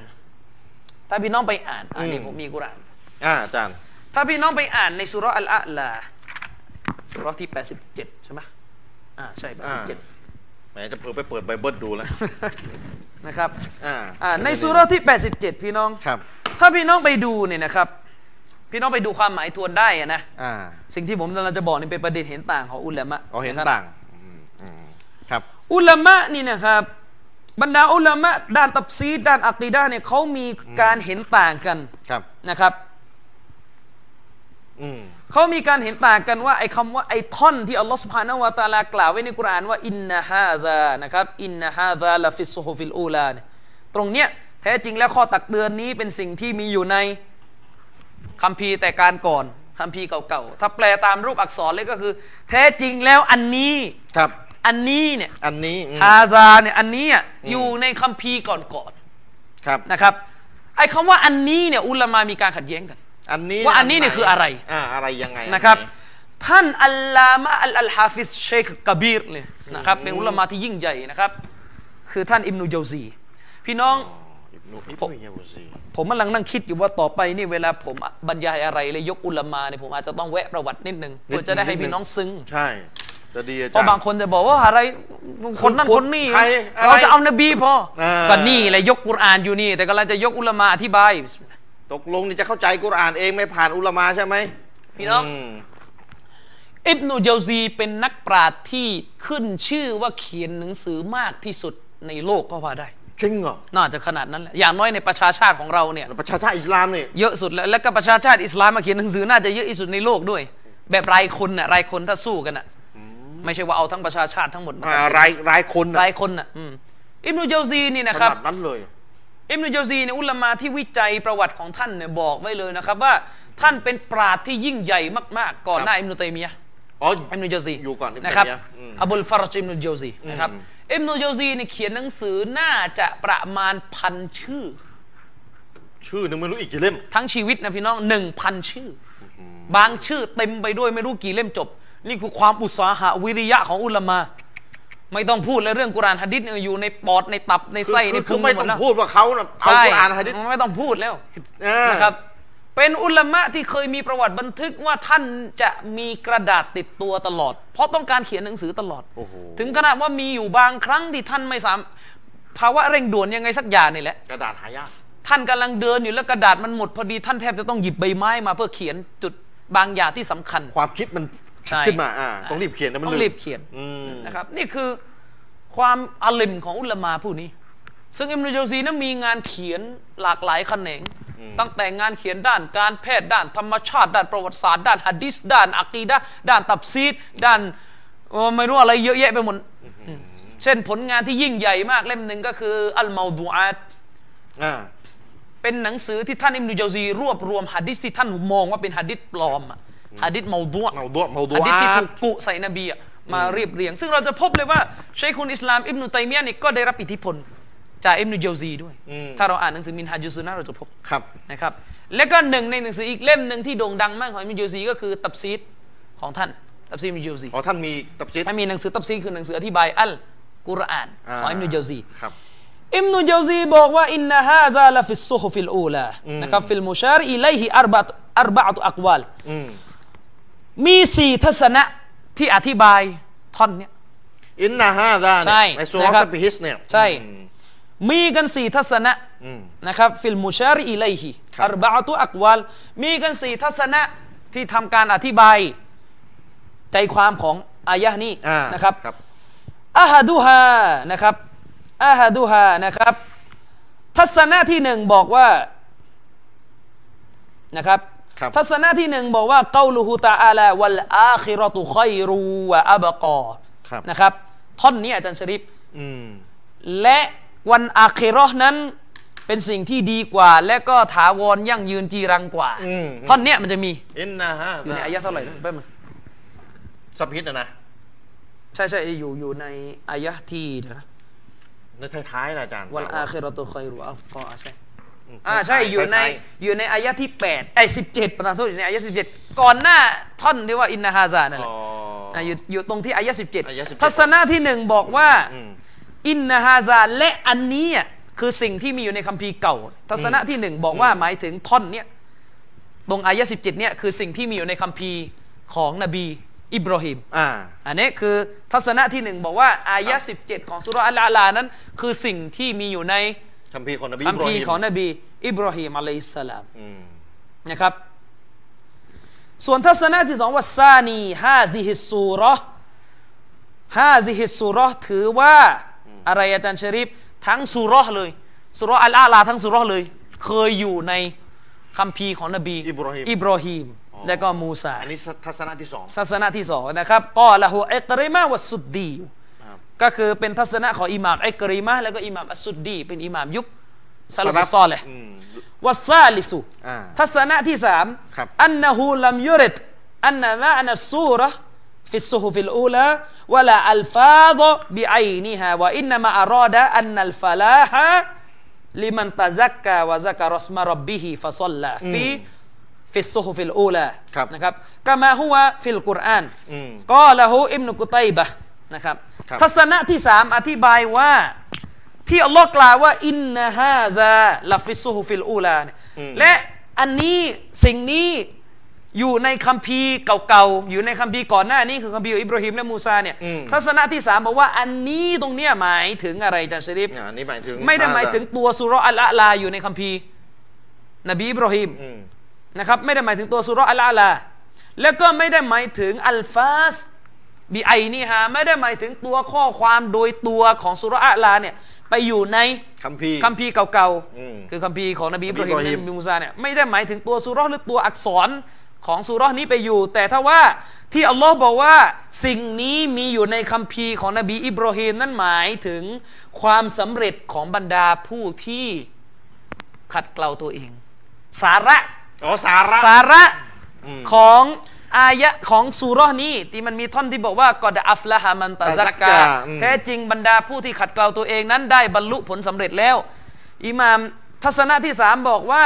ถ้าพี่น้องไปอ่านอ่านนี่
อืม
ผมมีกุรอาน
อ่าอาจารย์
ถ้าพี่น้องไปอ่านในสุราะห์อัลอะลาสุราะห์ที่ 87 ใช่ไหมอ่าใช่
อ่า
87
แหมจะเพิ่ไปเปิดไบเบิลดูแล้ว
นะครับ
อ่า
อ่าในสุราะห์ที่ 87 พี่น้อง
ครับ
ถ้าพี่น้องไปดูเนี่ยนะครับ พี่น้องไปดูความหมายทวนได้อะนะ
อ่า
สิ่งที่ผมกำลังจะบอกนี่เป็นประเด็นเห็นต่างของอุลามะ
เอาเห็นะครับ ต่างอืมอืมครับ
อุลามะนี่นะครับ บรรดาอุลามะด้านตับซีดด้านอักีดาเนี่ยเขามีการเห็นต่างกัน
ครับ
นะครับ
อืม
เขามีการเห็นต่างกันว่าไอ้คำว่าไอ้ท่อนที่อัลลอฮฺสุบฮานาวะตะอาลากล่าวไว้ในกุรอานว่าอินนาฮาซานะครับอินนาฮาซาลาฟิสโซฮฟิลอูลาเนี่ยตรงเนี้ยแท้จริงแล้วข้อตักเตือนนี้เป็นสิ่งที่มีอยู่ในคัมภีร์แต่การก่อนคัมภีร์เก่าๆถ้าแปลตามรูปอักษรเลยก็คือ แท้จริงแล้วอันนี้
ครับ
อันนี้เนี่ย
อันนี้อืม
ฮาซาเนี่ยอันนี้อ่ะอยู่ในคัมภีร์ก่อน
ครับ
ๆนะครับไอ้คำว่าอันนี้เนี่ยอุลามามีการขัดแย้งกัน
อันนี้
ว่าอันนี้เนี่ย
ไห
คืออะไร
อ่าอะไรยังไง
นะครับ
อัไห
ท่านอัลลามะอัลอัลฮาฟิซเชคกะบีรเลยนะครับเป็นอุลามาที่ยิ่งใหญ่นะครับคือท่านอิมนุเจาวซี พี่น้อง
อ๋ออิบนุอิบ
ผม
นุยาบูซี
ผมกำลังนั่งคิดอยู่ว่าต่อไปนี่เวลาผมบรรยายอะไรเลยยกอุลามาเนี่ยผมอาจจะต้องแวะประวัตินิดนึง
นิดนึง
เพื่อจะได้ให้
นิดนึง
พี่น้องซึ้ง
ใช่ จะดีอา
เพ
จาร
ราะ
ย์
บางคนจะบอกว่าอะไรคนนั้น
คือ
คนนี้
ใครอะไร
เราจะเอานบีพออา ก็นี่แหละยกกุรอานอยู่นี่ แต่กำลังจะยกอุลามาอธิบาย
ตกลงนี่จะเข้าใจกุรอานเองไม่ผ่านอุลามาใช่ไหม
พี่น้อง
ม
อิบนุเจาวซีเป็นนักปราชญ์ที่ขึ้นชื่อว่าเขียนหนังสือมากที่สุดในโลกก็ว่าได้
จริงเหรอ
น่าจะขนาดนั้นแหละอย่างน้อยในประชาชาติของเราเนี่ย
แล้วประชาชาติอิสลามนี่
เยอะสุดแล้วและก็ประชาชาติอิสลามมาเขียนหนังสือน่าจะเยอะที่สุดในโลกด้วย แบบรายคนน่ะรายคนถ้าสู้กันน่ะไม่ใช่ว่าเอาทั้งประชาชาติทั้งหมดมา
อ่า
ตัดสิน
รายรายคนน่ะ
รายคนน่ะอืมอิบนุเจาวซีนี่
ข
นะครับ
นาดนั้นเลย
อิมนุเจาวซีเนี่ยอุลามะที่วิจัยประวัติของท่านเนี่ยบอกไว้เลยนะครับว่าท่านเป็นปราชญ์ที่ยิ่งใหญ่มากๆ ก่อน
ครับ
หน้าอิมนุตัยมียะห์
อ๋อ
อิมนุเจาวซี
อยู่ก่อนอิบนุ
นะครับ
ตัยมียะห์อืม
อับุลฟารจอิมนุเจาวซีนะครับอิมนุเจาวซีเนี่ยเขียนหนังสือน่าจะประมาณพันชื่อ
ชื่อนึงไม่รู้อีกกี่เล่ม
ทั้งชีวิตนะพี่น้องหนึ่งพันชื่ออบางชื่อเต็มไปด้วยไม่รู้กี่เล่มจบ นี่คือความอุตสาหะวิริยะของอุลามะไม่ต้องพูดเลยเรื่องกุรอานฮะดิษเนี่ยอยู่ในปอดในตับใน
คือ
ไส้
คื
ใน
อ
พุ
คือง ไม่
หม
ต้อ
ด
ง
แล้ว
พูดว่าเขาน่ะเอา
ใช่
กุรอานฮะดิษ
ไม่ต้องพูดแล้ว
อ่า
นะครับ เป็นอุลามะที่เคยมีประวัติบันทึกว่าท่านจะมีกระดาษติดตัวตลอด เพราะต้องการเขียนหนังสือตลอด
โอ้โห
ถึงขนาดว่ามีอยู่บางครั้งที่ท่านไม่สามภาวะเร่งด่วนยังไงสักอย่างนี่แหละ
กระดาษหายาก
ท่านกำลังเดินอยู่แล้วกระดาษมันหมดพอดีท่านแทบจะต้องหยิบใบไม้มาเพื่อเขียนจุดบางอย่างที่สำคัญ
ความคิดมัน
ใช่
ขึ้นมาอ่าต้องรีบเขียนนะมันลื
ต้อง
ม
รีบเขียน
อืม
นะครับ นี่คือความอาลิมของอุลามะผู้นี้ ซึ่งอิมรุเจาวซีนั้นมีงานเขียนหลากหลายแขนง ตั้งแต่งานเขียนด้านการแพทย์ด้านธรรมชาติ ด้านประวัติศาสตร์ด้านฮะดิษด้านอะกีดะห์ด้านตับซีดด้านเอ่อไม่รู้อะไรเยอะแยะไปหมดเช่นผลงานที่ยิ่งใหญ่มากเล่มหนึ่งก็คืออัลมาดูอาต
อ่า
เป็นหนังสือที่ท่านอิมนุเจาวซีรวบรวมหะดิษที่ท่านมองว่าเป็นหะดิษปลอมอะหะดิษเมาดวะ
เมาดวเมาดว
หะดิษที่
อา
ถูกกุใส่นบีอะมาเรียบเรียง ซึ่งเราจะพบเลยว่าชัยคุลอิสลามอิบนุตัยมียะห์นี่ก็ได้รับอิทธิพลจากอิมนุเจาวซีด้วย ถ้าเราอ่านหนังสือมินฮาจุสซุนนะห์เราจะพบ
ครับ
นะครับและก็หนึ่งในหนังสืออีกเล่มหนึ่งที่โด่งดังมากของอิมนุเจาวซีก็คือตับซีดของท่านตับซีดอิมนุเจาวซี
อ๋อท่านมีตับซิด
ถ้ามีหนังสือตับซีดคือหนังสืออธิบายอัลกุรอานของอิมนุเจาวซี
ครับ
อิมนุเจาวซีบอกว่าอินนาฮาซาลาฟิสซุฮฟิลอูลานะครับฟิลมุชารอิไลฮิอัรบะตุอัรบะตุอักวาล
อืม
มีสี่ทัศนะที่อธิบายท่อนเนี้ย
อินนาฮาดา
ใช่
ในซูเราะ
นะครั
ห์
บ
ซับฮิสเนี่ย
ใช่
อืม
มีกันสี่ทัศนะ
อืม
นะครับฟิลมุชารอิไลฮิ
ครับ
อัรบะตุอักวาลมีกันสี่ทัศนะที่ทำการอธิบาย ใจความของอายะห์นี้
อ่า
นะครับ
ครับ
อาฮาดูฮานะครับอาฮาดูฮานะครับ ทัศนะที่หนึ่งบอกว่านะครับ
ครับ
ทัศนะที่หนึ่งบอกว่าเกาลูฮูตาอาลาวัลอาคิรอตุคอยรูวะอับกอ
ครับ
นะครับท่อนนี้อาจารย์ชริป
อืม
และวันอาคิเราะห์นั้นเป็นสิ่งที่ดีกว่า และก็ถาวรยั่งยืนจีรังกว่า
อืม
ท่อนเนี้ยมันจะมี
อินนาฮา
อยู่
ดา
ในอายะเท่าไหร่นะแป๊บนึง
ซับฮิสนะนะ
ใช่ใช่อยู่อยู่ในอายะที่เดี๋ยวนะ
ในท้ายๆนะอาจารย์
วันอาคิเราะตุคอยรูวะอับกอใช่ อ่าใช่
ท้ายๆ
อยู่ใน
ท้าย
อยู่ในอายะที่8ไอ้17ประธานโทษอยู่ในอายะ17 ก่อนหน้าท่อนที่ว่าอินนาฮาซานั่นแห
อ๋
ละ
อ
ะอยู่อยู่ตรงที่อายะ
อายะ
17
17
ทัศนะที่หนึ่งบอกว่า
อืม
อินนาฮาซาและอันนี้อ่ะคือสิ่งที่มีอยู่ในคัมภีร์เก่า ทัศนะที่หนึ่งบอกว่าหมายถึงท่อนเนี้ยตรงอายะ17เนี่ยคือสิ่งที่มีอยู่ในคัมภีร์ของนบีอิบราฮิม
อ่า
อันนี้คือทัศนะที่หนึ่งบอกว่าอายะ17 ของสุราะห์อัลอาลานั้น คือสิ่งที่มีอยู่ใน
คัมภีร์ของนบี
คัมภี
อิบราฮิม
ร์ของนบีอิบราฮิมอะลัยฮิสสลาม
อืม
นะครับ ส่วนทัศนะที่สองว่าซานีฮาซิฮิสซูเราะห์ฮาซิฮิสซูเราะห์ถือว่าอะไรอาจารย์ชะริฟทั้งซูเราะห์เลยสุราะห์อัลอาลาทั้งซูเราะห์เลย เคยอยู่ในคัมภีร์ของนบีอิบราฮิมและก็มูซา
อันนี้ทัศนะที่สอง
ทัศนะที่สองนะครับกอละหูอิกริมาวัสสุดดี
ครับ
ก็คือเป็นทัศนะของอิหม่ามอิกริมาแล้วก็อิหม่ามอัสสุดดี เป็นอิหม่ามยุคซาลฟุซอเลห์
อืม
วัสซาลิสุ
อ่า
ทัศนะที่สาม
ครับ
อันนะฮูลัมยุริดอันนะมาอันสซูเราะห์ฟิสซูฮุฟิลอูลาวะลาอัลฟาดะบิไอนิฮาวะอินนามะอารอดะอันนัลฟะลาฮะลิมันตะซักกาวะซักะรอสมารับบิฮิฟะซัลลาฟีฟิสซูฮุฟิลอูลา
ครับ
นะครับกะมาฮุวะฟิลกุรอาน
อืม
ก็ละหูอิมนุกุตัยบะห์นะครับ
ครับ
ทัศนะที่สามอธิบายว่า ที่อัลลอฮ์กล่าวว่า อินนาฮาซาลาฟิสซูฮุฟิลอูลาเนี่ยและอันนี้สิ่งนี้อยู่ในคัมภีร์เก่าๆ อยู่ในคัมภีร์ก่อนหน้านี้คือคัมภีร์อิบราฮิมและมูซาเนี่ยทัศนะที่สามบอกว่าอันนี้ตรงเนี้ยหมายถึงอะไรอาจารย์ชะริฟ
อ่าอันนี้หมายถึง
ไม่ได้หมายถึงตัวสุราะห์อัลอะลาอยู่ในคัมภีร์นบีอิบราฮิม
อืม
นะครับไม่ได้หมายถึงตัวสุราะห์อัลอาลา แล้วก็ไม่ได้หมายถึงอัลฟาสบีไอนี่ฮะไม่ได้หมายถึงตัวข้อความโดยตัวของสุราะห์อัลอาลาเนี่ยไปอยู่ใน
คัมภีร์
คัมภีร์เก่า
อืม
ๆคือคัมภีร์ของนบีอิบราฮิ
น
ม
บีอิบราฮิม
และนบีมูซาเนี่ยไม่ได้หมายถึงตัวสุราะห์หรือตัวอักษรของสุราะห์นี้ไปอยู่ แต่ถ้าว่าที่อัลลอฮ์บอกว่าสิ่งนี้มีอยู่ในคัมภีร์ของนบีอิบราฮิมนั่นหมายถึงความสำเร็จของบรรดาผู้ที่ขัดเกลาตัวเอง สาระ
อ๋อสาระ
สาระของอายะของซูเราะห์นี้ที่มันมีท่อนที่บอกว่ากอดอัฟละฮามันตะซักกา
ตะซักกาอืม
แท้จริงบรรดาผู้ที่ขัดเกลาตัวเองนั้นได้บรรลุผลสำเร็จแล้ว อิหม่ามทัศนะที่สามบอกว่า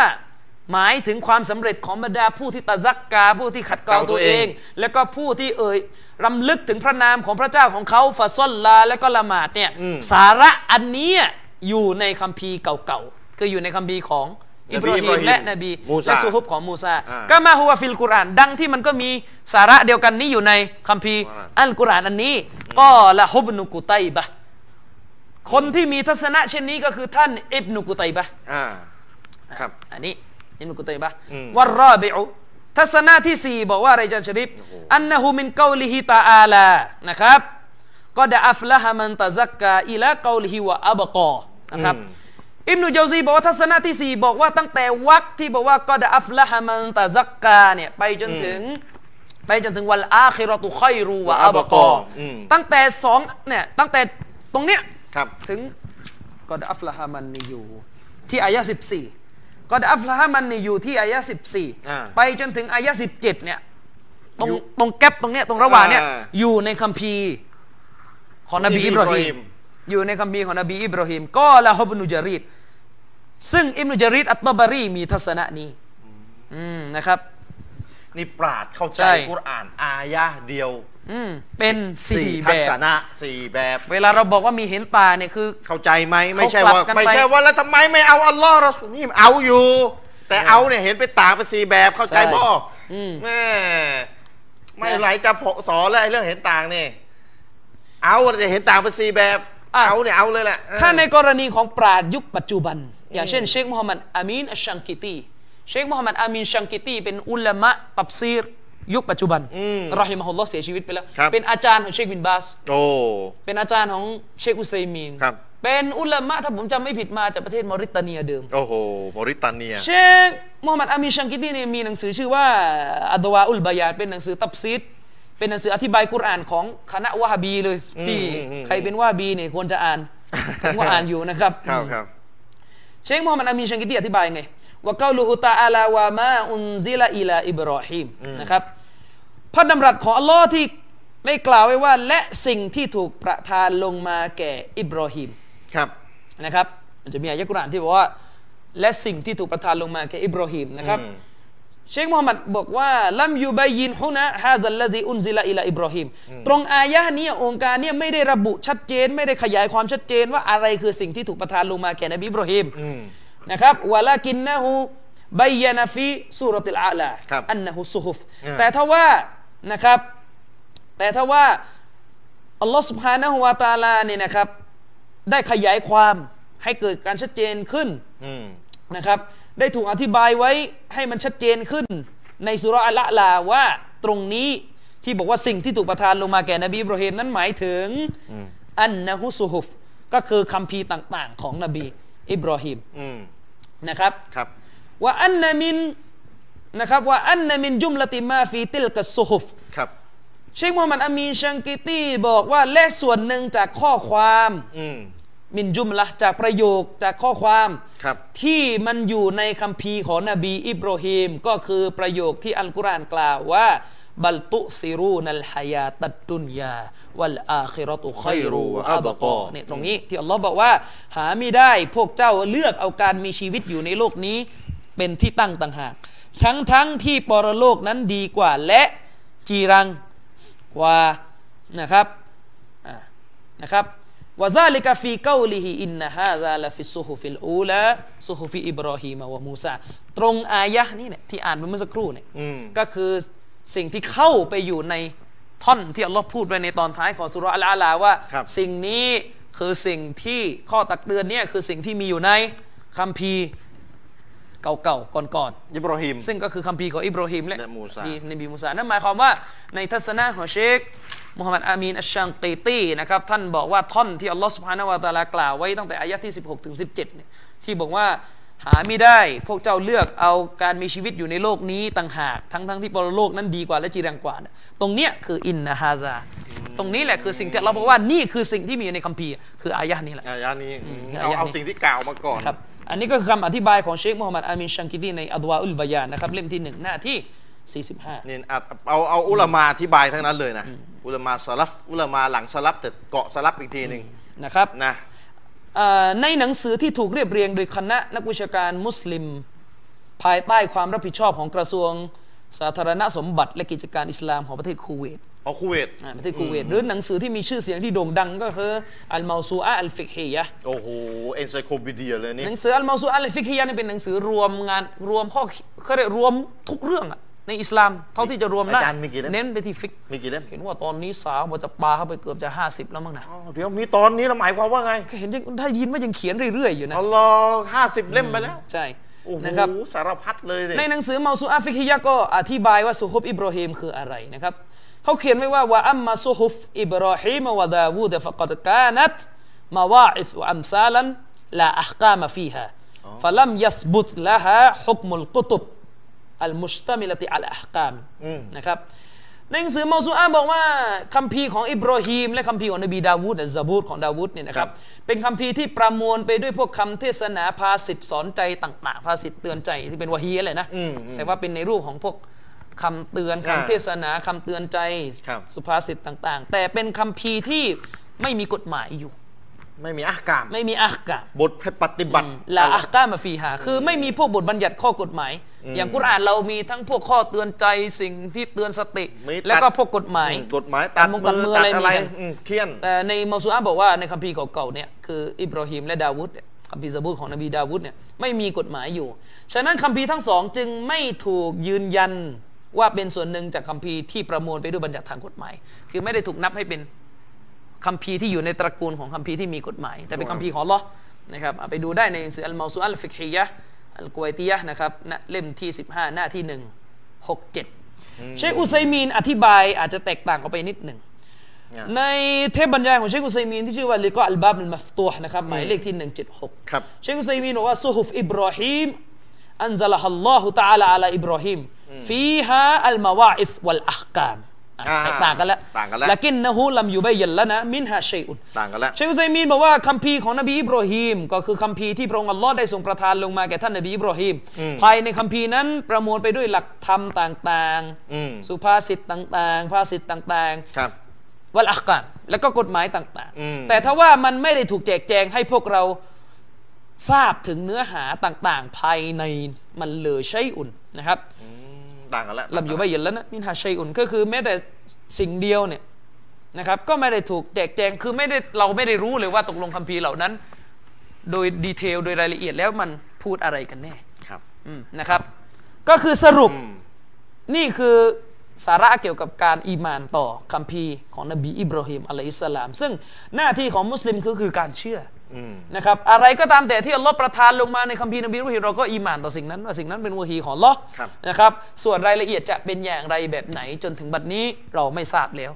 หมายถึงความสำเร็จของบรรดาผู้ที่ตะซักกาผู้ที่ขัดเกลาตัวเอง แล้วก็ผู้ที่เอ่ยรำลึกถึงพระนามของพระเจ้าของเขาฟาซอลลาและก็ละหมาดเนี่ยสาระอันเนี้ยอยู่ในคัมภีร์เก่าๆคืออยู่ในคัมภีร์ของอิบราฮิมและนบี
มูซา
และซูฮุบของมูซา
อ่า
ก็มาฮุวาฟิลกุรอานดังที่มันก็มีสาระเดียวกันนี้อยู่ในคัมภีร์
ว่า
อัลกุรอานอันนี้ ก็ละฮุบนุกุตัยบะห์คนที่มีทัศนะเช่นนี้ก็คือท่านอิบนุกุตัยบะห์
อ่า ครับ
อันนี้อิบนุกุตัยบะห์
อืม
วัรรอบิอุทัศนะที่สี่บอกว่าอะไรอาจันชริปอันนะฮูมินกาลิฮิตาอาลานะครับก็ดะอัฟละฮะมันตะซักกาอิลากาลิฮิวะอับกอนะครับ อิมนุเจาวซีบอกว่าทัศนะที่ 4 บอกว่าตั้งแต่วักที่บอกว่ากอดอัฟละฮะมันตะซักกาเนี่ยไปจนถึง ไปจนถึงวันอาคิเราะตุคอยรูวะอับกออ
ม
ตั้งแต่สองเนี่ยตั้งแต่ตรงเนี้ย
ครับ
ถึงกอดอัฟละฮะมันนี่อยู่ที่อายะ14กอดอัฟละฮะมันนี่อยู่ที่อายะ
อ่า
14 ไปจนถึงอายะ17เนี่ยตรง
อยู่
ตรงแก๊ปตรงเนี้ยตรงระหว่างเนี่ย
อ่า
อยู่ในคัมภีร์ของนบีอิบราฮิม อยู่ในคัมภีร์ของนบีอิบราฮิมก็ละฮบนุจารีดซึ่งอิบนุจารีดอัตตบารีมีทัศนะนี้อืมนะครับ
นี่ปราดเข้าใจ
ใช่
กุรอาน อายะห์เดียว
อืมเป็นสี่แบ
ทัศ
บ
นะสี่แบบ
เวลาเราบอกว่ามีเห็นป่าเนี่ยคือ
เข้าใจไหมไม่ใช่
เขากลั
ว่า
บกันไป
ไม่ใช่ว่าแล้วทำไมไม่เอาอัลลอฮ์เราสุนีมเอาอยู่ แต่เอาเนี่ยเห็นไปต่างเป็นสี่แบบเข้าใจบ่แม่ไม่ไหลจะพอสอนแล้วไอ้เรื่องเห็นต่างนี่เอาจะเห็นต่างเป็นสี่แบบ
อ่ะ
เอาเนี่ยเอาเลยแหละเออ
ถ้าในกรณีของปราดยุคปัจจุบัน อย่างเช่น เชคมูฮัมหมัดอามีนอัชชังกิตี เชคมูฮัมหมัดอามีนชังกิตีเป็นอุลามะตับซีร ยุคปัจจุบัน
อืม
รอฮิมะฮุลลอฮ์เสียชีวิตไปแล้ว
ครับ
เป็นอาจารย์ของเชคบินบาส
โอ้
เป็นอาจารย์ของเชคอุซัยมีน
ครับ
เป็นอุลามะถ้าผมจำไม่ผิดมาจากประเทศมอริเตเนียเดิม
โอ้โหมอริตาเนีย
เชคมูฮัมหมัดอามีนชังกิตีเนี่ยมีหนังสือชื่อว่าอัดวาอุลบายาดเป็นหนังสือตับซีดเป็นหนังสืออธิบายกุรอานของคณะวะฮาบีเลย ที่
อืมอืม
ใครเป็นวะฮาบีเนี่ยควรจะ อ่านผมก็อ่านอยู่นะครับ
ครับครับ
เชคมูฮัมหมัดอามีนชังกิตีอธิบายไงว่าเกาลูฮุตาอาลาวามาอุนซิลาอิลาอิบรอฮิมนะครับพระดำรัสของอัลลอฮ์ที่ได้กล่าวไว้ว่า และสิ่งที่ถูกประทานลงมาแก่อิบรอฮิม
ครับ
นะครับมันจะมีอายะกุรอานที่บอกว่า และสิ่งที่ถูกประทานลงมาแก่อิบราฮิมนะครับ
อืม
เชคมูฮัมหมัดบอกว่าลัมยูบายินฮุนะฮาซัลลาซีอุนซิลาอิลาอิบราฮิมตรงอายะห์เนี้องค์การเนี่ยไม่ได้ระบุชัดเจน ไม่ได้ขยายความชัดเจนว่าอะไรคือสิ่งที่ถูกประทานลงมาแก่นบีอิบราฮิม
อืม
นะครับวะลากินนะฮูบัยยานาฟีสุรติลอาลา
ครับ
อันนะฮุซุฮุฟ
อ่า
แต่ถ้าว่านะครับ แต่ถ้าว่าอัลลอฮ์สุบฮานะฮูวาตาลาเนี่ยนะครับ ได้ขยายความให้เกิดการชัดเจนขึ้น
อืม
นะครับได้ถูกอธิบายไว้ให้มันชัดเจนขึ้น ในสุราะห์อัลละลาว่าตรงนี้ที่บอกว่าสิ่งที่ถูกประทานลงมาแก่นบีอิบราฮิมนั้นหมายถึงอันนะฮุสุฮุฟก็คือคำพีร์ต่าง ๆ ของนบีอิบราฮิม
อืม
นะครับ
ครับ
ว่าอันนะมินนะครับว่าอันนะมินจุมละติมาฟีติลกัสซุฮุฟ
ครับ
เชคมูฮัมหมัดอามีนชังกิตีบอกว่าและส่วนหนึ่งจากข้อความ
อืม
มินจุมละจากประโยคจากข้อความ
ครับ
ที่มันอยู่ในคัมภีร์ของนบีอิบราฮิมก็คือประโยคที่อัลกุรอานกล่าวว่า บัลตุซิรูนัลฮายาตัดดุนยา วัลอาคิรอตุคอยรูวะอับกอเนี่ยตรงนี้ที่อัลลอฮ์บอกว่า หาไม่ได้พวกเจ้าเลือกเอาการมีชีวิตอยู่ในโลกนี้ เป็นที่ตั้งต่างหาก ทั้งๆที่ปรโลกนั้นดีกว่าและจีรังกว่านะครับอ่า นะครับวะซาลิกาฟีเกาลิฮิอินนะฮาซาลาฟิสซุฮุฟิลอูลาซุฮุฟิอิบรอฮีมาวะมูซาตรงอายะห์นี้เนี่ยที่อ่านไปเมื่อสักครู่เนี่ย
อืม
ก็คือสิ่งที่เข้าไปอยู่ในท่อนที่อัลลอฮ์พูดไว้ในตอนท้ายของสุราะห์อัลอาลาว่า
ครับ
สิ่งนี้คือสิ่งที่ข้อตักเตือนเนี่ยคือสิ่งที่มีอยู่ในคัมภีร์เก่าๆก่อนๆ
อิบราฮิม
ซึ่งก็คือคัมภีร์ของอิบราฮิมและ
และมูซา
ดีนบีมูซา นั่นหมายความว่าในทัศนะของเชคมูฮัมหมัดอามีนอัชชังกีตีนะครับ ท่านบอกว่าท่อนที่อัลลอฮ์สุบฮานาวะตะอาลากล่าวไว้ตั้งแต่อายะที่ 16 ถึง 17เนี่ยที่บอกว่าหาไม่ได้ พวกเจ้าเลือกเอาการมีชีวิตอยู่ในโลกนี้ต่างหากทั้งทั้งที่ปรโลกนั้นดีกว่าและจีรังกว่าเนี่ยตรงเนี้ยคืออินนะฮาซาตรงนี้แหละคือสิ่งที่เราบอกว่านี่คือสิ่งที่มีอยู่ในคัมภีร์คืออายะนี้แหละ
อายะนี้
อา
เอา
ยะนี้
เอาสิ่งที่กล่าวมาก่อน
ครับอันนี้ก็คือคำอธิบายของเชคมูฮัมหมัดอามินชังกิดีในอัดวาอุลบายานนะครับเล่มที่หนึ่งหน้าที่ 45
นี่อ่ะเอา เอาอุลามาอธิบายทั้งนั้นเลยนะ อุลามาสลับอุลามาหลังสลับแต่เกาะสลับอีกทีหนึ่ง
นะครับ
นะ
เอ่อในหนังสือที่ถูกเรียบเรียงโดยคณะนักวิชาการมุสลิม ภายใต้ความรับผิดชอบของกระทรวงสาธารณสมบัติ และกิจการอิสลามของประเทศคูเวต
เอาคูเวต
อ่าประเทศคูเวตหรือหนังสือที่มีชื่อเสียงที่โด่งดังก็คืออัลมาซูอาอัลฟิกฮียะห์
โอ้โห เอนไซโคปีเดียเลยนี่
หนังสืออัลมาซูอาอัลฟิกฮียะห์นี่เป็นหนังสือรวมงานรวมข้อเขาเรียกรวมทุกเรื่องอะในอิสลามเท่าที่จะรวมได้
อาจารย์มีกี่เล่ม
เน้นไปที่ฟิก
มีกี่เล่ม
เห็นว่าตอนนี้สาวมันจะปาเข้าไปเกือบจะ 50 แล้วมั้งนะ
อ๋อเดี๋ยวมีตอนนี้เราหมายความว่าไง
ก็เห็นยังได้ยินว่ายังเขียนเรื่อยๆอยู่นะ
เอาลอห้าสิบเล่มไปแล้ว
ใช่
โอ้โห
นะครับ
สารพัดเลยเนี่ย
ในหนังสือเมาซูอาฟิกิยะก็อธิบายว่าซูฮุบอิบราฮิมคืออะไรนะครับ เขาเขียนไว้ว่าวะอัมมาซูฮุฟอิบราฮิมวะดาวูดฟะกัดกานัตมาวาอิสอัมซาลันลาอัคกามฟีฮาฟะลัมยัสบุตละฮาฮุกมุลกุตุบอัลมุชตามิลติอัลอัคกาม
อืม
นะครับในหนังสือเมาซูอาบอกว่าคัมภีร์ของอิบราฮิมและคัมภีร์ของนบีดาวูดอัลซาบูดของดาวูดเนี่ยนะครับ เป็นคัมภีร์ที่ประมวลไปด้วยพวกคำเทศนาภาษิตสอนใจต่าง ๆ ภาษิตเตือนใจที่เป็นวะฮีอะไรนะ
อืมอืม
แต่ว่าเป็นในรูปของพวกคำเตือน
อ่า
คำเทศนาคำเตือนใจ
ครับ
สุภาษิตต่าง ๆ แต่เป็นคัมภีร์ที่ไม่มีกฎหมายอยู่
ไม่มีอาหกาม
ไม่มีอักกะ
บทปฏิบัติ
ลาอักกามาฟีฮาคือไม่มีพวกบทบัญญัติข้อกฎหมาย อย่างกุรอานเรามีทั้งพวกข้อเตือนใจสิ่งที่เตือนสติ
มีตัด
แล้วก็พวกกฎหมาย
อืมกฎหมายตัด
ตัดมือ
มือตัดอะ
ตัดอะไร
ไร
มีกัน
อืมเคียน
แต่ในเมาซูอาบอกว่าในคัมภีร์เก่าๆเนี่ยคืออิบราฮิมและดาวุธเนี่ยคัมภีร์ซาบูดของนบีดาวุธเนี่ยไม่มีกฎหมายอยู่ ฉะนั้นคัมภีร์ทั้งสองจึงไม่ถูกยืนยันว่าเป็นส่วนหนึ่งจากคัมภีร์ที่ประมวลไปด้วยบัญญัติทางกฎหมาย คือไม่ได้ถูกนับให้เป็นคัมภีร์ที่อยู่ในตระกูลของคัมภีร์ที่มีกฎหมาย แต่เป็นคัมภีร์ของอัลลอฮ์นะครับเอาไปดูได้ในหนังสืออัลมาซูอัลฟิกฮียะห์อัลกวยตียะห์นะครับณเล่มที่ 15 หน้าที่1 6 7เชคอุซัยมีนอธิบายอาจจะแตกต่างออกไปนิดหนึ่ง
อ่ะ
ในเทปบรรยายของเชคอุซัยมีนที่ชื่อว่าลิกออัลบาบอัลมัฟตูฮ์นะครับหมายเลขที่ 176
ครับ
เชคอุซัยมีนบอกว่าซูฮุฟอิบรอฮิมอันซะละฮัลลอฮุตะอาลาอัลาอิบรอฮิมฟีฮาอัลมาวาอิสวัลอักกามอ่ะ
อ่า
แตกต่างกันแล้ว
ต่างกันแล้ว
ลกินนะฮูลัมยูบัยยันละนะมินฮาชัยอุน
ต่างกันแล้ว
เชคอุซัยมีนบอกว่าคัมภีร์ของนบีอิบราฮิมก็คือคัมภีร์ที่พระองค์อัลลอฮ์ได้ทรงประทานลงมาแก่ท่านนบีอิบราฮิม
อืม
ภายในคัมภีร์นั้นประมวลไปด้วยหลักธรรมต่าง
อืม
สุภาษิตต่างๆ ภาษิตต่างๆ
ครับ
วัลอักกามแล้วก็กฎหมายต่าง
อืม
ๆ แต่ถ้าว่ามันไม่ได้ถูกแจกแจงให้พวกเรา ทราบถึงเนื้อหาต่างๆ ภายในมันเลยใช่อุ่นนะครับ
อืมต่างกันแล้ว
ลำอยู่ไม่เย็นแล้วนะมินหาชัยอุ่นก็คือแม้แต่สิ่งเดียวเนี่ยนะครับ ก็ไม่ได้ถูกแจกแจงคือไม่ได้เราไม่ได้รู้เลยว่าตกลงคัมภีร์เหล่านั้น โดยดีเทลโดยรายละเอียดแล้วมันพูดอะไรกันแน่
ครับ
อืมนะครับ ก็คือสรุป
อืม
นี่คือสาระเกี่ยวกับการอีมานต่อคัมภีร์ของนบีอิบราฮิมอะลัยฮิสสลาม ซึ่งหน้าที่ของมุสลิมก็คือการเชื่อ
อืม
นะครับอะไรก็ตามแต่ที่อัลลอฮ์ประทานลงมาในคัมภีร์นบีรุฮีเราก็อีหม่านต่อสิ่งนั้นว่าสิ่งนั้นเป็นวะฮีของอัลลอฮ์นะครับส่วนรายละเอียดจะเป็นอย่างไรแบบไหนจนถึงบัดนี้เราไม่ทราบแล้ว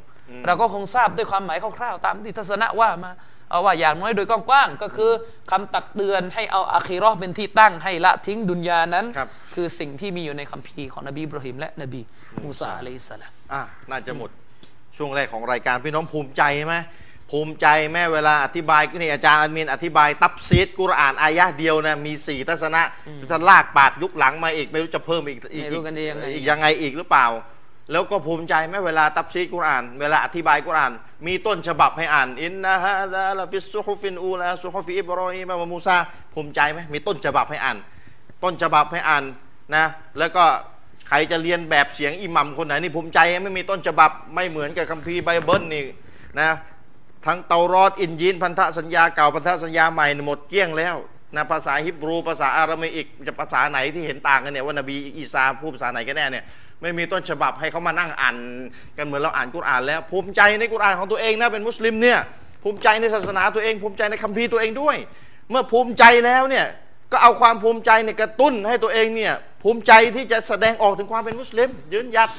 เราก็คงทราบด้วยความหมายคร่าวๆตามที่ทัศนะว่ามาเอาว่าอย่างน้อยโดยกว้างๆก็คือคำตักเตือนให้เอาอาคีเราะห์เป็นที่ตั้งให้ละทิ้งดุนยานั้น คือสิ่งที่มีอยู่ในคัมภีร์ของนบีอิบราฮิมและนบีมูซาอะลัยฮิสสลาม
อ่ะน่าจะหมดช่วงแรกของรายการพี่น้องภูมิใจไหมภูมิใจแม่เวลาอธิบายนี่อาจารย์อามินอธิบายตับซีดกุรอานอายะห์เดียวนะมีสี่ทัศนะถ้าลากปากยุคหลังมาอีกไม่รู้จะเพิ่มอีกอีก
ไม่รู้กันได้ยังไง
อีกยังไงอีกหรือเปล่า แล้วก็ภูมิใจไหมเวลาตับซีดกุรอาน เวลาอธิบายกุรอาน มีต้นฉบับให้อ่านอินนะฮะลาลาฟิสซุฮุฟินอูลาซุฮุฟิอิบรอฮิมวะมูซาภูมิใจไหมมีต้นฉบับให้อ่าน ต้นฉบับให้อ่านนะ แล้วก็ใครจะเรียนแบบเสียงอิหมัมคนไหนนี่ภูมิใจไม่มีต้นฉบับไม่เหมือนกับคัมภีร์ไบเบิลนี่นะทั้งเตารอดอินยีนพันธสัญญาเก่าพันธสัญญาใหม่หมดเกลี้ยงแล้วนะภาษาฮิบรูภาษาอารามิกจะภาษาไหนที่เห็นต่างกันเนี่ยว่านบีอีสาพูดภาษาไหนกันแน่เนี่ยไม่มีต้นฉบับให้เขามานั่งอ่านกันเหมือนเราอ่านกุรอานแล้ว ภูมิใจในกุรอานของตัวเองนะเป็นมุสลิมเนี่ยภูมิใจในศาสนาตัวเอง ภูมิใจในคัมภีร์ตัวเองด้วย เมื่อภูมิใจแล้วเนี่ย ก็เอาความภูมิใจเนี่ยกระตุ้นให้ตัวเองเนี่ยภูมิใจที่จะแสดงออกถึงความเป็นมุสลิม ยืนหยัด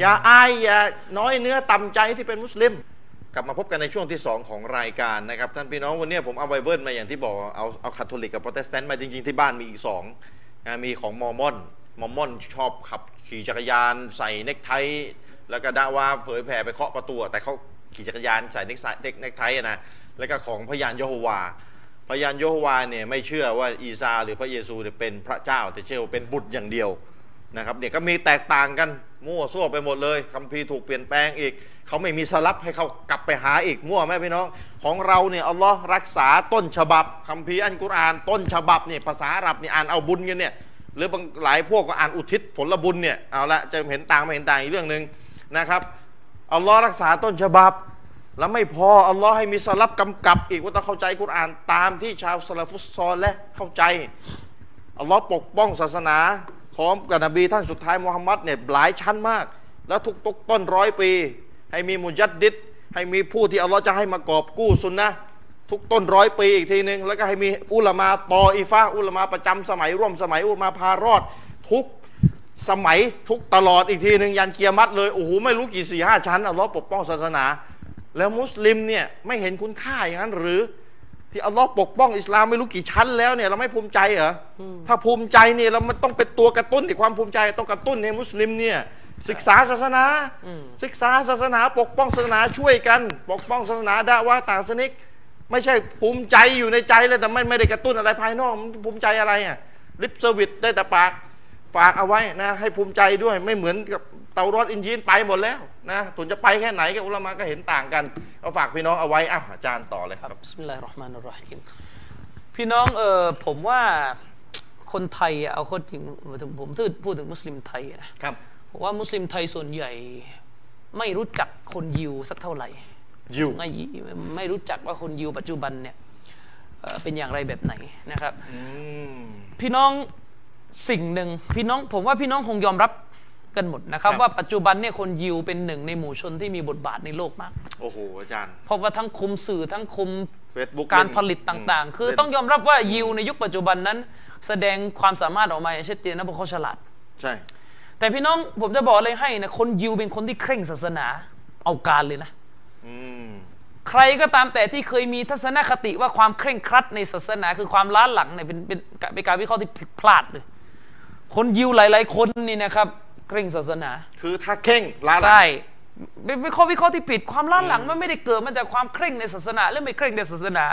อย่าอายอย่าน้อยเนื้อต่ำใจที่เป็นมุสลิม กลับมาพบกันในช่วงที่ 2 ของรายการนะครับ ท่านพี่น้องวันเนี้ยผมเอาไบเบิลมาอย่างที่บอกเอาเอาคาทอลิกกับโปรเตสแตนต์มาจริง ๆ ที่บ้านมีอีกสองนะมีของมอร์มอนมอร์มอนชอบขับขี่จักรยานใส่เนคไทแล้วก็ดาว่าเผยแผ่ไปเคาะประตูอะแต่เขาขี่จักรยานใส่เนคไทเนคไทอะนะแล้วก็ของพยานเยโฮวา พยานโยโฮวาเนี่ยไม่เชื่อว่าอีซาหรือพระเยซูเนี่ยเป็นพระเจ้า แต่เชื่อว่าเป็นบุตรอย่างเดียวนะครับเนี่ยก็มีแตกต่างกันมั่วซั่วไปหมดเลยคัมภีร์ถูกเปลี่ยนแปลงอีก เขาไม่มีสลับให้เขากลับไปหาอีกมั่วไหมพี่น้อง ของเราเนี่ยอัลลอฮ์รักษาต้นฉบับคัมภีร์อันกุรอาน ต้นฉบับเนี่ยภาษาอาหรับเนี่ยอ่านเอาบุญกันเนี่ยหรือบางหลายพวกก็อ่านอุทิศผลบุญเนี่ยเอาละจะเห็นต่างไม่เห็นต่างอีกเรื่องหนึ่งนะครับ อัลลอฮ์รักษาต้นฉบับ แล้วไม่พออัลลอฮ์ให้มีสลับกำกับอีกว่าต้องเข้าใจกุรอานตามที่ชาวสลาฟุสซอลและเข้าใจ อัลลอฮ์ปกป้องศาสนา พร้อมกับนบีท่านสุดท้ายมูฮัมมัดเนี่ยหลายชั้นมาก แล้วทุกตกต้นร้อยปี ให้มีมุจัดดิดให้มีผู้ที่อัลลอฮ์จะให้มากอบกู้ซุนนะห์ทุกต้นร้อยปีอีกทีหนึ่งแล้วก็ให้มีอุลามาตออีฟาอุลามาประจำสมัยร่วมสมัยอุลามาพารอด ทุก สมัยทุกตลอดอีกทีหนึ่งยันเกียร์มัดเลย โอ้โห ไม่รู้กี่สี่ห้าชั้นอัลลอฮ์ปกป้องศาสนา แล้วมุสลิมเนี่ย ไม่เห็นคุณค่าอย่างนั้นหรือ ที่อัลลอฮ์ปกป้องอิสลามไม่รู้กี่ชั้นแล้วเนี่ยเราไม่ภูมิใจเหรออถ้าภูมิใจเนี่ยเรามันต้องเป็นตัวกระตุ้นที่ความภูมิใจต้องกระตุ้นให้มุสลิมเนี่ยศึกษาศาสนา ศึกษาศาสนาปกป้องศาสนาช่วยกัน ปกป้องศาสนาด่าว่าต่างศาสนิก ไม่ใช่ภูมิใจอยู่ในใจเลยแต่ไม่ไม่ได้กระตุ้นอะไรภายนอกมันภูมิใจอะไรอ่ะลิปเซอร์วิสได้แต่ปาก ฝากเอาไว้นะให้ภูมิใจด้วยไม่เหมือนกับเตารอดอินยีนไปหมดแล้วนะถึงจะไปแค่ไหนกับอุลามะก็เห็นต่างกันเอาฝากพี่น้องเอาไว้อ่ะอาจารย์ต่อเลยครับ
บิสมิลลาฮิรเราะห์มานิรเราะฮีมพี่น้องเออผมว่าคนไทยอะเอาคนจริงผมผมพูดพูดถึงมุสลิมไทยนะครับ ผมว่ามุสลิมไทยส่วนใหญ่ไม่รู้จักคนยิวสักเท่าไหร่
ยู
ไม่ไม่รู้จักว่าคนยิวปัจจุบันเนี่ยเอ่อเป็นอย่างไรแบบไหนนะครับ พี่น้องสิ่งหนึ่งพี่น้องผมว่าพี่น้องคงยอมรับกันหมดนะครับ ว่าปัจจุบันเนี่ยคนยิวเป็นหนึ่งในหมู่ชนที่มีบทบาทในโลกมาก
โอ้โหอาจารย์
เพราะว่าทั้งคุมสื่อทั้งคุม
เฟซบุ๊ก
การผลิตต่างๆ คือต้องยอมรับว่ายิวในยุคปัจจุบันนั้น แสดงความสามารถออกมาอย่างชัดเจนนะเพราะเขาฉลาด
ใช่
แต่พี่น้องผมจะบอกอะไรให้นะคนยิวเป็นคนที่เคร่งศาสนาเอาการเลยนะ
อืม
ใครก็ตามแต่ที่เคยมีทัศนคติว่าความเคร่งครัดในศาสนาคือความล้าหลังเนี่ยเป็นเป็นเป็นการวิเคราะห์ที่ผิดพลาดเลย คนยิวหลาย ๆ คนนี่นะครับเคร่งศาสนา
คือถ้าเข่งลาหลัง
ใช่เป็นเป็นข้อวิเคราะห์ที่ผิดความล้าหลังมันไม่ได้เกิดมาจากความเคร่งในศาสนาหรือไม่เคร่งในศาสนา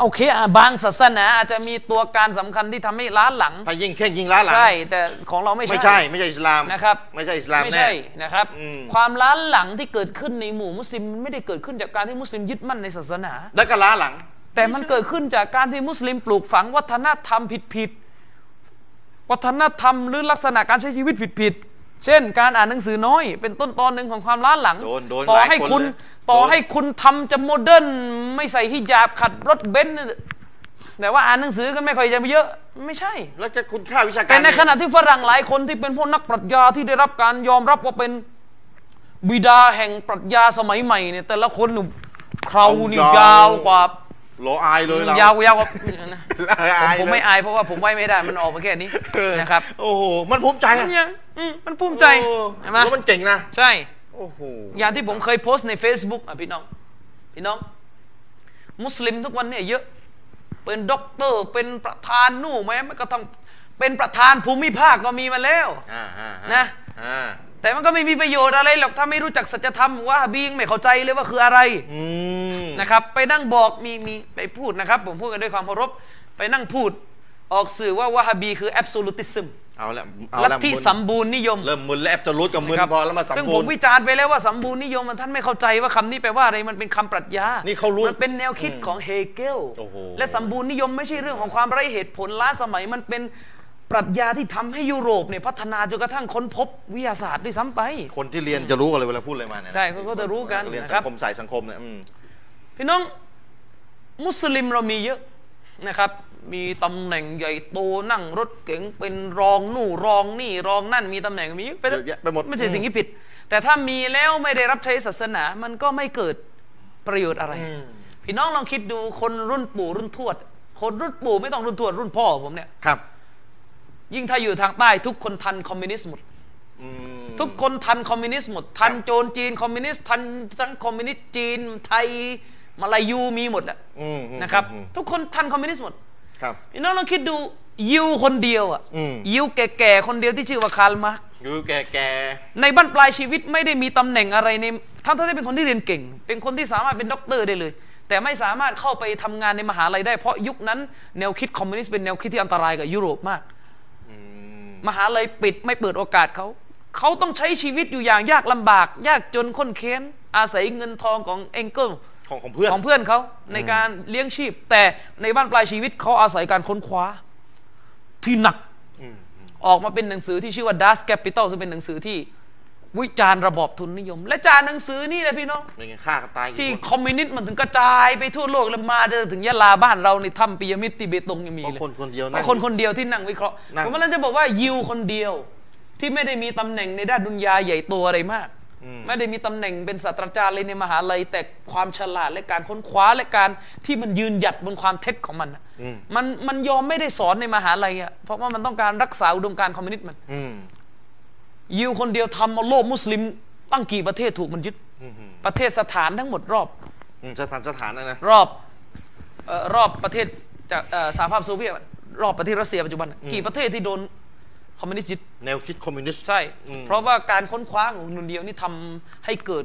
โอเคอ่ะบางศาสนาอาจจะมีตัวการสำคัญที่ทำให้ล้าหลัง
ถ้ายิ่งเข่งยิ่งลาหลัง
ใช่ แต่ของเราไม่
ไม่
ใช่
ใช่ไม่ใช่อิสลาม
นะครับ
ไม่ใช่อิสลาม
ไม่
แน่
ใช่นะครับ
อืม
ความล้าหลังที่เกิดขึ้นในหมู่มุสลิมมันไม่ได้เกิดขึ้นจากการที่มุสลิมยึดมั่นในศาสนา
แล้วก็ลาหลัง
แต่มันเกิดขึ้นจากการที่มุสลิมปลูกฝังวัฒนธรรมผิดๆวัฒนธรรมหรือลักษณะการใช้ชีวิตผิดๆเช่น การอ่านหนังสือน้อยเป็นต้นตอนหนึ่งของความล้าหลัง
โดนโดน
ต่
ห
อ
ลาย
ให้
คน
คุณ
เลย
ต่อ
โดน
ให้คุณทำจะโมเดิร์นไม่ใส่ฮิญาบขัดรถเบนซ์แต่ว่าอ่านหนังสือกันไม่ค่อยจะเยอะ ไม่ใช่
แล้วจะคุณค่าวิชาการ
แต่ในขณะที่ฝรั่งหลายคนที่เป็นพวกนักปรัชญาที่ได้รับการยอมรับว่าเป็นบิดาแห่งปรัชญาสมัยใหม่เนี่ยแต่ละคนหนุ่มเครานี่ยาวกว่า
โลอายเลยเรา
ยาวยาวกว่านะ
ละอาย
ผม
เลย
ไม่อายเพราะว่าผมไว้ไม่ได้มันออกมาแค่นี้
เออ
นะครับ
โอ้โหมันภูมิใจ
มั
อะ
นยังอืมมันภูมิใจ
โอ้
ใช่ไหม
แล้วมันเก่งนะ
ใช่
โอ้โห
อย่างที่ผมเคยโพสต์ใน Facebook อ่ะพี่น้อง พี่น้อง มุสลิมทุกวันเนี่ยเยอะเป็นด็อกเตอร์เป็นประธานนู่นแม้ไม่ก็ต้องเป็นประธานภูมิภาคก็มีมาแล้ว
อ่าอ่าอ่า
นะ
อ่า
แต่มันก็ไม่มีประโยชน์อะไรหรอกถ้าไม่รู้จักสัจธรรมว่าฮาบียังไม่เข้าใจเลยว่าคืออะไร
อืม
นะครับไปนั่งบอกมีมีไปพูดนะครับ ผมพูดกันด้วยความเคารพไปนั่งพูดออกสื่อว่าวาฮาบีคือ absolutism
เอาละเอา
ลัท
ละ
ธิ
มึน
สัมบูรณ์นิยม
เริ่มมึนแล้วแอบจะรุดกับมึน
นะครับ
พอแล้วมาสัม
ซึ่ง
บูร
ผม
ณ์
วิจารณ์ไปแล้วว่าสัมบูรณ์นิยมมันท่านไม่เข้าใจว่าคำนี้แปลว่าอะไรมันเป็นคำปรัชญา
นี่
นี่
เขารู้
มันเป็นแนวคิดของเฮเกล
โอ้โห
และสัมบูรณ์นิยมไม่ใช่เรื่องของความไร้เหตุผลล้าสมัยมันเป็นปรัชญาที่ทำให้ยุโรปเนี่ยพัฒนาจนกระทั่งค้นพบวิทยาศาสตร์ด้วยซ้ำไป
คนที่เรียนจะรู้กันเลยเวลาพูดอะไรมาเนี่ยนะ
ใช่เขาก็จะรู้กัน
เรียน
นะค
สั
รับ
งคมสายสังคมเนี่ยอืม
พี่น้องมุสลิมเรามีเยอะนะครับ มีตำแหน่งใหญ่โตนั่งรถเก๋งเป็นรองนู่นรองนี่รองนั่นมีตำแหน่งมีเยอะไป
เยอะแยะไปหมด
ไม่ใช่สิ่งที่ผิด แต่ถ้ามีแล้วไม่ได้รับใช้ศาสนามันก็ไม่เกิดประโยชน์อะไร พี่น้องลองคิดดูคนรุ่นปู่รุ่นทวด คนรุ่นปู่ไม่ต้องรุ่นทวดรุ่นพ่อผมเนี่ย
ครับ
ยิ่งถ้าอยู่ทางใต้ทุกคนทันคอมมิวนิสต์หมด
อืม
ทุกคนทันคอมมิวนิสต์หมด ทัน
ครับ
โจรจีนคอมมิวนิสต์ทันทั้งคอมมิวนิสต์จีนไทยมาลายูมีหมดแหละ
อืมอืม
นะครับ
อืม
ทุกคนทันคอมมิวนิสต์หมด
ครับ
พี่น้องลองคิดดูยิวคนเดียวอ่ะ
อืม
ยิวแก่ๆคนเดียวที่ชื่อว่าคาร์ลมาร์กซ์
อยู่แก่แก
ในบั้นปลายชีวิตไม่ได้มีตำแหน่งอะไรในทั้งที่เป็นคนที่เรียนเก่ง เป็นคนที่สามารถเป็นด็อกเตอร์ได้เลย แต่ไม่สามารถเข้าไปทำงานในมหาลัยได้เพราะยุคนั้นแนวคิดคอมมิวนิสต์เป็นแนวคิดที่อันตรายกับยุโรปมาก มหาลัยปิดไม่เปิดโอกาสเขา เขาต้องใช้ชีวิตอยู่อย่างยากลำบาก ยากจนข้นเค้นอาศัยเงินทองของเองเกิล
ของของเพื่อน
ของเพื่อนเขาในการเลี้ยงชีพ แต่ในบ้านปลายชีวิตเขาอาศัยการค้นคว้า ที่หนักออกมาเป็นหนังสือที่ชื่อว่า Das Capital ซึ่งเป็นหนังสือที่วิจารณ์ระบอบทุนนิยม และจานหนังสือนี่แหละพี่น้อง
เป็นไงฆ่ากันตายกี่
ที่
คน
คอมมิวนิสต์มันถึงกระจายไปทั่วโลกแล้วมาจนถึงยะลาบ้านเราในถ้ำปิยมิดติเบตงยังมี
เพราะ
เลย
คนคนเดียว
เพ
นะ
ราะคนคนเดียวที่นั่งวิเคราะห์
นั่ง
ผมกำลังจะบอกว่ายิวคนเดียวที่ไม่ได้มีตำแหน่งในด้านดุนยาใหญ่โตอะไรมาก ไม่ได้มีตำแหน่งเป็นศาสตราจารย์เลยในมหาลัย แต่ความฉลาดและการค้นคว้าและการที่มันยืนหยัดบนความเท็จของมันน่ะมันมันยอมไม่ได้สอนในมหาลัยอ่ะเพราะว่ามันต้องการรักษาอุดมการณ์คอมมิวนิสต์มัน
อืม
ยิวคนเดียวทำเอาโลกมุสลิมตั้งกี่ประเทศถูกมันยึด
อืม
ประเทศสถานทั้งหมดรอบ
อืมสถานสถานนะนะ
รอบเออรอบประเทศจากเอ่อสหภาพโซเวียตรอบประเทศรัสเซียปัจจุบันน่ะกี่ประเทศที่โดนคอมมิวนิสต์ยึด
แนวคิดคอมมิวนิสต์
ใช่ เพราะว่าการค้นคว้าของคนเดียวนี่ทำให้เกิด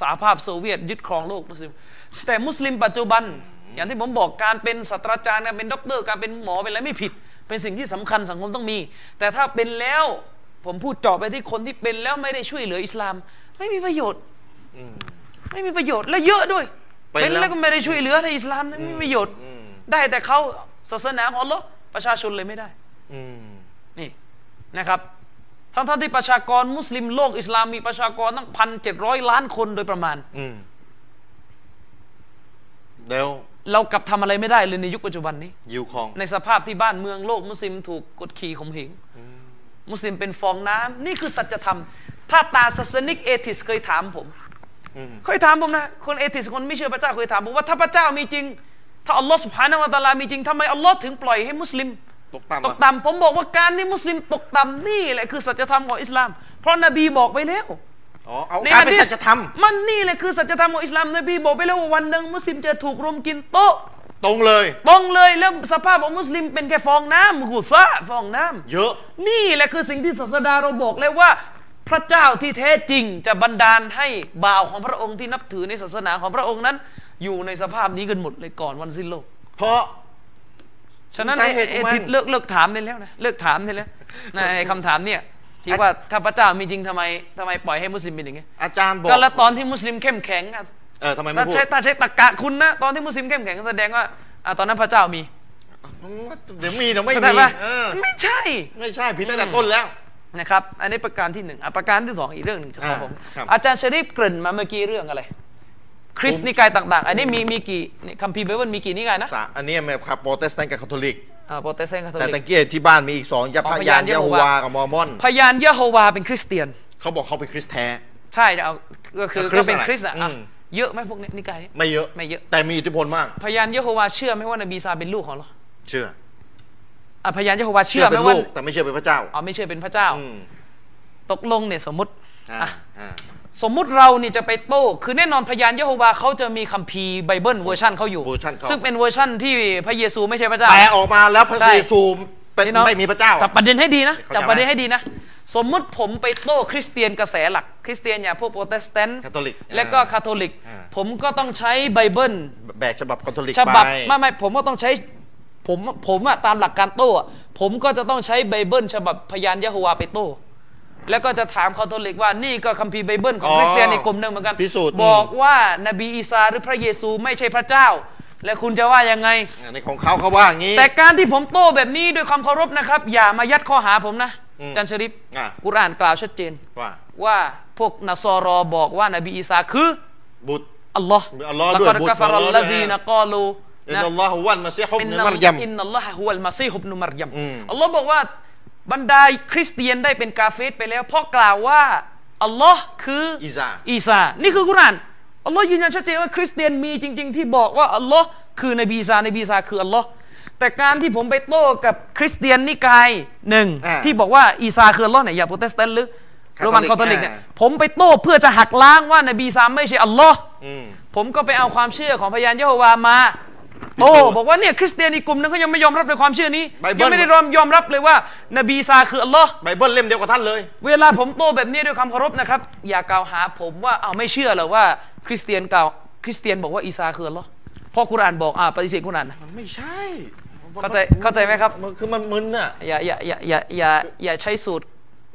สหภาพโซเวียตยึดครองโลกมุสลิมแต่มุสลิมปัจจุบัน อย่างที่ผมบอกการเป็นศาสตราจารย์การเป็นด็อกเตอร์การเป็นหมอเป็นอะไรไม่ผิด เป็นสิ่งที่สำคัญสังคมต้องมี แต่ถ้าเป็นแล้วผมพูดเจาะไปที่คนที่เป็นแล้วไม่ได้ช่วยเหลืออิสลาม ไม่มีประโยชน์ไม่มีประโยชน์และเยอะด้วย
ไป
เป็น
แล้ว
แล้วก็ไม่ได้ช่วยเหลือในอิสลามนะไม่มีประโยชน์ ได้แต่เขาศาสนาของอัลลอฮ์ประชาชนเลยไม่ได้
อืม
นี่นะครับทั้งๆที่ประชากรมุสลิมโลกอิสลามมีประชากรตั้งพันเจ็ดร้อยล้านคนโดยประมาณ
อืมแล้ว
เรากลับทำอะไรไม่ได้เลยในยุคปัจจุบันนี้
ยูคอง
ในสภาพที่บ้านเมืองโลกมุสลิมถูกกดขี่ข่มเหงมุสลิมเป็นฟองน้ำนี่คือสัจธรรม ถ้าตาศาสนิกเอทิสเคยถามผม เคยถามผมนะ คนเอทิสคนไม่เชื่อพระเจ้าเคยถามผมว่าถ้าพระเจ้ามีจริง ถ้าอัลลอฮ์สุภานะวะตะอาลามีจริงทำไมอัลลอฮ์ถึงปล่อยให้มุสลิม
ตกต่ำ
ต
อะ
กต่ำผมบอกว่าการที่มุสลิมตกต่ำนี่แหละคือสัจธรรมของอิสลาม เพราะนบีบอกไปแล้ว
อ๋อ เอาการเป็นสัจธรรม
มันนี่แหละคือสัจธรรมของอิสลามนบีบอกไปแล้วว่าวันหนึ่งมุสลิมจะถูกรุมกินโต๊ะ
ตรงเลย
บ้องเลยแล้วสภาพของมุสลิมเป็นแค่ฟองน้ำกูฟ้าฟองน้ำ
เยอะ
นี่แหละคือสิ่งที่ศาสดาเราบอกเลยว่า พระเจ้าที่แท้จริงจะบันดาลให้บ่าวของพระองค์ที่นับถือในศาสนาของพระองค์นั้น อยู่ในสภาพนี้กันหมดเลยก่อนวันสิ้นโลก
เพราะ
ฉะนั้น
สาเหตุ
เอ
ของมัน
ทิสเลิกเลิกถามได้แล้วนะเลิกถามได้แล้วนะไอ้คำถามเนี่ยที่ว่าถ้าพระเจ้ามีจริงทำไมทำไมปล่อยให้มุสลิมเป็นอย่างนี้
อาจารย์บอก
ก็แล้วตอนที่มุสลิมเข้มแข็งอะ
เออทำไมไม่
ถ้า
พูด
ใช้ถ้าใช้ตรกกะคุณนะ ตอนที่มุสลิมเข้มแข็งแสดงว่าอ่ะตอนนั้นพระเจ้ามี
เดี๋ยวมีเดี๋ยวไม่
เข้าใจ
มี
ปะ
เออ
มันไม่ใช่
ไม่ใช่ผิดตั้งแต่ต้นแล้ว
นะครับ อันนี้ประการที่หนึ่งอ่ะประการที่สองอีกเรื่องหนึ่งครับ
อ่า
ผม
ครับ
อาจารย์ชริฟเกริ่นมาเมื่อกี้เรื่องอะไร คริสต์นิกายต่าง ๆ อันนี้มีมีกี่นี่คัมภีร์ไบเบิลมีกี่นิกายนะ
สะอันนี้แม่ครับโปรเตสแตนต์กับคาทอลิก
อ่าโปรเตสแตนต์คาทอ
แต่
ลิ
ตะ
ก
เกียที่บ้านมีอีกสองยะ
อ๋อ
พะยาย
พาน น
ยะ
ยะ
โฮวาว
โฮา
กับมอร์มอน
พยานเยโฮวาเป็นคริสเตียน
เขาบอกเขาเป็นคริสต์แท้
ใช่จะเอาก็คือ
คริ
ก็
สต์
เป็น
อะไร
คริสต์อ่ะ
อื
อ่ะ
ม
เยอะไหมพวกเนี้ยนิกายเนี้ย
ไม่เยอะ
ไม่เยอะ
แต่มีอิทธิพลมาก
พยานเยโฮวาเชื่อไหมว่านบีซาเป็นลูกของเรา
เชื่อ
อ่ะพยานเยโฮวา
เชื่
เชื่
อ
อ
เป็
ไหม
น
ว่า
ลูกแต่ไม่เชื่อเป็นพระเจ้า
อ๋อไม่เชื่อเป็นพระเจ้า
อืม
ตกลงเนี่ยสมมติ
อ่า
อ่ะ
อ่า
สมมุติเราเนี่ยจะไปโต้คือแน่นอนพยานเยโฮวาเขาจะมีคัมภีร์ไบเบิลเวอร์ชันเขาอยู่
เวอร์ชันเขา
ซึ่งเป็นเวอร์ชันที่พระเยซูไม่ใช่พระเจ้า
แต่ออกมาแล้วพระ
ใช่
เยซูเป็น
พี่น้อง
ไม่มีพระเจ้า
จับประเด็นให้ดีนะ
เข้าใจไหม
จับประเด็นให้ดีนะ สมมุติผมไปโต้คริสเตียนกระแสหลัก คริสเตียนอย่างพวกโปรเตสแตนต์
คาทอลิก
และก็คา
อ่า
ทอลิก
อ่า
ผมก็ต้องใช้ไบเบิล
แบบฉบับคาทอลิก
ฉบับ
ไป
ไม่ไม่ผมก็ต้องใช้ผมผมอะตามหลักการโต้อะผมก็จะต้องใช้ไบเบิลฉบับพยานยะโฮวาไปโต้แล้วก็จะถามคาทอลิกว่านี่ก็คัมภีร์ไบเบิลของ
อ๋อ
คริสเตียนอีกกลุ่มหนึ่งเหมือนกัน
พิสูจน์
บอกว่านบีอีสาหรือพระเยซูไม่ใช่พระเจ้า และคุณจะว่ายังไง
ในของเขาเขาว่าอย่างนี้
แต่การที่ผมโต้แบบนี้ด้วยความเคารพนะครับ อย่ามายัดข้อหาผมนะ
อืม
อาจันชริป
อ่ะ
กุรอานกล่าวชัดเจน
ว่า
ว่าพวกนัสรอบอกว่านบีอีสาคือ
บุตร
อัลลอฮ์
อัลลอฮ์
แล้ว
ด้วย
ก็
บุตร
กัฟา
ข
รั
องอั
ล
ลลอฮ์
ล
ด้วย
ซีนะกอลู
อินนัลลอฮุวันมาเสียฮุบ
อิน
เน
นัล
มารยัม
อินนัลลอฮะฮุวัลมาซีฮุบนุมารยัม
อืม
อัลลอฮ์บอกว่าบรรดาคริสเตียนได้เป็นกาเฟรไปแล้ว เพราะกล่าวว่าอัลลอฮ์คืออ
อีซา
อีซา นี่คือกุรอานอัลลอฮ์ยืนยันชัดเจนว่าคริสเตียนมีจริง ๆ ที่บอกว่าอัลลอฮ์คือนบีอีซานบีอีซาคืออัลลอฮ์แต่การที่ผมไปโต้กับคริสเตียนนิกายหนึ่ง
อ่า
ที่บอกว่าอีซาคืออัลลอฮ์เนี่ยอย่าโปรเตสแตนต์หรือ
คาทอลิก
โรมันคาทอลิกเนี่ย
อ่า
ผมไปโต้เพื่อจะหักล้างว่านบีอีซาไม่ใช่อัลลอฮ์
อืม
ผมก็ไปเอาความเชื่อของพยานเยโฮวามาโอ้
พิสูจน์
บอกว่าเนี่ยคริสเตียนอีกกลุ่มนึงเขายังไม่ยอมรับในความเชื่อนี้
ไบเบิล
ยังไม่ได้ยอมยอมรับเลยว่า นบีอีซาคืออัลลอฮ์
ไบเบิลเล่มเดียวกับท่านเลย
เวลาผมโตแบบนี้ด้วยความเคารพนะครับ อย่ากล่าวหาผมว่าเอาไม่เชื่อเหรอว่า คริสเตียนกล่าวคริสเตียนบอกว่าอีซาคืออัลลอฮ์เพราะคุรอานบอกอ่าปฏิเสธคุรอานนะ
มันไม่ใช่
เข้าใจเข้าใจไหมครับ
มันคือมันมึนน่ะ
อย่าอย่าอย่าอย่าอย่าอย่าใช้สูตร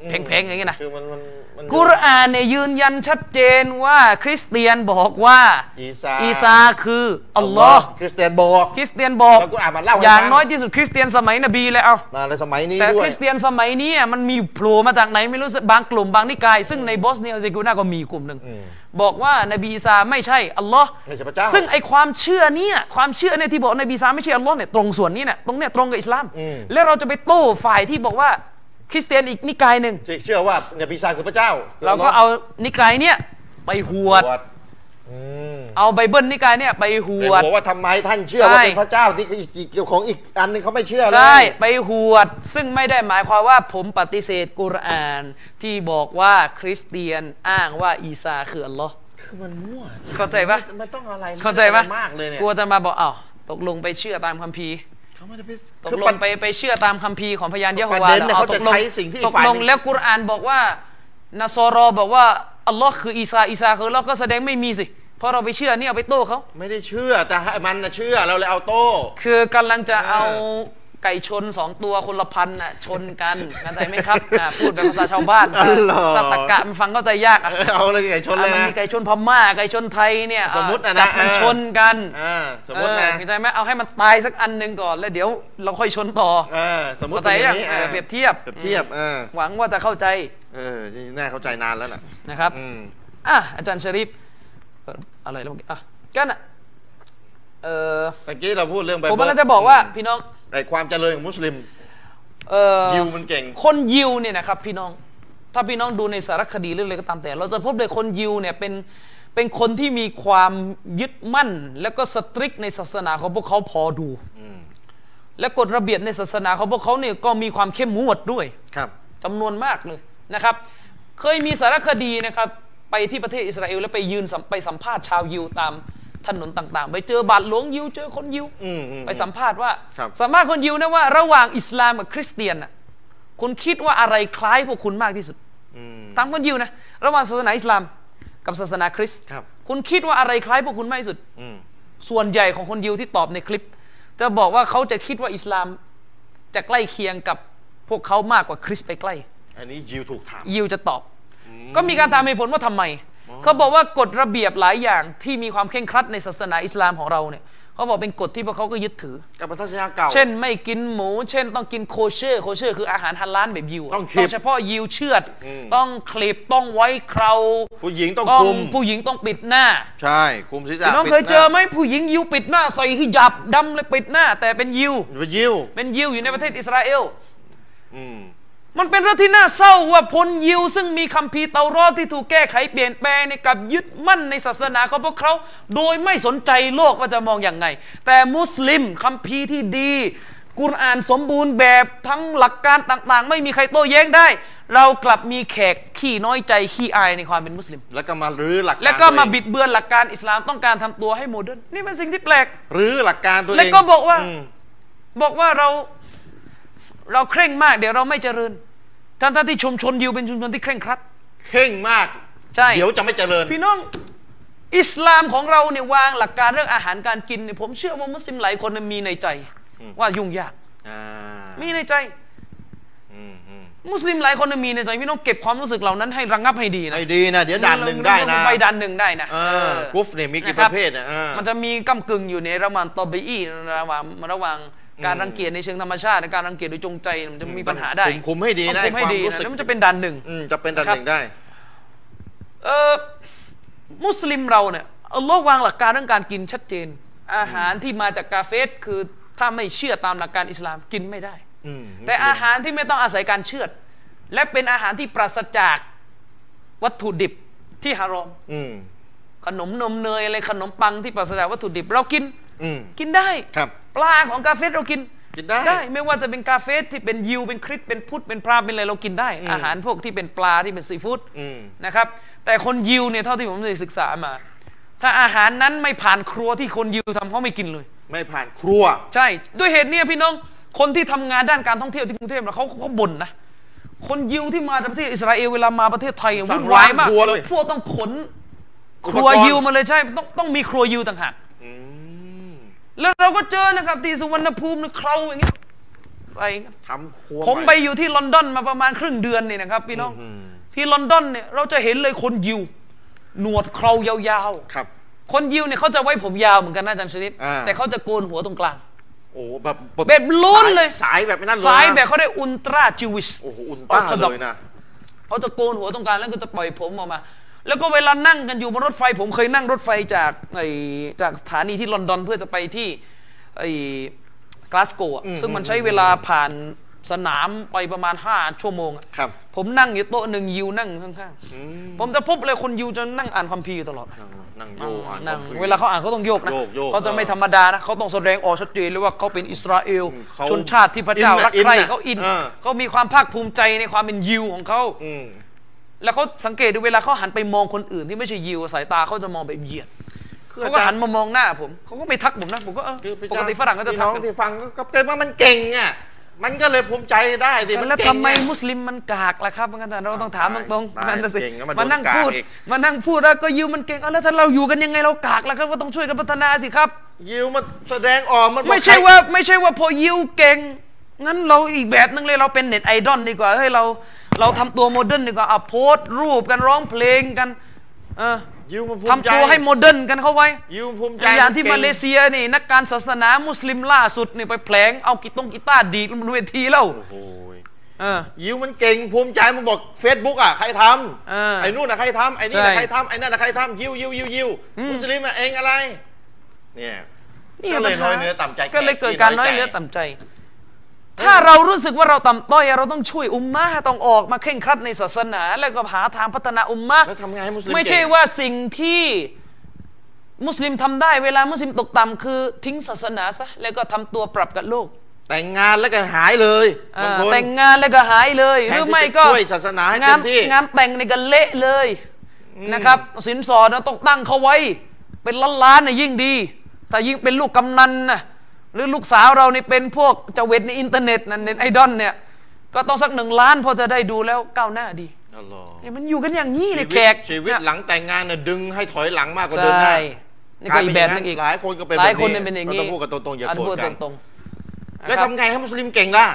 แผงๆอย่างนี้นะ
คือมันมันมัน
กุรอานเนี่ยยืนยันชัดเจนว่าคริสเตียนบอกว่า
อีซา
อีซาคืออัลลอฮ์
คริสเตียนบอก
คริสเตียนบอก
แล้วกูอ่านมาเล่าให้
อย่าง
ฟัง
น้อยที่สุดคริสเตียนสมัยนบีเลยเอา
มาในสมัยนี้
แต่
ด้ว
ค
ย
ริสเตียนสมัยนี้มันมีโผล่มาจากไหนไม่รู้สึกบางกลุ่มบางนิกาย ซึ่งในบอสเนียเฮอร์เซโกูน่าก็มีกลุ่มหนึ่งบอกว่านบีอีสาไม่ใช่อัลลอฮ์
ไม่ใช่พระเจ้า
ซึ่งไอความเชื่อเนี่ยความเชื่อเนี่ยที่บอกนบีอีสาไม่ใช่อัลลอฮ์เนี่ยตรงส่วนนี้เนี่ยตรงเนี่ยตรงกับอิสลาม แล้วเราจะไปโต้ฝ่ายที่บอกว่าคริสเตียนอีกนิกายหนึ่ง
ที่เชื่อว่าเนี่ยปีศาจคือพระเจ้า
เราก็เอานิกายเนี่ยไปหวด
บวชอืม
เอาไบเบิลนิกายเนี่ยไปห
เป็น
วด
บอกว่าทำไมท่านเชื่อว่า
ใช่
เป็นพระเจ้าที่เกี่ยวของอีกอันหนึงเขาไม่เชื่อเลย
ใช่ ไปหวด ซึ่งไม่ได้หมายความว่าผมปฏิเสธกุรอานที่บอกว่าคริสเตียนอ้างว่าอีซาคืออัลลอฮ์
คือมันมั่ว
เข้าใจปะ
ไม่ไม่ต้องอะไร
เข้าใจปะ
ไม่ต้องอไรมากเลยเนี่ย
กลัวจะมาบอกเอ้าวตกลงไปเชื่อตามคัมภีร์
เขาไม่ได้ไป
ตก
คือ
ล
ปั
ง
ญ
ไปไปเชื่อตามคัมภีร์ของพยานเยะโฮ
ประ
วา
เด็นเนี่ย
แล้ว
เขาจะ
ตกลง
ใช้สิ่งที่อีก
ตก
ฝ่าย
ล
หนึ่
ง
ง
แล้วกุรอานบอกว่านาซอรอบอกว่าอัลลอฮ์คืออีซาอีซาคืออัลลอฮ์ก็แสดงไม่มีสิ เพราะเราไปเชื่อเนี่ยเอาไปโต้เขา
ไม่ได้เชื่อแต่ให้มันนะเชื่อเราเลยเอาโต้
คือกำลังจะเอา
เออ
ไก่ชนสองตัวคนละพันน่ะชนกันเข้าใจไหมครับอ่ะพูดแบบภาษาชาวบ้าน
อ๋อเหรอ
ตะตะกะมันฟังเข้าใจยากอ่ะ
เออเอาเลยไก่ชนเลย
มัน
นะ
มีไก่ชนพม่าไก่ชนไทยเนี่ย
สมมุตินะนะ
จับมัน
เออ
ชนกัน
อ่าสมมตินะ
เออเข้าใจไหมเอาให้มันตายสักอันหนึ่งก่อนแล้วเดี๋ยวเราค่อยชนต่อ
เออสมมติ
เข้าใจยัง
นี้
เออเปรียบเทียบ
เปรียบเทียบเออ
หวังว่าจะเข้าใจ
เออจริงๆน่าเข้าใจนานแล้วน่ะ
นะครับ
อืม
อ่ะอาจารย์ชริปเอ่ออะไรแล้วเมื่อกี้อ่ะก็น่ะเออ
เมื่อกี้เราพูดเรื่องไบเบิ
ผ
ล
มกำลังจะบอกว่าพี่น้อง
ไอ้ความเจริญของมุสลิม
เออ
ยิวมันเก่ง
คนยิวเนี่ยนะครับพี่น้อง ถ้าพี่น้องดูในสารคดีหรืออะไรก็ตามแต่ เราจะพบเลยคนยิวเนี่ยเป็นเป็นคนที่มีความยึดมั่น แล้วก็สตริกในศาสนาของพวกเขาพอดู และกฎระเบียบในศาสนาของพวกเขาเนี่ยก็มีความเข้มงวดด้วย
ครับ
จำนวนมากเลยนะครับ เคยมีสารคดีนะครับไปที่ประเทศอิสราเอลแล้วไปยืนสัมไปสัมภาษณ์ชาวยิวตามถนนต่างๆ ไปเจอบาทหลวงยิวเจอคนยิว
อืมอืม
ไปสัมภาษณ์ว่า
ครับ
สัมภาษณ์คนยิวนะว่าระหว่างอิสลามกับคริสเตียนน่ะคุณคิดว่าอะไรคล้ายพวกคุณมากที่สุด
อืม
ตามคนยิวนะระหว่างศาสนาอิสลามกับศาสนาคริสต์
ครับ
คุณคิดว่าอะไรคล้ายพวกคุณมากที่สุด
อืม
ส่วนใหญ่ของคนยิวที่ตอบในคลิป จะบอกว่าเขาจะคิดว่าอิสลามจะใกล้เคียงกับพวกเขามากกว่าคริสต์ไปใกล้
อันนี้ยิวถูกถาม
ยิวจะตอบ ก็มีการตามเหตุผลว่าทำไม เขาบอกว่ากฎระเบียบหลายอย่างที่มีความเคร่งครัดในศาสนาอิสลามของเราเนี่ยเขาบอกเป็นกฎที่พวกเขาก็ยึดถือ
กับทัศนะเก่า
เช่นไม่กินหมู เช่นต้องกินโคเชอร์โคเชอร์คืออาหารฮัลลาลแบบยิวะ
ต้องคลิป
เฉพาะยิวเชือด ต้องคลิปต้องไว้เครา
ผู้หญิงต้องคลุม
ผู้หญิงต้องปิดหน้า
ใช่คุมศีรษะ
พี่น้อง
ปิด
เคยเจอ
ห
ไหมผู้หญิงยิวปิดหน้าใส่ฮิญาบดำเลยปิดหน้า แต่เป็นยิว
น้าไปยิ้ว
เป็นยิวอยู่ในประเทศอิสราเอล
อืม
มันเป็นเรื่องที่น่าเศร้าว่าพลยิว ซึ่งมีคัมภีร์เตารอดที่ถูกแก้ไขเปลี่ยนแปลงในยกลับยึดมั่นในศาสนาของพวกเขา โดยไม่สนใจโลกว่าจะมองอย่างไง แต่มุสลิมคัมภีร์ที่ดี กุรอานสมบูรณ์แบบทั้งหลักการต่างๆ ไม่มีใครโต้แย้งได้ เรากลับมีแขกขี้น้อยใจขี้อายในความเป็นมุสลิม
แล้วก็มารื้อหลักการ
และก็มา
ตัวเอง
บิดเบือนหลักการอิสลามต้องการทำตัวให้โมเดิร์นนี่เป็นสิ่งที่แปลก
รื้อหลักการตัวเอง
แล้วก็บอกว่า
ม
บอกว่าเราเราเคร่งมาก เดี๋ยวเราไม่เจริญทั้งๆที่ชุมชนยิวเป็นชุมชนที่เคร่งครัด
เข่งมาก
ใช่
เดี๋ยวจะไม่เจริญ
พี่น้องอิสลามของเราเนี่ยวางหลักการเรื่องอาหารการกินเนี่ยผมเชื่อว่ามุสลิมหลายคนมีในใจ ว่ายุ่งยาก
อ่า
มีในใจ
อืมอืม
มุสลิมหลายคนมีในใจพี่น้องเก็บความรู้สึกเหล่านั้นให้ระงับให้ดีนะ
ไอ้ดีนะ เดี๋ยวด่านหนึ่งได้นะ
ไปดันหนึ่งได้นะ
เออ
เออ
กุฟเนี่ยมีกี่
นะ
ป
ครับ
ระเภทนะอ่า
มันจะมีกำกึ่งอยู่ในระหว่างตอบีอีระหว่างระหว่างการรังเกียจในเชิงธรรมชาติและการรังเกียจโดยจงใจมันจะมีปัญหาได้
คุมคุมให้ดีนะ
ต้องคุมให้ดี
ไอ้ความรู้
นะ
สึก
แล้วมันจะเป็นดันหนึ่ง
อืมจะเป็นด่าน
นะครับ
หนึ่งได้
เออมุสลิมเราเนี่ยอัลลอฮ์วางหลักการเรื่องการกินชัดเจน อาหารที่มาจากกาเฟสคือถ้าไม่เชื่อตามหลักการอิสลามกินไม่ได้
อืม
แต่อาหารที่ไม่ต้องอาศัยการเชือด และเป็นอาหารที่ปราศจากวัตถุดิบที่ฮารอม
อืม
ขนมนมเนยอะไรขนมปังที่ปราศจากวัตถุดิบเรากิน
อืม
กินได้
ครับ
ปลาของกาเฟสเรากิน
กินได้
ไม่ว่าจะเป็นกาเฟสที่เป็นยิวเป็นคริสเป็นพุทธเป็นพราหมณ์เป็นอะไรเรากินได้ อาหารพวกที่เป็นปลาที่เป็นซีฟู้ด
อืม
นะครับแต่คนยิวเนี่ยเท่าที่ผมได้ศึกษามา ถ้าอาหารนั้นไม่ผ่านครัวที่คนยิวทำเขาไม่กินเลย
ไม่ผ่านครัว
ใช่ ด้วยเหตุเนี้พี่น้องคนที่ทำงานด้านการท่องเที่ยวที่กรุงเทพนะเขาเขาบ่นนะ คนยิวที่มาจากประเทศอิสราเอลเวลามาประเทศไทยอะ
สั่
วุ่
ง
นวายมาก
ร้านครัวเลย
พวกต้องขนครัว
อุปกรณ์
ยิวมาเลยใช่ต้องต้องมีครัวยิวต่างหาก
อืม
แล้วเราก็เจอนะครับที่สุวรรณภูมินะเคราอย่างเงี้ยอะไรอย่างเงี้ย
ทำครัว
ผม
ให
ไปอยู่ที่ลอนดอนมาประมาณครึ่งเดือนเนี่ยนะครับพี่น้องที่ลอนดอนเนี่ยเราจะเห็นเลยคนยิว หนวดเครายาว
ครับ
ๆ คนยิวเนี่ยเขาจะไว้ผมยาวเหมือนกันนะอาจารย์ชนิด
อ่า
แต่เขาจะโกนหัวตรงกลาง
โอ้แบบ
เบ็ดล้นเลย
สายแบบไม่นั่นเล
สาย
นะ
แบบเขาได้อุลตราจิวิส
โอ้โหอุนต้า
Orthodox
เลยนะ
เขาจะโกนหัวตรงกลางแล้วก็จะปล่อยผมออกมา แล้วก็เวลานั่งกันอยู่บนรถไฟ ผมเคยนั่งรถไฟจากไอจากสถานีที่ลอนดอนเพื่อจะไปที่ไอกลาสโกอะซึ่งมันใช้เวลาผ่านสนามไปประมาณ 5 ชั่วโมงอะ
ครับ
ผมนั่งอยู่โต๊ะหนึ่งยิวนั่งข้างๆ ผมจะพบเลยคนยิวจะนั่งอ่านคัมภีร์อยู่ตลอด
นั่งนั่งโยกอ่าน
นั่ง
คอมพิตร์
เวลาเขาอ่านเขาต้องโยกนะ
โยกโยก
เขาจะไม่ธรรมดานะเขาต้องแสดงออกชัดเจนเลยว่าเขาเป็นอิสราเอล
อืมเขา
ชนชาติที่พระเจ้า
อินน่ะ
รักใคร
อินน่ะ
เขาอิน
อ่า
เขามีความภาคภูมิใจในความเป็นยิวของเขา
อืม
แล้วเขาสังเกตดูเวลาเขาหันไปมองคนอื่นที่ไม่ใช่ยิวสายตาเขาจะมองแบบเหยียด
คือ
เขา
อา
ก็
จาร
หัน
ย์
มามองหน้าผมเขาก็ไม่ทักผมนะผมก็เออ
คืออาจาร
ปก
ย์
ติฝรั่งก็จะ
พี่
ทั
น้
ก
อง
กัน
ที่ฟังก็เกิดว่ามันเก่งอ่ะมันก็เลยภูมิใจได้สิมัน
แล้ว
เก่ง
ทำไม
อะ
มุสลิมมันกากล่ะครับงั้นแต่เราต้องถามตรง
ตาย
ๆนั่นนะสิ
เก่งแล้วมัน
มานั่ง
โดนกาก
พูด
อีก
มานั่งพูดแล้วก็ยิวมันเก่งเอาแล้วถ้าเราอยู่กันยังไงเรากากล่ะครับก็ต้องช่วยกันพัฒนาสิครับ
ยิวมันแสดงออกมันบอก
ไม่ใช่
คร
ว่าไม่ใช่ว่าพอยิวเก่ง งั้นเราอีกแบบนึงเลยเราเป็นเน็ตไอดอลดีกว่าเฮ้ยเราเราทำตัวโมเดิร์นดีกว่าอ่ะโพสต์รูปกันร้องเพลงกันเออ
ยิวมันภูมิใจ
ทำตัวให้โมเดิร์นกันเข้าไว้
ยิวภูมิใจ
อย่างที่
มันเก่ง
มาเลเซียนี่นักการศาสนามุสลิมล่าสุดนี่ไปแผลงเอากีตงกีตาร์ดีดบนเวทีแล้ว
โอ้ย
เออ
ยิวมันเก่งภูมิใจมันบอก Facebook อ่ะใครท
เออ
ำไอ้นู่นอ่ะใครทำไอ้นี่
ใช่
อ่ะใครทำไอ้นั่นอ่ะใครทำยิวยิวยิวยิวมุสลิมอ่ะเองอะไร เนี่ยก็เลยน้อยเนื้อต่ำใจ
ก็เลย
แข
เกิดการน้อยเนื้อต่ำใจ ถ้าเรารู้สึกว่าเราต่ำต้อยเราต้องช่วยอุมมะต้องออกมาเคร่งครัดในศาสนา แล้วก็หาทางพัฒนาอุมมะ
แล้วทำไงให้มุสลิม
ไม่ใช่
เก่ง
ว่าสิ่งที่มุสลิมทำได้เวลามุสลิมตกต่ำคือทิ้งศาสนาซะแล้วก็ทำตัวปรับกับโลก
แต่งงานแล้วก็หายเลย
อ่า
บางคน
แต่งงานแล้วก็หายเลย ห
แทนที่
รือไม่ก็
จะช่วยศาสนาให้
งาน
เต็มที่
งานแต่งในกันเละเลยนะครับ สินสอดเราต้องตั้งเขาไว้ เป็นล้านล้านๆน่ะยิ่งดี ถ้ายิ่งเป็นลูกกำนันนะหรือลูกสาวเราเนี่เป็นพวกเจเวทในอินเทอร์เน็ตนั่นเน็ตไอดอลเนี่ยก็ต้องสักหนึ่งล้านพอจะได้ดูแล้วก้าวหน้าดี
อัลลอฮ์
เนี่ยมันอยู่กันอย่างนี้เลยแขก
ชีวิต
เนี่ย
หลังแต่งงานเนี่ยดึงให้ถอยหลังมากกว่า
ใช
เดิมหน้า
่ นี่ก็อีกแบบนึงอีก
หลายคนก็เป็น
หลายคน
แบบ
เป็นอย่าง
ก็ต้องพูดกันตรงๆอย่า
อัน
โกร
พู
ธ
ด
กัน
ตรง
แล้วทำไงให้มุสลิมเก่งล่ะ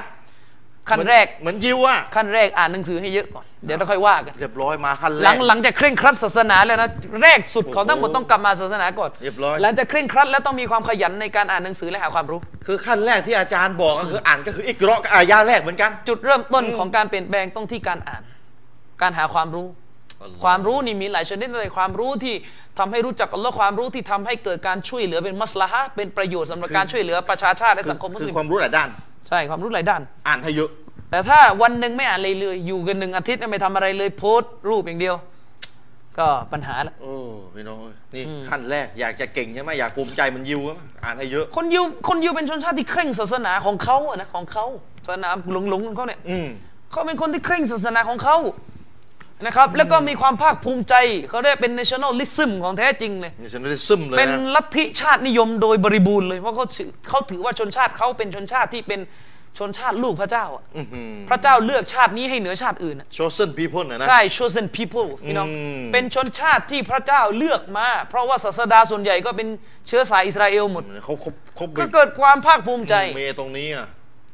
ขั้นแรก
เหมือนยิวอะ
ขั้นแรกอ่านหนังสือให้เยอะก่อน เดี๋ยวเราค่อยว่ากัน
เรียบร้อยมาขั้นแร
หลั
ก
งหลังจากเคร่งครัดศาสนาแล้วนะแรกสุดของทั้งหมด
โอ้โห
ต้องกลับมาศาสนาก่อน
เรียบร้อย
หลังจากเคร่งครัดแล้วต้องมีความขยันในการอ่านหนังสือและหาความรู้
คือขั้นแรกที่อาจารย์บอกก็คืออ่านก็คืออิกเราะห์กับอายาแรกเหมือนกัน
จุดเริ่มต้นของการเปลี่ยนแปลงต้องที่การอ่าน การหาความรู้
อัลลอฮ์
ความรู้นี่มีหลายชนิดเลยความรู้ที่ทำให้รู้จักอัลลอฮ์ความรู้ที่ทำให้เกิดการช่วยเหลือเป็นมัสละฮะห์เป็นประโยชน์สำหรับการช่วยเหลือประชาชาติและสังคมมุ
คือ
สลิม
ความรู้หลายด้าน
ใช่ความรู้หลายด้าน
อ่านให้เยอะ
แต่ถ้าวันหนึ่งไม่อ่านเลยเลย อยู่กันหนึ่งอาทิตย์เนี่ยไม่ทำอะไรเลยโพสต์รูปอย่างเดียว ก็ปัญหาละ
โอ้พี่น้องเอ้ยนี่ขั้นแรกอยากจะเก่งใช่ไหมอยากภูมิใจเหมันยิวอะอ่านให้เยอะ
คนยิวคนยิวเป็นชนชาติที่เคร่งศาสนาของเขาอะนะของเขาศาสนาหลงหลงๆของเขาเนี่ย
อืม
เขาเป็นคนที่เคร่งศาสนาของเขานะครับ แล้วก็มีความภาคภูมิใจเขาได้เป็น nationalism ของแท้จริงเลย
นี่ฉันได้ซึมเลย
เป็น
นะ
ลัทธิชาตินิยมโดยบริบูรณ์เลยเพราะเขาถือเขาถือว่าชนชาติเขาเป็นชนชาติที่เป็นชนชาติลูกพระเจ้าอะพระเจ้าเลือกชาตินี้ให้เหนือชาติอื่นอะ
โชเซนพีเพิลนะนะ
ใช่ chosen people พี่น้อง
อืม
เป็นชนชาติที่พระเจ้าเลือกมา เพราะว่าศาสดาส่วนใหญ่ก็เป็นเชื้อสายอิสราเอลหมด
เขาครบครบ
ก็เกิดความภาคภูมิใจ
เมตรงนี้อ่ะ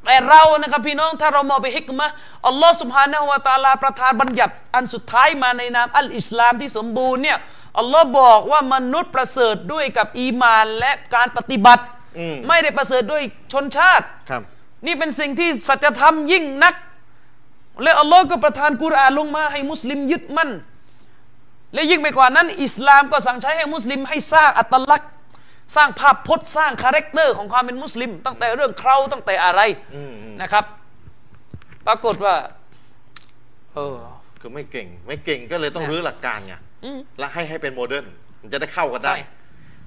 แต่เรานะครับพี่น้องถ้าเรามองไปฮิกมะห์อัลลอฮ์สุบฮานะฮูวะตะอาลาประทานบัญญัติอันสุดท้ายมาในนามอัลอิสลามที่สมบูรณ์เนี่ยอัลลอฮ์บอกว่ามนุษย์ประเสริฐด้วยกับอีมานและการปฏิบัติ
อืม
ไม่ได้ประเสริฐด้วยชนชาติ
ครับ
นี่เป็นสิ่งที่สัจธรรมยิ่งนัก และอัลลอฮ์ก็ประทานกุรอานลงมาให้มุสลิมยึดมั่น และยิ่งไปกว่านั้น อิสลามก็สั่งใช้ให้มุสลิมให้สร้างอัตลักษณ์ สร้างภาพพจน์สร้างคาแรคเตอร์ของความเป็นมุสลิม ตั้งแต่เรื่องเคราตั้งแต่อะไร
อืมอืม
นะครับ ปรากฏว่าเออ
คือไม่เก่ง ไม่เก่งก็เลยต้อง
เนี่ย
รื้อหลักการไงและให้ให้เป็นโมเดิร์นมันจะได้เข้ากันได้
ใช่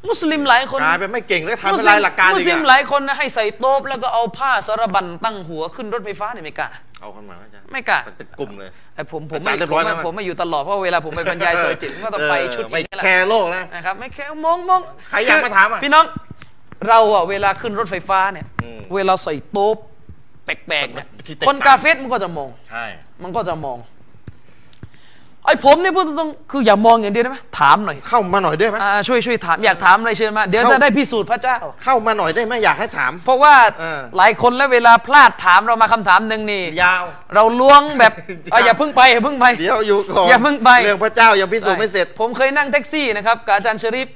มุสลิมหลายคน
กลายเป็นไม่เก่งแล้วทำเป็นลายหลักการ
มุ
อีก
สลิมห
อะ
ลายคนนะให้ใส่โต๊บแล้วก็เอาผ้าสารบันตั้งหัวขึ้นรถไฟฟ้าเนี่ยไม่กล้า
เอากันมาอาจารย์
ไม่กล้า
เป็นกลุ่มเลย
ไอ้ผมผม
อาจาร
ไม่
ย์เรียบ
ผ
ร้อ
ม
ยแล้ว
ไม่
นะ
ผมไม่อยู่ตลอดเพราะเวลาผมไปบรรยายโซอยจิตผมก็ต้องไปชุด
ไม่
นี้แหละ
แคร์โลกนะ
นะครับไม่แค่มองมอง
ใครอยากมาถามอ่ะ
พี่น้อง เราอะเวลาขึ้นรถไฟฟ้าเนี่ย
อืม
เวลาใส่โต๊ะแปลกๆเนี่ย
ที่แตกต่าง
คนกาเฟสมันก็จะมอง
ใช่
มันก็จะมองไอ้ผมเนี่ยพูดตรงๆคืออย่ามองอย่างเดียวได้ไหมถามหน่อย
เข้ามาหน่อยได้ไหม
อ่าช่วยช่วยถามอยากถามอะไรเชิญมา เดี๋ยว
เข้า
จะได้พิสูจน์พระเจ้า
เข้ามาหน่อยได้ไหมอยากให้ถาม
เพราะว่า
เออ
หลายคนแล้วเวลาพลาดถามเรามาคำถามหนึ่งนี่
ยาว
เราล้วงแบบ
ยาว
เอ้ยอย่าเพิ่งไปอย่าเพิ่งไป
เดี๋ยวอยู่ก่อน
อย่าเพิ่งไป
เรื่องพระเจ้ายังพิสูจน์ไม่เสร็จ
ผมเคยนั่งแท็กซี่นะครับกับอาจารย์ชริฟ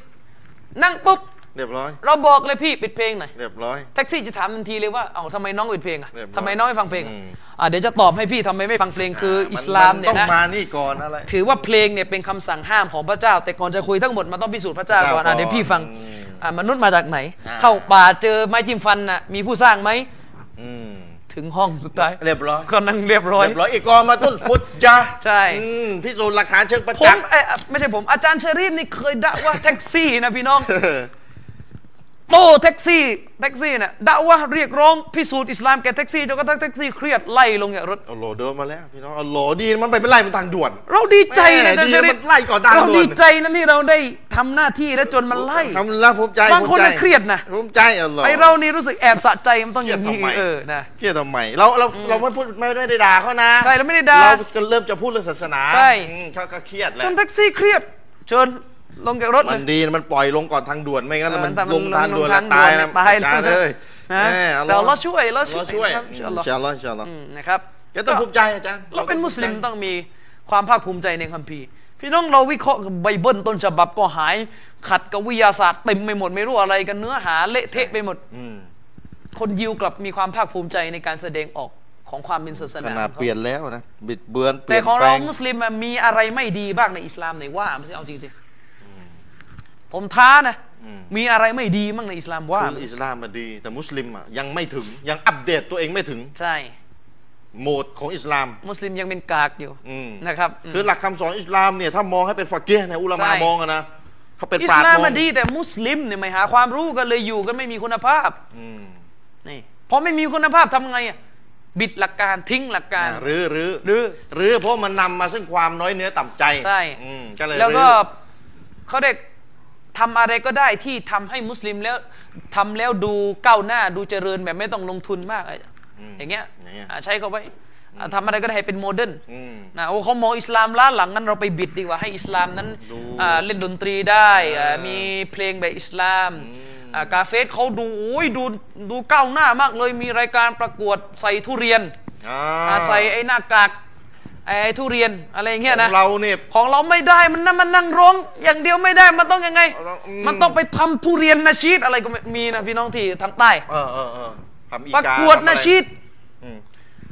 นั่งปุ๊บ
เรียบร้อย
เราบอกเลยพี่ปิดเพลงหน่อย
เรียบร้อย
แท็กซี่จะถามทันทีเลยว่าเอ้าทำไมน้องปิดเพลงอ่ะ
เรียบร้อย
ทำไมน้องไม่ฟังเพลงอะ
อืม
อ่ะเดี๋ยวจะตอบให้พี่ทำไมไม่ฟังเพลงคืออิสลามเนี่ย
ต้อง
นะ
มานี่ก่อนอะไร
ถือว่าเพลงเนี่ยเป็นคำสั่งห้ามของพระเจ้า แต่ก่อนจะคุยทั้งหมดมันต้องพิสูจน์พระเจ้าก่อน
พระ
อ่ะ
เจ้าก่อน
เดี๋ยวพี่ฟัง
อืม
อ่ะมนุษย์มาจากไหน
อ่า
เข้าป่าเจอไม้จิ้มฟันน่ะมีผู้สร้างไหม
อืม
ถึงห้องสุดท้าย
เรียบร้อย
ก็นั่งเรียบร้อย
เรียบร้อยอีกกองมาต้นพุทธจ้า
ใช่
พิสูจน์หลักฐานเชิงประ
ผ
จั
ม
กษ์
เอ้ยอ่ะไม่ใช่ผมอาจารย์ชริฟนี่เคยด่าว่าแท็กซี่นะพี่น้อง
เออ
โต้แท็กซี่แท็กซี่เนี่ยด่าว่าเรียกร้องพิสูจน์อิสลามแก่แท็กซี่จนกระทั่งแท็กซี่เครียดไล่ลงจากรถ
เอาโหลเดินมาแล้วพี่น้องเอาโหลดีมันไปไม่ไล่มันทางด่วน
เราดีใจนะ
แม่
ท่านชริ
ดีมันไล่ก่อนด่าน
เรา
ด่วน
ดีใจนะที่เราได้ทำหน้าที่และจนมันไล่
ทำแล้วภูมิใจ
บางคนน่ะ
ภูมิใจ
เครียดนะ
ภูมิใจเอาโหล
ไอเรานี่รู้สึกแอบสะใจมันต้องอย่างนี้
เครียดทำไม
เออนะ
เครียดทำไมเราเราเราไม่พูดไม่ได้ด่าเขานะ
ใช่เราไม่ได้ด่า
เราก็เริ่มจะพูดเรื่องศาสนา
ใช่
อืมเขาก็เครียดแหละ
จนแท็กซี่เครียดเชิญลงจากรถ
มั
เล
น
ย
ดีมันปล่อยลงก่อนทางด่วนไม่งั้น
เออ
มัน
แต่มัน
ลงทางด่วน
ล
แล้ว
ง
ตาย
ทางด่วน
นะ
ตายนะ
จ้เลย
นะ
แม่
แต่เราช่วยเราช่วย
เราช่วย
ครับอินชาอัลลอ
อิ
ฮ์
นชาอัลลอฮ์อินชาอัลลอฮ์
อืมนะครับ
แกต้องภูมิใจอาจารย์
เราเป็นมุสลิมต้องมีความภาคภูมิใจในคัมภีร์พี่น้องเราวิเคราะห์ไบเบิลต้นฉบับก็หาย ขัดกับวิทยาศาสตร์เต็มไปหมดไม่รู้อะไรกันเนื้อหาเละเทะไปหมดคนยิวกลับมีความภาคภูมิใจในการแสดงออกของความเป็นศาส
ข
นา
นาด
ขอ
เป
งเขา
ลี่ยนแล้วนะ บิดเบือนเป
แต่
ลี่ยน
ของ
แปล
เรา
ง
มุสลิมอะมีอะไรไม่ดีบ้างในอิสลามไหนว่ามาสิเอาจริงๆผมท้านะ มีอะไรไม่ดีบ้างในอิสลามว่า
คือ
มา
อิสลามมาดี แต่มุสลิมอ่ะยังไม่ถึงยังอัปเดตตัวเองไม่ถึง
ใช่
โหมดของอิสลาม
มุสลิมยังเป็นกากอยู่
อืม
นะครับม
คือหลักคำสอนอิสลามเนี่ยถ้ามองให้เป็นฟักเกียเนี่ยอุลามา
ใช่
มองอะนะเขาเป็น
อิ
ป
ส
ราชญ์
ลาม
มอง
มาดีแต่มุสลิมเนี่ยไม่หาความรู้กันเลยอยู่กันไม่มีคุณภาพ
อืม
นี่พอไม่มีคุณภาพทำไงอ่ะบิดหลักการทิ้งหลักการ
อ่ะหรือหรือ
หรือ
หรือเพราะมันนำมาซึ่งความน้อยเนื้อต่ำใจ
ใช่
อืมก็เลย
แล้วก็
รื้อ
เขาเรียกทำอะไรก็ได้ที่ทำให้มุสลิมแล้วทำแล้วดูก้าวหน้าดูเจริญแบบไม่ต้องลงทุนมากอะไรอย่างเงี้ยอ่ะใช้เขาไว้อ่ะทำอะไรก็ได้ให้เป็นโมเดิร์น
อืม
นะโอ้เขามองอิสลามล้าหลังงั้นเราไปบิดดีกว่าให้อิสลามนั้น
ดู
อ่าเล่นดนตรีได้อ่ามีเพลงแบบอิสลามอ่ากาเฟสเขาดูโอ้ยดูดูก้าวหน้ามากเลยมีรายการประกวดใส่ทุเรียน
อ่า
อาศัยไอ้หน้ากากไอ้ทุเรียนอะไรอย่างเงี้ยนะ
เราเนี่ย
ของเราไม่ได้มันนะมันนั่งร้องอย่างเดียวไม่ได้มันต้องยังไง
เราอืม
มันต้องไปทำทุเรียนนาชีตอะไรก็ไม่มีนะพี่น้องที่ทางใต้
เออเออเออทำอีกา
ประกวด
ทำอไร
นาชีต
อืม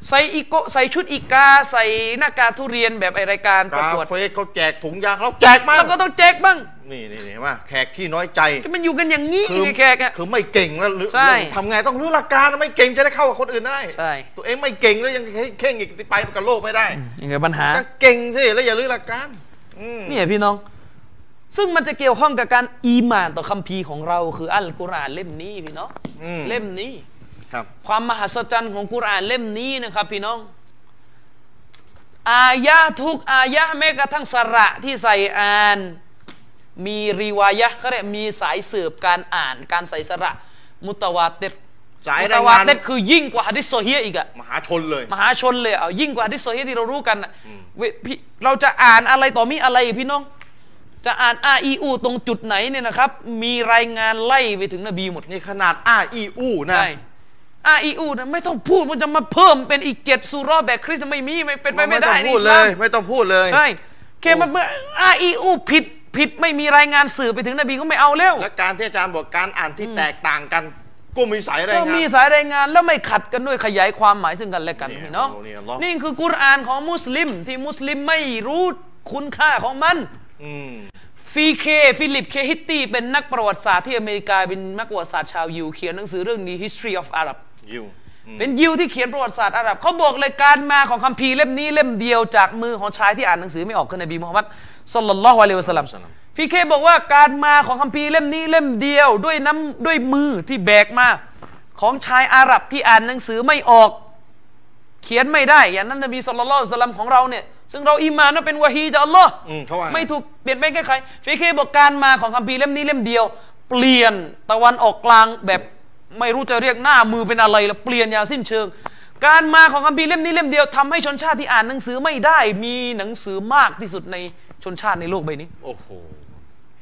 ใส่อีโกใส่ชุดอีกา ใส่หน้ากากทุเรียนแบบไอรายการป
กา
ระกวด
เฟสเขาแจกถุงยางเราแจกมา
แล้วก็ต้องแจกบ้าง
นี่นี่นี่เห็นไหมแขกขี้น้อยใจ
ที่มันอยู่กันอย่างนี้
คือ
ไอ้แขกอะ
คือไม่เก่งแล้วหรือ
ใช่
ทำไงต้องรู้หลักการนะไม่เก่งจะได้เข้ากับคนอื่นได้
ใช่
ตัวเองไม่เก่งแล้วยังเข่งอีกไปกับโลกไม่ได้
ยังไงปัญหา
ก็เก่งสิแล้วอย่าลือหลักการอืม
เนี่ยพี่น้อง ซึ่งมันจะเกี่ยวข้องกับการอีหมานต่อคัมภีร์ของเรา คืออัลกุรอานเล่มนี้พี่น้อง
อืม
เล่มนี้
ครับ
ความมหัศจรรย์ของกุรอานเล่มนี้นะครับ พี่น้อง อายะห์ทุกอายะห์แม้กระทั่งสระที่ใส่อ่าน มีรีวายะห์เขาเรียกมีสายสืบการอ่าน การใส่สระ มุตะวาติด
สาย
มุ
ราย
ตะาง
วาน
เติดคือยิ่งกว่าฮะดิษโซเฮียอีกอะ
มหาชนเลย
มหาชนเลยเอายิ่งกว่าฮะดิสโซฮีที่เรารู้กันน่ะเวพี่เราจะอ่านอะไรต่อมีอะไรพี่น้อง จะอ่านอาอีอูตรงจุดไหนเนี่ยนะครับ มีรายงานไล่ไปถึงนบีหมด
นี่ขนาดอ้าอีอู้นะ
ใช่อาอีอูนะไม่ต้องพูดมันจะมาเพิ่มเป็นอีกเจ็ดซูเราะห์แบบคริสต์ไม่มีไม่เป็นไปไม่ได้
ต้อง
ใน
พูด
อิส
เล
ลาม
ย ไม่ต้องพูดเลย
ใช่เคมันเมื่ออาอีอูผิดผิดไม่มีรายงานสื่อไปถึงนบีก็ไม่เอาแล้ว
และการที่อาจารย์บอกการอ่านที่แตกต่างกัน ก็มีสายราย
ก็
งาน
มีสายรายงานแล้วไม่ขัดกันด้วยขยายความหมายซึ่งกันและกัน
เนี่ย
พี่น้อง
โอ้เนี่ยอัลลอฮ์
นี่คือกุรอานของมุสลิม ที่มุสลิมไม่รู้คุณค่าของมัน
อืม
ฟีเคฟิลิปเคฮิตตี้เป็นนักประวัติศาสตร์ที่อเมริกาเป็นนักประวัติศาสตร์ชาวยิวเขียนหนังสือเรื่อง The History of Arab
ยิวอืม
เป็นยิวที่เขียนประวัติศาสตร์อาหรับเขาบอกเลยการมาของคัมภีร์เล่มนี้เล่มเดียวจากมือของชายที่อ่านหนังสือไม่ออกคือนบีมูฮัมมัดสลลัลลอฮุอะลัยฮิวะสัลลัมฟีเคบอกว่าการมาของคัมภีร์เล่มนี้เล่มเดียวด้วยน้ำด้วยมือที่แบกมาของชายอาหรับที่อ่านหนังสือไม่ออก เขียนไม่ได้ อย่างนั้นนบีสุลต่านละสัลลัมของเราเนี่ยซึ่งเราอิมานว่าเป็นวะฮีจากอัลลอฮ์
อืมเขาว่า
ไม่ถูกเปลี่ยนแปลงแก้ไขฟีเคบอกการมาของคัมภีร์เล่มนี้เล่มเดียว เปลี่ยนตะวันออกกลางแบบไม่รู้จะเรียกหน้ามือเป็นอะไรแล้วเปลี่ยนอย่างสิ้นเชิง การมาของคัมภีร์เล่มนี้เล่มเดียวทำให้ชนชาติที่อ่านหนังสือไม่ได้ มีหนังสือมากที่สุดในชนชาติในโลกใบนี้
โอ้โห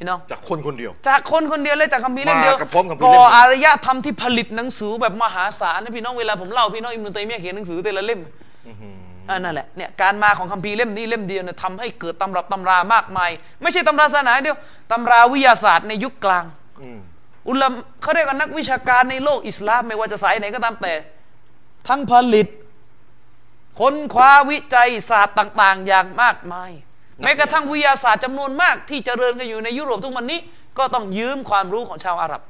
พี่น้อง
จากคนคนเดียว
จากคนคนเดียวเลยจากคัมภีร์เล่มเดียว
มากับพร้อมกับคัมภีร์
ก่
เล่
อ
มเดียว
อารยธรรมที่ผลิตหนังสือแบบมหาศาลนะพี่น้องเวลาผมเล่าพี่น้องอิมนุตัยมียะห์เขียนหนังสือแต่ละเล่ม
อื้อหือ
อันนั่นแหละเนี่ยการมาของคัมภีร์เล่มนี้เล่มเดียวเนี่ยทำให้เกิดตำรับตำรามากมาย ไม่ใช่ตำราศาสนาเดียวตำราวิทยาศาสตร์ในยุคกลาง
อืม
อุลามเขาเรียกว่านักวิชาการในโลกอิสลามไม่ว่าจะสายไหนก็ตามแต่ ทั้งผลิต ค้นคว้าวิจัยศาสตร์ต่าง ๆ อย่างมากมาย แม้กระทั่งวิทยาศาสตร์จำนวนมากที่เจริญกันอยู่ในยุโรปทุกวันนี้ ก็ต้องยืมความรู้ของชาวอาหรับ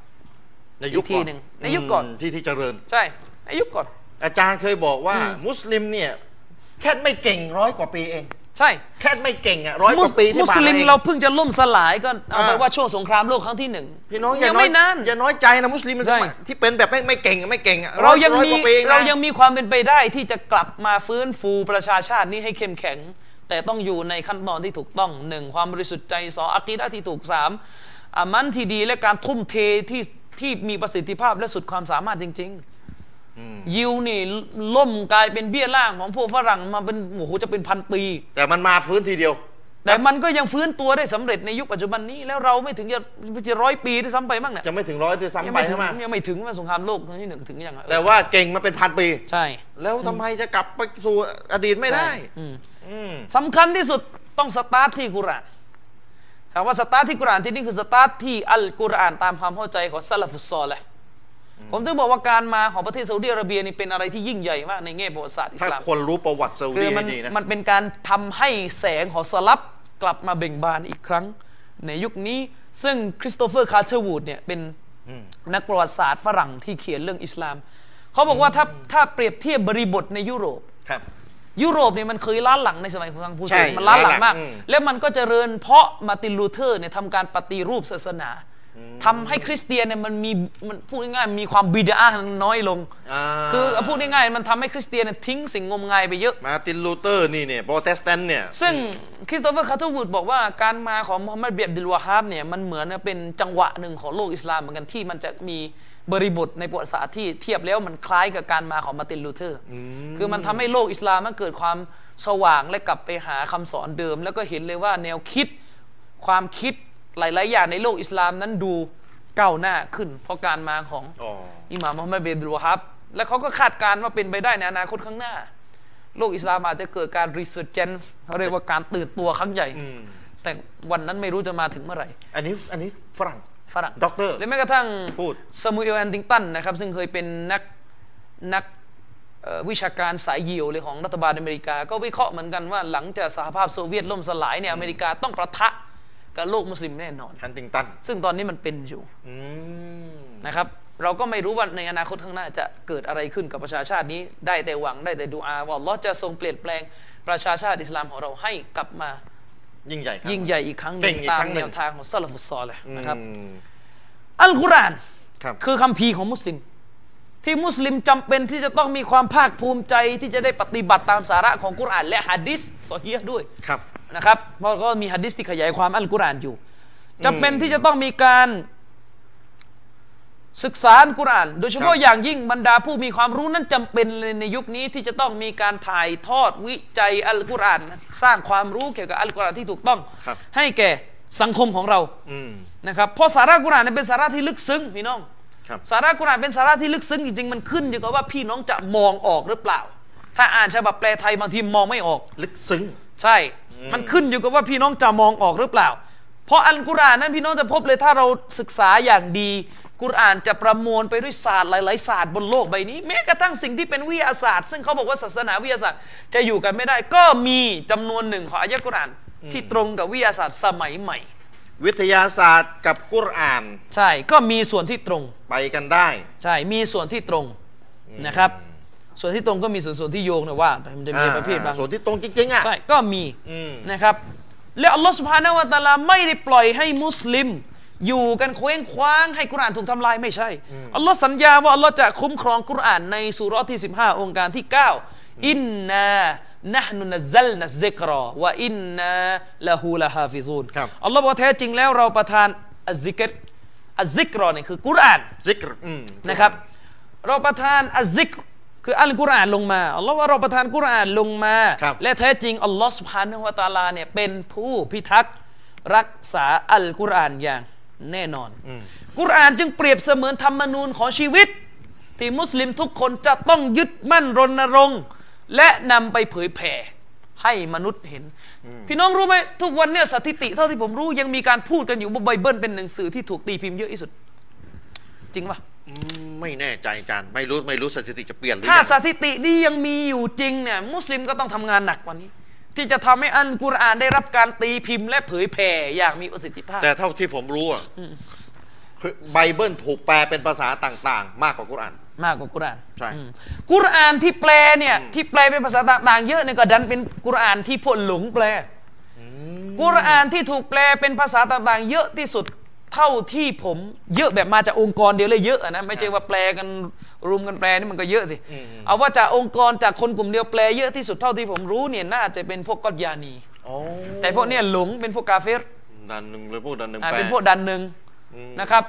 ในยุค
อีกที
ก่อน
หนึ่งในยุคก่อน
มที่ที่เจริญ
ใช่ในยุคก่อน
อาจารย์เคยบอกว่า มุสลิมเนี่ย แค่ไม่เก่งร้อยกว่าปีเอง
ใช่
แค่ไม่เก่งอ่ะร้อยก
มุส
ว่าปีที่
มุส
ผ่าน
ลิม
มาเอง
เราเพิ่งจะล่มสลายก็เอาไป
อ่า
ว่าช่วงสงครามโลกครั้งที่หนึ่ง
พี่น้องอ
ยั
ย่าง น้อย
ไม่นาน
อย่าน้อยใจนะมุสลิม
ใช่
ที่เป็นแบบไม่ไม่เก่งอะไม่เก่งอะ
เรายังมี
กว่ปีองนะ
เรายังมีความเป็นไปได้ที่จะกลับมาฟื้นฟูประชาชาตินี้ให้เข้มแข็ง แต่ต้องอยู่ในขั้นตอนที่ถูกต้องหนึ่งความบริสุทธิ์ใจสองอะกีดะห์ที่ถูกสามอามันที่ดีและการทุ่มเทที่ที่มีประสิทธิภาพและสุดความสามารถจริง ๆ ยิวนี่ล่มกลายเป็นเบี้ยล่างของพวกฝรั่งมาเป็นโอ้โหจะเป็นพันปี
แต่มันมาฟื้นทีเดียว
แต่มันก็ยังฟื้นตัวได้สำเร็จในยุคปัจจุบันนี้แล้วเราไม่ถึงจะจะร้อยปีที่ซ้ำไปมั้งเนี่ย
จะไม่ถึงร้อยด้วย
ยั
ซ้ำไป
ไม่ถึง
ใช่ไหม
ยังไม่ถึงว่าสงครามโลกครั้งที่หนึ่งถึงยังไง
แต่ว่าเก่งมาเป็นพันปี
ใช่
แล้วทำไมจะกลับไปสู่อดีตไม่ได้
อืม
อืม
สำคัญที่สุดต้องสตาร์ทที่กุรอานถามว่าสตาร์ทที่กุรอานที่นี่คือสตาร์ทที่อัลกุรอานตามความเข้าใจของซาลาฟุสซอลแหละผมถึงบอกว่าการมาของประเทศซาอุดิอาระเบียนี่เป็นอะไรที่ยิ่งใหญ่มากในแง่ประวัติศาสตร์อิส
ถ้า
ลาม
คนรู้ประวัติซาอุ
คื
ดี
อมัน
ให้ดีนะ
มันเป็นการทำให้แสงของสลับกลับมาเบ่งบานอีกครั้ง ในยุคนี้ซึ่งคริสโตเฟอร์คาร์เทอร์วูดเนี่ยเป็นนักประวัติศาสตร์ฝรั่งที่เขียนเรื่องอิสลาม เขาบอกว่าถ้าถ้าเปรียบเทียบบริบทในยุโรป
ครับ
ยุโรปเนี่ยมันเคยล้าหลังในสมัยของทางผู้
ใช่
สูงมันล้าหลังมาก
ล้าหลังอืม
แล้วมันก็เจริญเพราะมาร์ตินลูเทอร์เนี่ยทำการปฏิรูปศาสนาทำให้คริสเตียนเนี่ยมันมีมันพูดง่ายๆมีความบิดาน้อยลง
า
คือพูดง่ายๆมันทำให้คริสเตียนเนยทิ้งสิ่งงมงายไปเยอะ
มาร์ตินลูเตอร์นี่เนี่ยโปรเตสแตนต์เนี่ย
ซึ่งคริสโตเฟอร์คาร์เทอร์วูดบอกว่าการมาของมูฮัมหมัดเบียบดิลวาฮาบเนี่ยมันเหมือนเป็นจังหวะหนึ่งของโลกอิสลามเหมือนกันที่มันจะมีบริบทในประวัติศาสตร์ที่เทียบแล้วมันคล้ายกับการมาของมาร์ตินลูเทอร์คือมันทำให้โลกอิสลามมันเกิดความสว่างและกลับไปหาคำสอนเดิม แล้วก็เห็นเลยว่าแนวคิดความคิดหลาย ๆ อย่างในโลกอิสลามนั้นดูก้าวหน้าขึ้น เพราะการมาของ
อ๋อ
อิหม่ามมูฮัมหมัดเบนบิลวาฮับและเขาก็คาดการณ์ว่าเป็นไปได้ในอนาคตข้างหน้า โลกอิสลามอาจจะเกิดการ resurgence เขาเรียกว่าการตื่นตัวครั้งใหญ่
อืม
แต่วันนั้นไม่รู้จะมาถึงเมื่อไหร่
อันนี้อันนี้ฝรั่ง
ฝรั่ง
ด็อกเตอร์
หรือแม้กระทั่ง
พูด
ซามูเอลแอนติงตันนะครับ ซึ่งเคยเป็นนักนักเอ่อวิชาการสายยิวเลยของรัฐบาลอเมริกา ก็วิเคราะห์เหมือนกันว่าหลังจากสหภาพโซเวียตล่มสลายเนี่ยอเมริกาต้องประทะกับโลกมุสลิมแน่นอน
ฮันติงตัน
ซึ่งตอนนี้มันเป็นอยู่
อืม
นะครับ เราก็ไม่รู้ว่าในอนาคตข้างหน้าจะเกิดอะไรขึ้นกับประชาชาตินี้ได้แต่หวังได้แต่ดูอาว่าอัลลอฮ์จะทรงเปลี่ยนแปลงประชาชาติอิสลามของเราให้กลับมา
ยิ่งใหญ่ครับ
ยิ่งใหญ่อีกครั้งหนึ่
เก่
ง
งอีก
ตา
ค
ม
รั้งหนึ่
แน
ง
วทางของซาลฟุตซอลเลยนะครับ
อืม
อัลกุรอาน
ครับ
คือคัมภีร์ของมุสลิม ที่มุสลิมจำเป็นที่จะต้องมีความภาคภูมิใจที่จะได้ปฏิบัติตามสาระของกุรอานและฮะดิษซอฮีฮ์ด้วย
ครับ
นะครับเพราะก็มีฮะดิษที่ขยายความอัลกุรอานอยู่จำเป็นที่จะต้องมีการศึกษาอัลกุรอาน โดยเฉ
ค
พาะ
รับ
อย่างยิ่งบรรดาผู้มีความรู้นั้นจำเป็นเลยในยุคนี้ที่จะต้องมีการถ่ายทอดวิจัยอัลกุรอาน สร้างความรู้เกี่ยวกับอัลกุรอานที่ถูกต้อง ให้แก่สังคมของเรา
อืม
นะครับเพราะสาระกุรอานเนี่ยเป็นสาระที่ลึกซึ้งพี่น้อง
ครับ
สาระกุรอานเป็นสาระที่ลึกซึ้งจริงๆมันขึ้นอยู่กับว่าพี่น้องจะมองออกหรือเปล่า ถ้าอ่านฉบับแปลไทยบางทีมองไม่ออก
ลึกซึ้ง
ใช่ มันขึ้นอยู่กับว่าพี่น้องจะมองออกหรือเปล่า เพราะอัลกุรอานนั้นพี่น้องจะพบเลยถ้าเราศึกษาอย่างดี กุรอานจะประมวลไปด้วยศาสตร์หลาย ๆ ศาสตร์บนโลกใบนี้ แม้กระทั่งสิ่งที่เป็นวิทยาศาสตร์ ซึ่งเขาบอกว่าศาสนาวิทยาศาสตร์จะอยู่กันไม่ได้ ก็มีจำนวนหนึ่งของอายะห์กุรอานที่ตรงกับวิทยาศาสตร์สมัยใหม่
วิทยาศาสตร์กับกุรอาน
ใช่ก็มีส่วนที่ตรง
ไปกันได้
ใช่ มีส่วนที่ตรงนะครับ ส่วนที่ตรงก็มีส่วนส่วนที่โยงนะว่าไปมันจะมีประเภทบาง
อ่ส่วนที่ตรงจริงๆอ่ะ
ใช่ ก็มี
อืม
นะครับ และอัลลอฮ์สุภาณวะตะอาลาไม่ได้ปล่อยให้มุสลิม อยู่กันเคว้งคว้างให้กุรอานถูกทำลายไม่ใช่ อัลลอฮ์สัญญาว่าอัลลอฮ์จะคุ้มครองกุรอานในสุเราะห์ที่ 15 องค์การที่ 9 อินนานะฮ์นุนัซซัลนะซิกรอวะอินนาละฮูละฮาฟิซูน
ครับ
อัลลอฮ์บอกว่าแท้จริงแล้วเราประทานอัซซิกรอัซซิกรอเนี่ยคือกุรอาน
ซิกรอืม
นะครับเราประทานอัซซิกรคืออัลกุรอานลงมาอัลลอฮ์ว่าเราประทานกุรอานลงมา และแท้จริงอัลลอฮ์สุบฮานะฮูวะตะอาลาเนี่ยเป็นผู้พิทักษ์รักษาอัลกุรอานอย่างแน่นอน กุรอานจึงเปรียบเสมือนธรรมนูญของชีวิต ที่มุสลิมทุกคนจะต้องยึดมั่นรณรงค์ และนำไปเผยแผ่ให้มนุษย์เห็น พี่น้องรู้ไหมทุกวันเนี่ยสถิติเท่าที่ผมรู้ยังมีการพูดกันอยู่ว่าไบเบิลเป็นหนังสือที่ถูกตีพิมพ์เยอะที่สุด จริงปะ
อืมไม่แน่ใจอาจารย์ ไม่รู้ไม่รู้สถิติจะเปลี่ยนหรือ
ถ้า
ยัง
สถิตินี้ยังมีอยู่จริงเนี่ยมุสลิมก็ต้องทำงานหนักกว่านี้ ที่จะทำให้อันกุรอานได้รับการตีพิมพ์และเผยแผ่อย่างมีประสิทธิภาพ
แต่เท่าที่ผมรู้อ่ะคือไบเบิลถูกแปลเป็นภาษาต่างๆ มากกว่ากุรอาน
มากกว่ากุรอาน
ใช่
อืมกุรอานที่แปลเนี่ยที่แปลเป็นภาษาต่างๆ เยอะเนี่ยก็ดันเป็นกุรอานที่พวกหลงแปล กุรอานที่ถูกแปลเป็นภาษาต่างๆ เยอะที่สุดเท่าที่ผมเยอะแบบมาจากองค์กรเดียวเลยเยอะอะนะไม่ใช่ว่าแปลกันรุมกันแปลนี่มันก็เยอะสิเอาว่าจากองค์กรจากคนกลุ่มเดียวแปลเยอะที่สุดเท่าที่ผมรู้เนี่ยน่าจะเป็นพวกกอดยานี แต่พวกเนี่ยหลงเป็นพวกกาเฟร
ดันหนึ่งเลยพวกดันหนึ่ง
อ่า
แปล
เป็นพวกดันหนึ่งนะครับ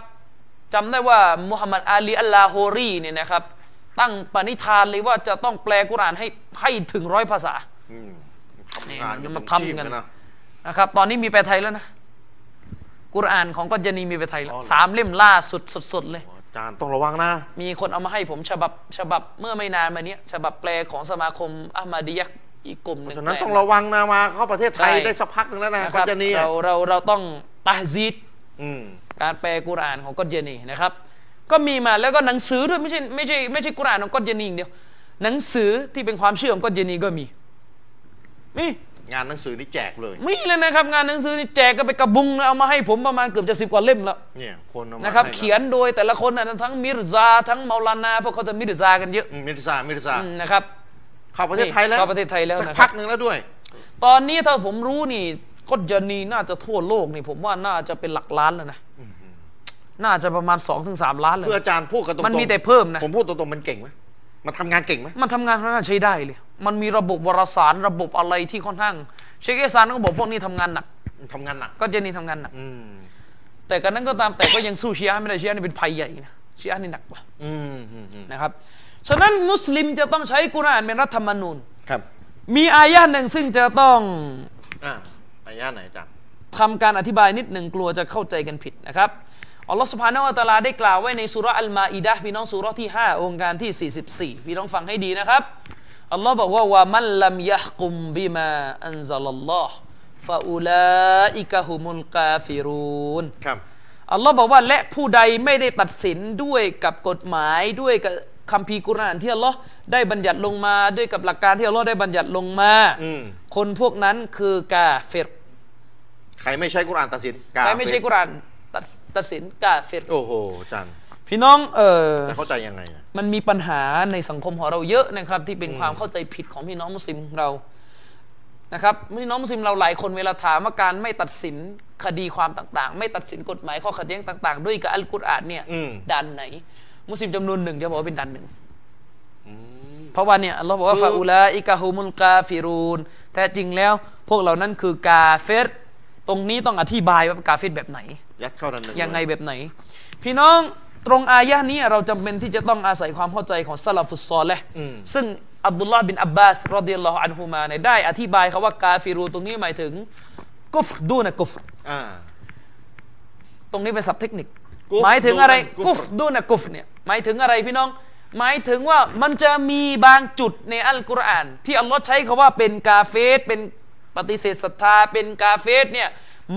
จำได้ว่ามุฮัมมัดอาลีอัลลาโฮรีเนี่ยนะครับ ตั้งปณิธานเลยว่าจะต้องแปลกุรอานให้ให้ถึงร้อยภาษา
อืม
นี่
ทำงาน
มัน
กัน
มัน
ทำ
ทำกั
กัน นนะ
นะครับ ตอนนี้มีแปลไทยแล้วนะ กุรอานของกัจญานีมีแปลไทยแล้ว
อ๋อเหรอ
สามเล่มล่าสุดสดๆเลย
อาจารย์ต้องระวังนะ
มีคนเอามาให้ผมฉบับฉบับเมื่อไม่นานมาเนี้ยฉบับแปลของสมาคมอามาดิยะห์อีกกลุ่มหนึ่ง
ฉะนั้น
แปล
ต้องระวังนะมาเข้าประเทศไทย
ใช่
ได้สักพักหนึ่งแล้วนะ
นะค
กั
รั
ญ
บ
จนีอ่ะ
เราเราเราต้องตาซีด
อืม
การแปลกุรอานของกฎเยนีนะครับ ก็มีมาแล้วก็หนังสือด้วยไม่ใช่ไม่ใช่ไม่ใช่กุรอานของกฎเยนีอย่างเดียว หนังสือที่เป็นความเชื่อของกฎเยนีก็มีมี
งานหนังสือนี่แจกเลย
มีเลยนะครับ งานหนังสือนี่แจกกันไปกระบุงเลยเอามาให้ผมประมาณเกือบจะสิบกว่าเล่มแล้ว
เนี่ยคนเอามา
นะครับ
ให้
เขียนโดยแต่ละคนนะทั้งมิรซาทั้งเมาลานาพวกเขาจะมิรซากันเยอะ
อืมมิริซามิริซา
อืมนะครับ
เข้าประเทศไทยแล้ว
เข้าประเทศไทยแล้ว
สัก
นะครับ
พักหนึ่งแล้วด้วย
ตอนนี้ถ้าผมรู้นี่กฎเยนีน่าจะทั่วโลกนี่ผมว่าน่าจะเป็นหลักล้านแล้วนะน่าจะประมาณ2-3ถึงล้านเลย
เพื่ออาจารย์พูดกันตรงๆ
มันมีแต่เพิ่มนะ
ผมพูดตรงๆมันเก่งไหมมันทำงานเก่งไหม
มันทำงานค่อนข้างใช้ได้เลย มันมีระบบวารสารระบบอะไรที่ค่อนข้าง เชคเอซานก็บอกพวกนี้ทำงานหนัก
มันทำงานหนัก
ก็เจนี่ทำงานหนัก
อืม
แต่กันนั้นก็ตามแต่ก็ยังสู้เชียร์ไม่ได้เชียร์นี่เป็นภัยใหญ่นะเชียร์นี่หนักกว่า
อืมอืมอืม
นะครับ ฉะนั้นมุสลิมจะต้องใช้กุรอานเป็นรัฐธรรมนูญ
ครับ
มีอายะหนึ่งซึ่งจะต้อง
อ่าอายะไหนอาจารย์
ทำการอธิบายนิดหนึ่งกลัวจะเข้าใจกันผิดนะครับอัลลอฮฺสุภาณวะตะอาลาได้กล่าวไว้ในสุราะห์อัลมาอิดะห์พี่น้องสุราะห์ที่ 5 องค์การที่ 44พี่น้องฟังให้ดีนะครับ อัลลอฮ์บอกว่าวามันลัมยะฮ์กุมบิมาอันซาลลลอฮ์ฟาอูลาอิกะฮุมุลกาฟิรูน
ครับ
อัลลอฮ์บอกว่าและผู้ใดไม่ได้ตัดสินด้วยกับกฎหมายด้วยกับคำพีร์กุรอานที่อัลลอฮ์ได้บัญญัติลงมาด้วยกับหลักการที่อัลลอฮ์ได้บัญญัติลงมา
อืม
คนพวกนั้นคือกาเฟร
ใครไม่ใช้กุรอานตัดสินกา
ใค
เฟ
ร
ร
ไม่ใช่กุรอานตัดตัดสินกาเฟร
โอ้โหอาจัน
พี่น้องเออ
จะเข้าใจยังไงอะ
มันมีปัญหาในสังคมของเราเยอะนะครับ ที่เป็นความเข้าใจผิดของพี่น้องมุสลิมของเรานะครับพี่น้องมุสลิมเราหลายคนเวลาถามว่าการไม่ตัดสินคดีความต่าง ๆ ไม่ตัดสินกฎหมายข้อขัดแย้งต่าง ๆ ด้วยกับอัลกุรอานเนี่ย
อืม
ดันไหน มุสลิมจำนวนหนึ่งจะบอกว่าเป็นดันหนึ่งเพราะว่าเนี่ยอัลลอฮ์บอกว่าฟาอุลาอิกะฮุมุลกาฟิรูนแท้จริงแล้ว พวกเหล่านั้นคือกาเฟรตรงนี้ต้องอธิบายว่ากาเฟรแบบไหน
ยัดเข้าดันหนึ่ง
ยังไงแบบไหน พี่น้องตรงอายะห์นี้เราจำเป็นที่จะต้องอาศัยความเข้าใจของซาลาฟุสซอลและห์ซึ่งอับดุลลาห์บินอับบาสรอดิยัลลอฮุอันฮุมาเนี่ยได้อธิบายครับว่ากาฟิรูนตรงนี้หมายถึงกุฟรดูนะกุฟร
อ่า
ตรงนี้เป็นศัพท์เทคนิค
กุฟ
หมายถึงอะไร
ดูนะกุ
กุ
ฟ
ฟดูนะกุฟเนี่ยหมายถึงอะไรพี่น้อง หมายถึงว่ามันจะมีบางจุดในอัลกุรอาน ที่อัลลอฮ์ใช้คาว่าเป็นกาเฟสเป็นปฏิเสธศรัทธาเป็นกาเฟสเนี่ย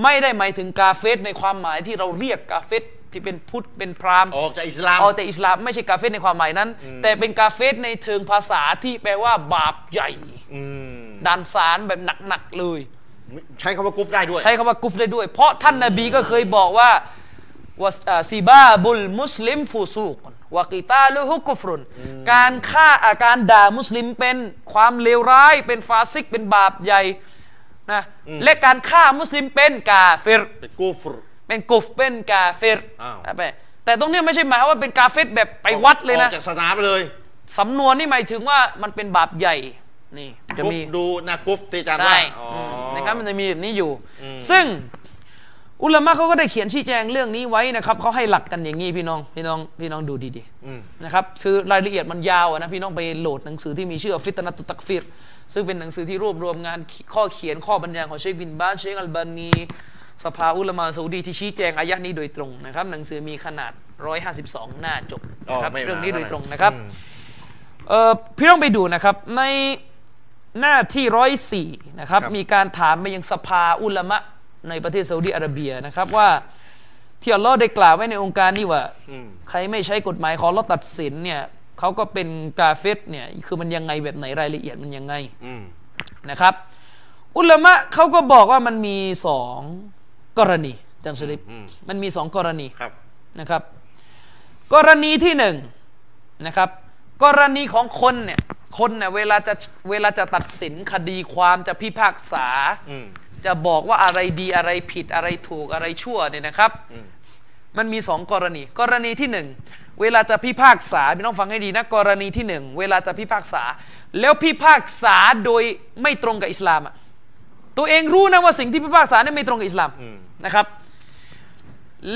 ไม่ได้หมายถึงกาเฟสในความหมายที่เราเรียกกาเฟสที่เป็นพุทธเป็นพราหมณ์
ออกจากอิสลาม
เอาแต่อิสลามไม่ใช่กาเฟสในความหมายนั้น แต่เป็นกาเฟสในเชิงภาษาที่แปลว่าบาปใหญ่
อืม
ดานสารแบบหนักๆเลย
ใช้คำว่ากุฟได้ด้วย
ใช้คำว่ากุฟได้ด้วย เพราะท่านนาบีก็เคยบอกว่าว่าอ่าซีบาบุลมุสลิมฟูซูกนวากิตาลุฮุกุฟรุน การฆ่าอาการด่ามุสลิมเป็นความเลวร้าย เป็นฟาซิก เป็นบาปใหญ่นะและการฆ่ามุสลิมเป็นกาเฟร
เป็นกูฟร
เป็นกุฟเป็นกาเฟร
อ้าว
ไปแต่ตรงเนี้ยไม่ใช่หมายความว่าเป็นกาเฟรแบบไปวัดเลย
อ
นะ
อกจากศาสนาไปเลย
สำนวนนี่หมายถึงว่ามันเป็นบาปใหญ่นี่จะ
กุฟ
มี
ดูนะกุฟที่อาจารย์
ใช่
ว่าอ๋ออ
มนะครับมันจะมีแบบนี้อยู่ ซึ่งอุลามะเขาก็ได้เขียนชี้แจงเรื่องนี้ไว้นะครับเขาให้หลักกันอย่างนี้พี่น้องพี่น้องพี่น้องดูดี
อืม
ๆนะครับคือรายละเอียดมันยาวอะนะพี่น้องไปโหลดหนังสือที่มีชื่อว่าฟิตนะตุตักฟิรซึ่งเป็นหนังสือที่รวบรวมงานข้อเขียนข้อบรรยายของเชคบินบานเชคอัลบานีสภาอุลามะซาอุดีที่ชี้แจงอายะห์นี้โดยตรงนะครับหนังสือมีขนาด 152 หน้าจบ
อ๋อ
นะครับ
ไม่มา
เรื่องนี้โดย
ไม่มา
ตรงนะครับ
อืม
เอ่อพี่ต้องไปดูนะครับในหน้าที่ร้อยสี่นะครับ
ครับ
มีการถามไปยังสภาอุลามะในประเทศซาอุดีอาระเบียนะครับว่าที่อัลลอฮ์ได้กล่าวไว้ในองค์การนี่ว่า
อืม
ใครไม่ใช้กฎหมายของอัลลอฮ์ตัดสินเนี่ยเขาก็เป็นกาเฟตเนี่ยคือมันยังไงแบบไหนรายละเอียดมันยังไง
อืม
นะครับ อุลามะเขาก็บอกว่ามันมีสองกรณีจังสลิป
อืม
มันมีสองกรณี
ครับ
นะครับกรณีที่หนึ่งนะครับกรณีของคนเนี่ยคนเนี่ยเวลาจะเวลาจะตัดสินคดีความจะพิพากษา
อืม
จะบอกว่าอะไรดีอะไรผิดอะไรถูกอะไรชั่วเนี่ยนะครับ มันมีสองกรณี กรณีที่หนึ่งเวลาจะพิพากษาพี่น้องฟังให้ดีนะกรณีที่หนึ่งเวลาจะพิพากษา แล้วพิพากษาโดยไม่ตรงกับอิสลามอะตัวเองรู้นะว่าสิ่งที่พิพากษาเนี่ยไม่ตรงกับอิสลาม
อืม
นะครับ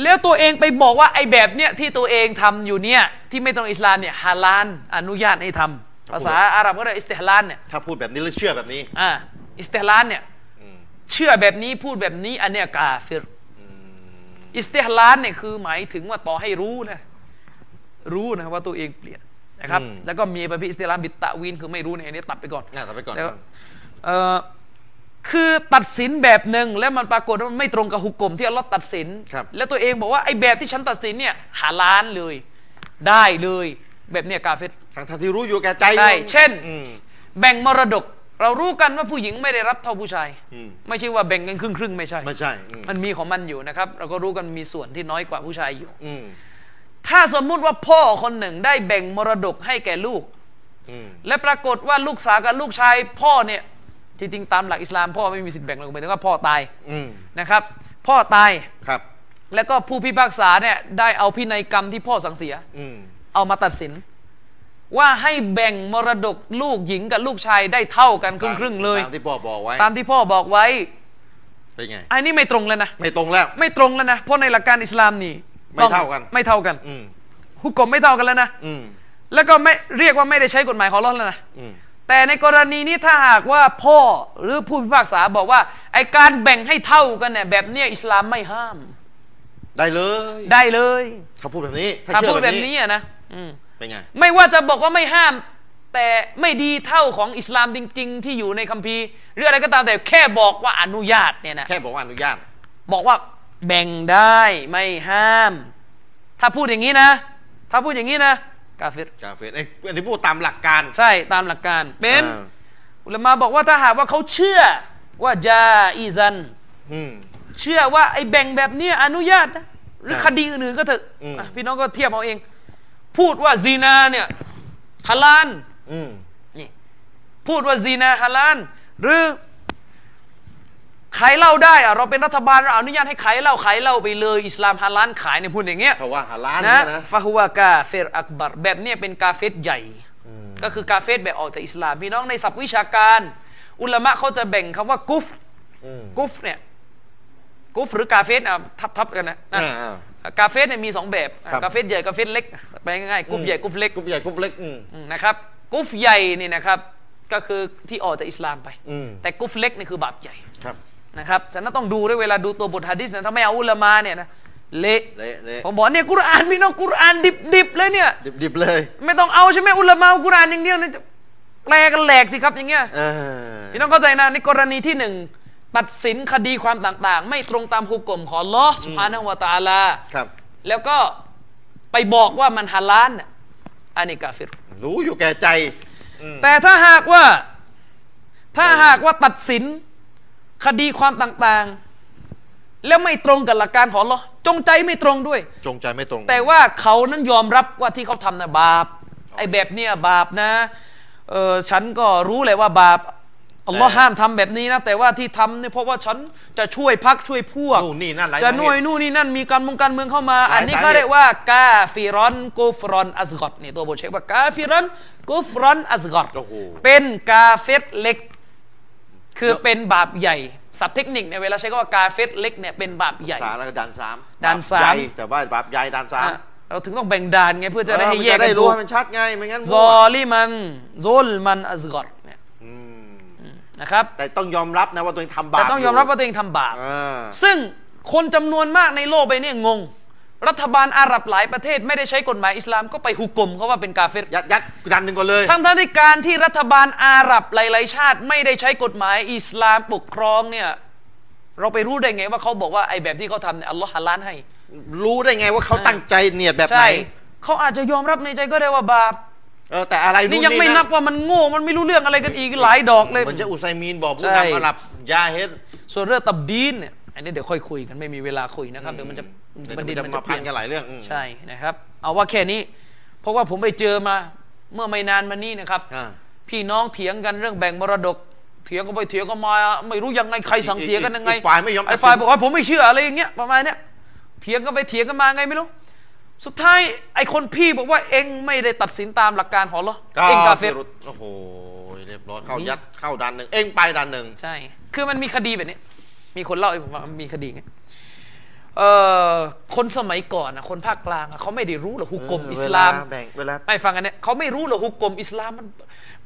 แล้วตัวเองไปบอกว่าไอ้แบบเนี้ยที่ตัวเองทำอยู่เนี่ยที่ไม่ตรงกับอิสลามเนี่ยฮาลานอนุญาตให้ทำภาษาอาหรับก็เรียกอิสติฮลานเนี่ย
ถ้าพูดแบบนี้แล้วเชื่อแบบนี้
อ่าอิสติฮลานเนี่ย
อืม
เชื่อแบบนี้พูดแบบนี้อันเนี้ยกาเฟิรอิสติฮลานเนี่ยคือหมายถึงว่าต่อให้รู้นะ รู้นะว่าตัวเองเปลี่ยนนะครับ
อืม
แล้วก็มีประเภทอิสติฮลานบิตตะวินคือไม่รู้ในอันนี้ตัดไปก่อน
น่าจะไปก่อน
แต่ว่าเอ่อคือตัดสินแบบหนึ่งแล้วมันปรากฏว่ามันไม่ตรงกับหุกกลมที่อัลลอฮ์ตัดสิน
ครับ
แล้วตัวเองบอกว่าไอ้แบบที่ฉันตัดสินเนี่ยหาล้านเลย ได้เลย แบบเนี้ยกาเฟร
ทั้งทที่รู้อยู่แก่ใจ
ใช่เช่น
อืม
แบ่งมรดก เรารู้กันว่าผู้หญิงไม่ได้รับเท่าผู้ชาย
อืม
ไม่ใช่ว่าแบ่งกันครึ่งครึ่งๆไม่ใช่
ไม่ใช่ อืม
มันมีของมันอยู่นะครับ เราก็รู้กันมีส่วนที่น้อยกว่าผู้ชายอยู่
อืม
ถ้าสมมุติว่าพ่อคนหนึ่งได้แบ่งมรดกให้แก่ลูก
อืม
และปรากฏว่าลูกสาวกับลูกชาย พ่อเนี่ยจริงๆตามหลักอิสลามพ่อไม่มีสิทธิ์แบ่งหรอกหมายถึงว่าพ่อตาย
อืม
นะครับ พ่อตาย
ครับ
แล้วก็ผู้พิพากษาเนี่ยได้เอาพินัยกรรมที่พ่อสั่งเสีย
อืม
เอามาตัดสิน ว่าให้แบ่งมรดกลูกหญิงกับลูกชายได้เท่ากันครึ่งครึ่งๆเลย
ตามที่พ่อบอกไว้
ตามที่พ่อบอกไว้
เป็นไง
อันนี้ไม่ตรงแล้วนะ
ไม่ตรงแล้ว
ไม่ตรงแล้วนะ เพราะในหลักการอิสลามนี่
ไม่เท่ากัน
ไม่เท่ากัน
อืม
ฮุกกลมไม่เท่ากันแล้วนะ
อืม
แล้วก็ไม่เรียกว่าไม่ได้ใช้กฎหมายของอัลลอฮ์แล้วนะ
อืม
แต่ในกรณีนี้ถ้าหากว่าพ่อหรือผู้พิพากษาบอกว่าไอการแบ่งให้เท่ากันเนี่ยแบบเนี้ยอิสลามไม่ห้าม
ได้เลย
ได้เลย
ถ้าพูดแบบนี้ ถ้า
ถ้า
เชื่
พู
อ
ด
แบ
แบบ บ
นี้
นี้อะนะอืม
เป็นไง
ไม่ว่าจะบอกว่าไม่ห้าม แต่ไม่ดีเท่าของอิสลามจริง ๆ ที่อยู่ในคัมภีร์หรืออะไรก็ตามแต่แค่บอกว่าอนุญาตเนี่ยนะ
แค่บอกว่าอนุญาต
บอกว่าแบ่งได้ไม่ห้าม ถ้าพูดอย่างนี้นะ ถ้าพูดอย่างนี้นะ กาเฟร
กาเฟรเอ้ยอันนี้พูดตามหลักการ
ใช่ตามหลักการเป็น
อ่า
อุลามาบอกว่าถ้าหากว่าเขาเชื่อว่าจาอีซัน
อืม
เชื่อว่าไอ้แบ่งแบบเนี้ยอนุญาตนะหรือ
ครับ
คดีอื่นๆก็เถอะ
อืม
อ่ะพี่น้องก็เทียบเอาเอง พูดว่าซีนาเนี่ยฮาลาน
อืม
นี่พูดว่าซีนาฮาลานหรือขายเหล้าได้อะเราเป็นรัฐบาลเราอนุญาตให้ขายเหล้าขายเหล้าไปเลยอิสลามฮาลานขายเนี่ยพูดอย่างเงี้ย
ถ้าว่าฮาลาล
นะ
เนยนะ
ฟาฮุวากาเฟรอักบัรแบบเนี้ยเป็นกาเฟรใหญ่ ก็คือกาเฟรแบบออกจากอิสลาม พี่น้องในศัพท์วิชาการ อุลามะเขาจะแบ่งคำว่ากุฟ
อืม
กุฟเนี่ยกุฟหรือกาเฟสอ่ะทับทับกันนะนะ
อ่าอ่า
กาเฟสเนี่ยมีสองแบบอ่ะ
ครับ
กาเฟสใหญ่กาเฟสเล็กไปง่ายๆกุฟใหญ่กุฟเล็ก
กุ๊บใหญ่กุ๊บเล็กอืม
อืมนะครับกุฟใหญ่นี่นะครับก็คือที่ออกจากอิสลามไป
อืม
แต่กุฟเล็กนี่คือบาปใหญ่
ครับ
นะครับฉะนั้นต้องดูด้วยเวลาดูตัวบทฮะดิษนะถ้าไม่เอาอุลามาเนี่ยนะเละ
เละเละ
ผมบอกเนี่ยกุรอานพี่น้องกุรอานดิบดิบเลยเนี่ย
ดิบๆเลย
ไม่ต้องเอาใช่ไหมอุลามาเอากุรอานอย่างเดียวเนี่ยจะแปลกันแหลกสิครับอย่างเงี้ย
เออ
พี่น้องเข้าใจนะในกรณีที่หนึ่งตัดสินคดีความต่างๆ ไม่ตรงตามฮุกกลมของอัลลอสุภาณหัวะตะอาลา
ครับ
แล้วก็ไปบอกว่ามันฮาลาลน่ะอันนี้กาฟิร
รู้อยู่แก่ใจ
แต่ถ้าหากว่า ถ้าหากว่าตัดสินคดีความต่างๆ แล้วไม่ตรงกับหลักการของอัลลอฮ์จงใจไม่ตรงด้วย
จงใจไม่ตรง
แต่ว่าเขานั้นยอมรับว่าที่เขาทำนะบาป ไอ้แบบเนี้ยบาปนะเออฉันก็รู้แหละว่าบาปอัลลอฮ์ห้ามทำแบบนี้นะ แต่ว่าที่ทำเนี่ยเพราะว่าฉันจะช่วยพักช่วยพวก
นู่นนี่นั่นหลาย
จะ
สาเหตุ
หน่วยนู่นนี่นั่นมีการมงการเมืองเข้ามา
หลาย
อันนี้
สาเหตุ
เขาเรียกว่ากาฟิรอนกูฟรอนอัสกอตนี่ตัวบทเช็คว่ากาฟิรอนกูฟรอนอัสกอต
โอ้โห
เป็นกาเฟตเล็ก คือเป็นบาปใหญ่ศัพท์เทคนิคเนี่ยเวลาใช้ก็ว่ากาเฟตเล็กเนี่ยเป็นบาปใหญ่
สารแล้วก็ดันสาม
ด่านสาม
ใหญ่แต่ว่าบาปใหญ่ดันสาม
อ่ะเราถึงต้องแบ่งด่านไงเพื่อจะได้ให้
เออ
แยก
มันจะ
กั
ได้
น
รู้
ถูก
ให้มันชัดไงไม่งั้น
ซ
มั่ว
อลิมันซุลมันอัสกอรเนี่ย
อืม
นะครับ
แต่ต้องยอมรับนะว่าตัวเองทำบาป
แต่ต้องยอมรับว่าตัวเองทำบาป
อ่า
ซึ่งคนจำนวนมากในโลกใบนี้งง รัฐบาลอาหรับหลายประเทศไม่ได้ใช้กฎหมายอิสลามก็ไปหุกกลมเขาว่าเป็นกาเฟร
ยัดยัดดันหนึ่งก่อนเลย
ทั้งทั้งที่การที่รัฐบาลอาหรับหลาย ๆ ชาติ ไม่ได้ใช้กฎหมายอิสลามปกครองเนี่ยเราไปรู้ได้ไงว่าเขาบอกว่าไอ้แบบที่เขาทำเนี่ยอัลลอฮ์ฮาลานให้
รู้ได้ไงว่าเขาตั้งใจเนียดแบบไหน
ใช่เขาอาจจะยอมรับในใจก็ได้ว่าบาป
เออแต่อะไร
นี่ยังไม่นับว่ามันโง่มันไม่รู้เรื่องอะไรกันอีกหลายดอกเลย
เหมือนจะอุไซมีนบอกผู้
ใช่
นำอาหรับยาเฮ็ด
ส่วนเรื่องตับดีนเนี่ยอันนี้เดี๋ยวค่อยคุยกันไม่มีเวลาคุยนะครับ เดี๋ยวมันจะ
อืม
ประเด็น
เดี๋ยวมั
มั
นน
จะ
จะมา
เป
พั
ลี่ย
น
น
กันหลายเรื่องอืม
ใช่นะครับ เอาว่าแค่นี้ เพราะว่าผมไปเจอมา เมื่อไม่นานมานี้นะครับ
อ่า
พี่น้องเถียงกันเรื่องแบ่งมรดก เถียงกันไปเถียงกันมา ไม่รู้ยังไงใครสั่งเสียกันยังไง
อีกฝ่ายไม่ยอม
ไอ้ฝ่าย
ตัดสิน
บอกว่าผมไม่เชื่ออะไรอย่างเงี้ยประมาณเนี้ยเถียงกันไปเถียงกันมาไงไม่รู้ สุดท้ายไอ้คนพี่บอกว่าเองไม่ได้ตัดสินตามหลักการของเราเองกาเฟร
รุโอ้โหเรียบร้อยเข้ายัดเข้าดันหนึ่งเอ็งไปดันหนึ่ง
ใช่ คือมันมีคดีแบบนี้ มีคนเล่าให้ผมว่ามีคดีไงเออคนสมัยก่อนนะคนภาคกลางอะเขาไม่ได้รู้หรอกฮุกกลม
เออ
อิสลาม
เวลาแบ่งเวลา
ไม่ฟังกันเนี่ยเขาไม่รู้หรอกฮุกกลมอิสลามมัน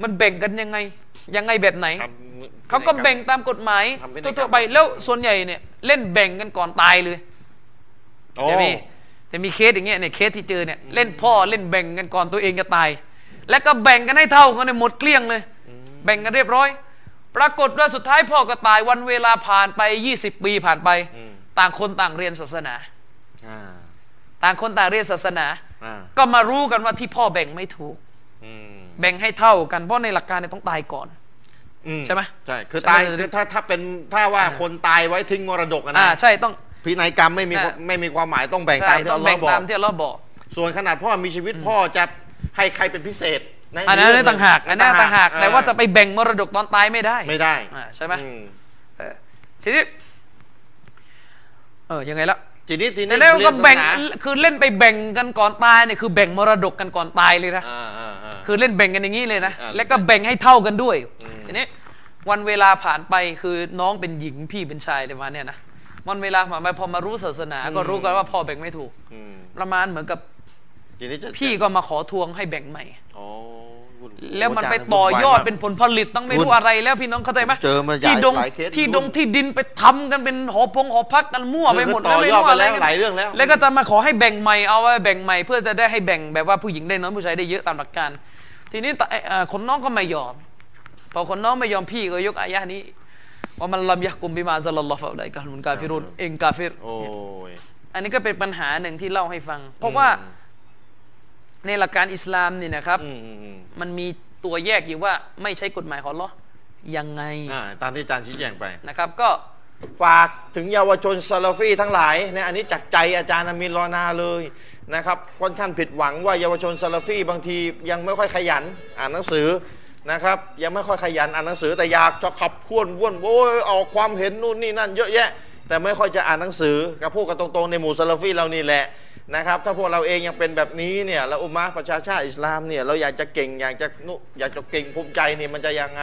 มันแบ่งกันยังไง ยังไงแบบไหน
ทำ
เขาก็แบ่งตามกฎหมาย
ทำพินัยกรรม
ทั่วๆไป แล้วส่วนใหญ่เนี่ยเล่นแบ่งกันก่อนตายเลย
โอ้
จะมีจะมีเคสอย่างเงี้ยเนี่ยเคสที่เจอเนี่ยเล่นพ่อเล่นแบ่งกันก่อนตัวเองจะตาย แล้วก็แบ่งกันให้เท่ากันเนี่ยหมดเกลี้ยงเลย แบ่งกันเรียบร้อย ปรากฏว่าสุดท้ายพ่อก็ตายวันเวลาผ่านไป 20 ปีผ่านไป ต่างคนต่างเรียนศาสนา
อ่า
ต่างคนต่างเรียนศาสนา
อ่า
ก็มารู้กันว่าที่พ่อแบ่งไม่ถูก
อืม
แบ่งให้เท่ากันเพราะในหลักการเนี่ยต้องตายก่อน
อื
ใช่ไหม
ใช่คือ
ใช่ไหม
ตาย
เดี๋ยว
คือถ้าถ้าเป็นถ้าว่าคนตายไว้ทิ้งมรดกอะ
อ่า
นะ
ใช่ต้อง
พินัยกรรมไม่มี
อ่า
ไม่มีความหมายต้องแบ่งตามที่
ใช่ต้
อั
อง
ลลอ
แบ่
ฮ์
ง
บอ
ตาก มที่อัลลอฮ์บอก
ส่วนขนาดพ่อมีชีวิตพ่อจะให้ใครเป็นพิเศษะ
อันนั้น
เรื่
ต่างหากอันนั้นต่างหาก
เออ
แต่ว่าจะไปแบ่งมรดกตอนตายไม่ได้
ไม่ได้
อ่าใช่ไหม
อืม
ทีนี้ เออ ยังไงละ
ทีนี้ทีนี้
แต่แล้วก็แบ่ง
เรียนศาสนา
คือเล่นไปแบ่งกันก่อนตายเนี่ย คือแบ่งมรดกกันก่อนตายเลยนะ
อ่าอ่าอ่า
คือเล่นแบ่งกันอย่างนี้เลยนะ
อ่า
แล้วก็แบ่งให้เท่ากันด้วย ทีนี้วันเวลาผ่านไปคือน้องเป็นหญิงพี่เป็นชายอะไรประมาณเนี่ยนะ วันเวลาผ่านไปพอมารู้ศาสนา ก็รู้กันว่าพ่อแบ่งไม่ถูก
อืม
ประมาณเหมือนกับ
ทีนี้จะ
พี่ก็มาขอทวงให้แบ่งใหม่
โอ้วุ่น
แล้วมันไป
โจา
ต่อยอด
วุ่วามา
เป็นผลผลิตต้องไม่
วุ่
รู้
น
อะไรแล้วพี่น้องเข้าใจไหม
เจอมาหลาย
ที่ดง
หลายเคส
ที่
วุ่น
ดงที่ดินไปทำกันเป็นหอพงหอพักกันมั่วไปหมด
คือต่อยอดไปแล้วหลายเรื่องแล้ว
แล้วก็จะมาขอให้แบ่งใหม่เอาไว้แบ่งใหม่เพื่อจะได้ให้แบ่งแบบว่าผู้หญิงได้น้อยผู้ชายได้เยอะตามหลักการ ที นี้ตะเอ่อคนน้องก็ไม่ยอม พอคนน้องไม่ยอมพี่ก็ยกอายะห์นี้ว่ามันลำยะกุมบิมาซาลลลอฮฺฟะอะลัยกัลมุนกาฟิรุนเองกาฟิร
โอ้ย
อันนี้ก็เป็นปัญหาหนึ่งที่เล่าให้ฟัง เพราะว่าในหลักการอิสลามนี่นะครับ
อืมอืมอืม
มันมีตัวแยกอยู่ว่าไม่ใช้กฎหมายของอัลลอฮ์ยังไง
อ่าตามที่อาจารย์ชี้แจงไป
นะครับ ก็
ฝากถึงเยาวชนซาลาฟีทั้งหลายนะอันนี้จากใจอาจารย์อามินรอนาเลยนะครับค่อนข้างผิดหวังว่าเยาวชนซาลาฟีบางทียังไม่ค่อยขยันอ่านหนังสือนะครับ ยังไม่ค่อยขยันอ่านหนังสือ แต่อยากจะขับขวนว่วนโว้ยออกความเห็นนู่นนี่นั่นเยอะแยะ แต่ไม่ค่อยจะอ่านหนังสือกับพูดกันตรงๆในหมู่ซาลาฟีเรานี่แหละนะครับ ถ้าพวกเราเองยังเป็นแบบนี้เนี่ยแล้วอุมมะประชาชาติอิสลามเนี่ยเราอยากจะเก่งอยากจะนุอยากจะเก่งภูมิใจเนี่ยมันจะยังไง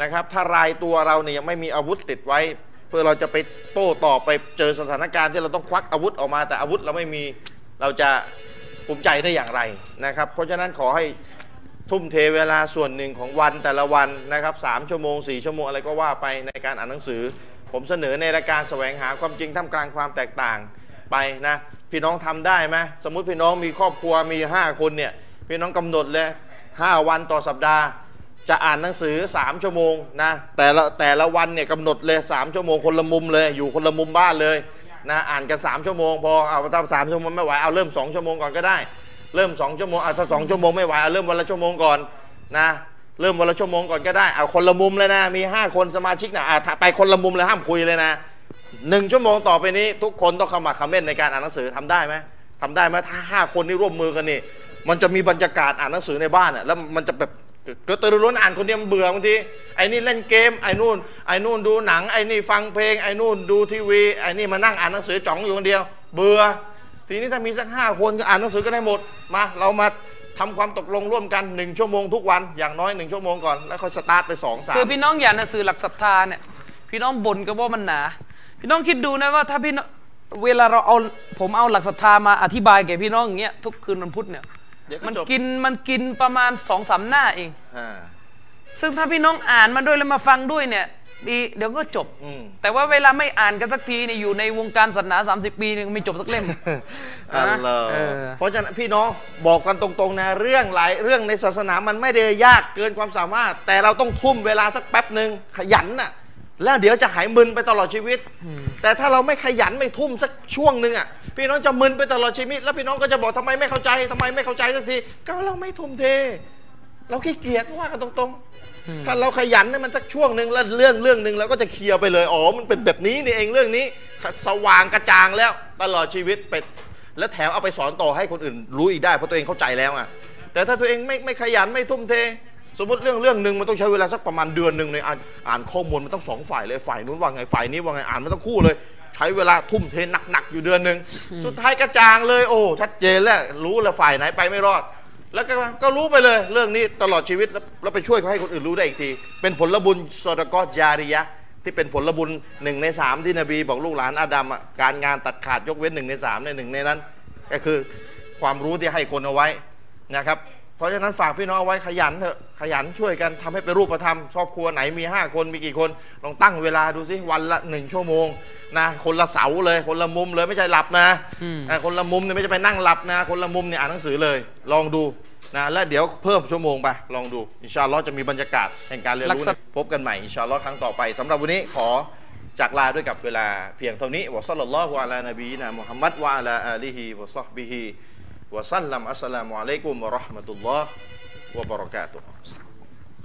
นะครับถ้ารายตัวเราเนี่ยยังไม่มีอาวุธติดไว้ เพื่อเราจะไปโต้ตอบไปเจอสถานการณ์ที่เราต้องควักอาวุธออกมา แต่อาวุธเราไม่มีเราจะภูมิใจได้อย่างไรนะครับ เพราะฉะนั้นขอให้ทุ่มเทเวลาส่วนหนึ่งของวันแต่ละวันนะครับสามชั่วโมงสี่ชั่วโมงอะไรก็ว่าไปในการอ่านหนังสือ ผมเสนอในรายการแสวงหาความจริงท่ามกลางความแตกต่างไปนะพี่น้องทำได้ไหมสมมุติพี่น้องมีครอบครัวมี 5 คนเนี่ยพี่น้องกำหนดเลย5วันต่อสัปดาห์ จะอ่านหนังสือ 3 ชั่วโมงนะแต่ละแต่ละวันเนี่ยกำหนดเลย 3 ชั่วโมงคนละมุมเลยอยู่คนละมุมบ้านเลยนะอ่านกัน 3 ชั่วโมงพอเอาถ้าสามชั่วโมงไม่ไหวเอาเริ่ม 2 ชั่วโมงก่อนก็ได้ เริ่ม 2 ชั่วโมงเอาถ้าสองชั่วโมงไม่ไหวเอาเริ่มวันละชั่วโมงก่อนนะเริ่มวันละชั่วโมงก่อนก็ได้เอาคนละมุมเลยนะมี 5 คนสมาชิกนะอ่ะถ้าไปคนละมุมเลยห้ามคุยเลยนะ หนึ่งชั่วโมงต่อไปนี้ ทุกคนต้องขมักเขม้นในการอ่านหนังสือทำได้ไหมทำได้ไหมถ้าห้าคนนี่ร่วมมือกันนี่ มันจะมีบรรยากาศอ่านหนังสือในบ้านอ่ะแล้วมันจะแบบกระตือรือร้นอ่านคนเดียวมันเบื่อบางทีไอ้นี่เล่นเกมไอ้นู่นไอ้นู่นดูหนังไอ้นี่ฟังเพลงไอ้นู่นดูทีวีไอ้นี่มานั่งอ่านหนังสือจ่องอยู่คนเดียว เบื่อทีนี้ถ้ามีสักห้าคนก็อ่านหนังสือกันได้หมดมาเรามาทำความตกลงร่วมกันหนึ่งชั่วโมงทุกวันอย่างน้อยหนึ่งชั่วโมงก่อนแล้วค่อยสตาร์ทไปสองสาม
คือพี่น้องอย่าหนังสือหลักศรัทธาเนี่ยพี่น้องบ่นก็ว่ามันหนา พี่น้องคิดดูนะว่าถ้าพี่น้องเวลาเราเอาผมเอาหลักศรัทธามาอธิบายแก่พี่น้องอย่างเงี้ยทุกคืนวันพุธเนี่ย
เดี๋ยวก็จบ
มันกินมันกินประมาณสองสามหน้าเอง
อ่า
ซึ่งถ้าพี่น้องอ่านมันด้วยแล้วมาฟังด้วยเนี่ยดีเดี๋ยวก็จบ
อืม
แต่ว่าเวลาไม่อ่านกันสักทีเนี่ยอยู่ในวงการศาสนา 30 ปีเนี่ยไม่จบสักเล่ม
อัลลอฮ์
เออ
เพราะฉะนั้นพี่น้องบอกกันตรงๆนะเรื่องหลายเรื่องในศาสนามันไม่ได้ยากเกินความสามารถ แต่เราต้องทุ่มเวลาสักแป๊บหนึ่งขยันน่ะแล้วเดี๋ยวจะหายมึนไปตลอดชีวิต แต่ถ้าเราไม่ขยันไม่ทุ่มสักช่วงหนึ่งอ่ะพี่น้องจะมึนไปตลอดชีวิต แล้วพี่น้องก็จะบอกทำไมไม่เข้าใจทำไมไม่เข้าใจสักทีก็เราไม่ทุ่มเท เราขี้เกียจว่ากันตรงๆ ถ้าเราขยันเนี่ยมันสักช่วงหนึ่งแล้วเรื่องเรื่องหนึ่งเราก็จะเคลียร์ไปเลย อ๋อ มันเป็นแบบนี้นี่เองเรื่องนี้ สว่างกระจ่างแล้วตลอดชีวิตไป และแถมเอาไปสอนต่อให้คนอื่นรู้อีกได้เพราะตัวเองเข้าใจแล้วอ่ะ แต่ถ้าตัวเองไม่ไม่ขยันไม่ทุ่มเท สมมติเรื่องเรื่องหนึ่งมันต้องใช้เวลาสักประมาณเดือนหนึ่งในอ่านอ่านข้อมูลมันต้องสองฝ่ายเลยฝ่ายนู้นว่าไงฝ่ายนี้ว่าไงอ่านมันต้องคู่เลย ใช้เวลาทุ่มเทหนักๆอยู่เดือนหนึ่งสุดท้ายกระจ่างเลย โอ้ชัดเจนแล้วรู้แล้วฝ่ายไหนไปไม่รอด แล้วก็ก็รู้ไปเลยเรื่องนี้ตลอดชีวิตแล้วแล้วไปช่วยเขาให้คนอื่นรู้ได้อีกที เป็นผลบุญสอดกอจาริยะ ที่เป็นผลบุญหนึ่งในสามที่นบีบอกลูกหลานอาดัมอะการงานตัดขาดยกเว้นหนึ่งในสามในยหนึ่งในนั้น ก็คือความรู้ที่ให้คนเอาไว้นะครับ เพราะฉะนั้นฝากพี่น้องเอาไว้ขยันเถอะขยันช่วยกันทำให้เป็นรูปธรรมครอบครัวไหนมี 5 คนมีกี่คนลองตั้งเวลาดูสิวันละหนึ่งชั่วโมงนะคนละเสาเลย คนละมุมเลยไม่ใช่หลับนะอ่ะคนละมุมเนี่ยไม่ใช่ไปนั่งหลับนะ คนละมุมเนี่ยอ่านหนังสือเลย ลองดูนะและเดี๋ยวเพิ่มชั่วโมงไปลองดูอินชาอัลลอฮ์จะมีบรรยากาศแห่งการเรียน
ลัก
รู้
ษ
นะ
ณะ
พบกันใหม่อินชาอัลลอฮ์ครั้งต่อไปสำหรับวันนี้ขอจากลาด้วยกับเวลาเพียงเท่านี้วะซัลลัลลอฮุอะลานบีนะมุฮัมมัดวะอะลาอาลีฮิวะซอฮบิฮิ وسلم السلام عليكم ورحمة الله وبركاته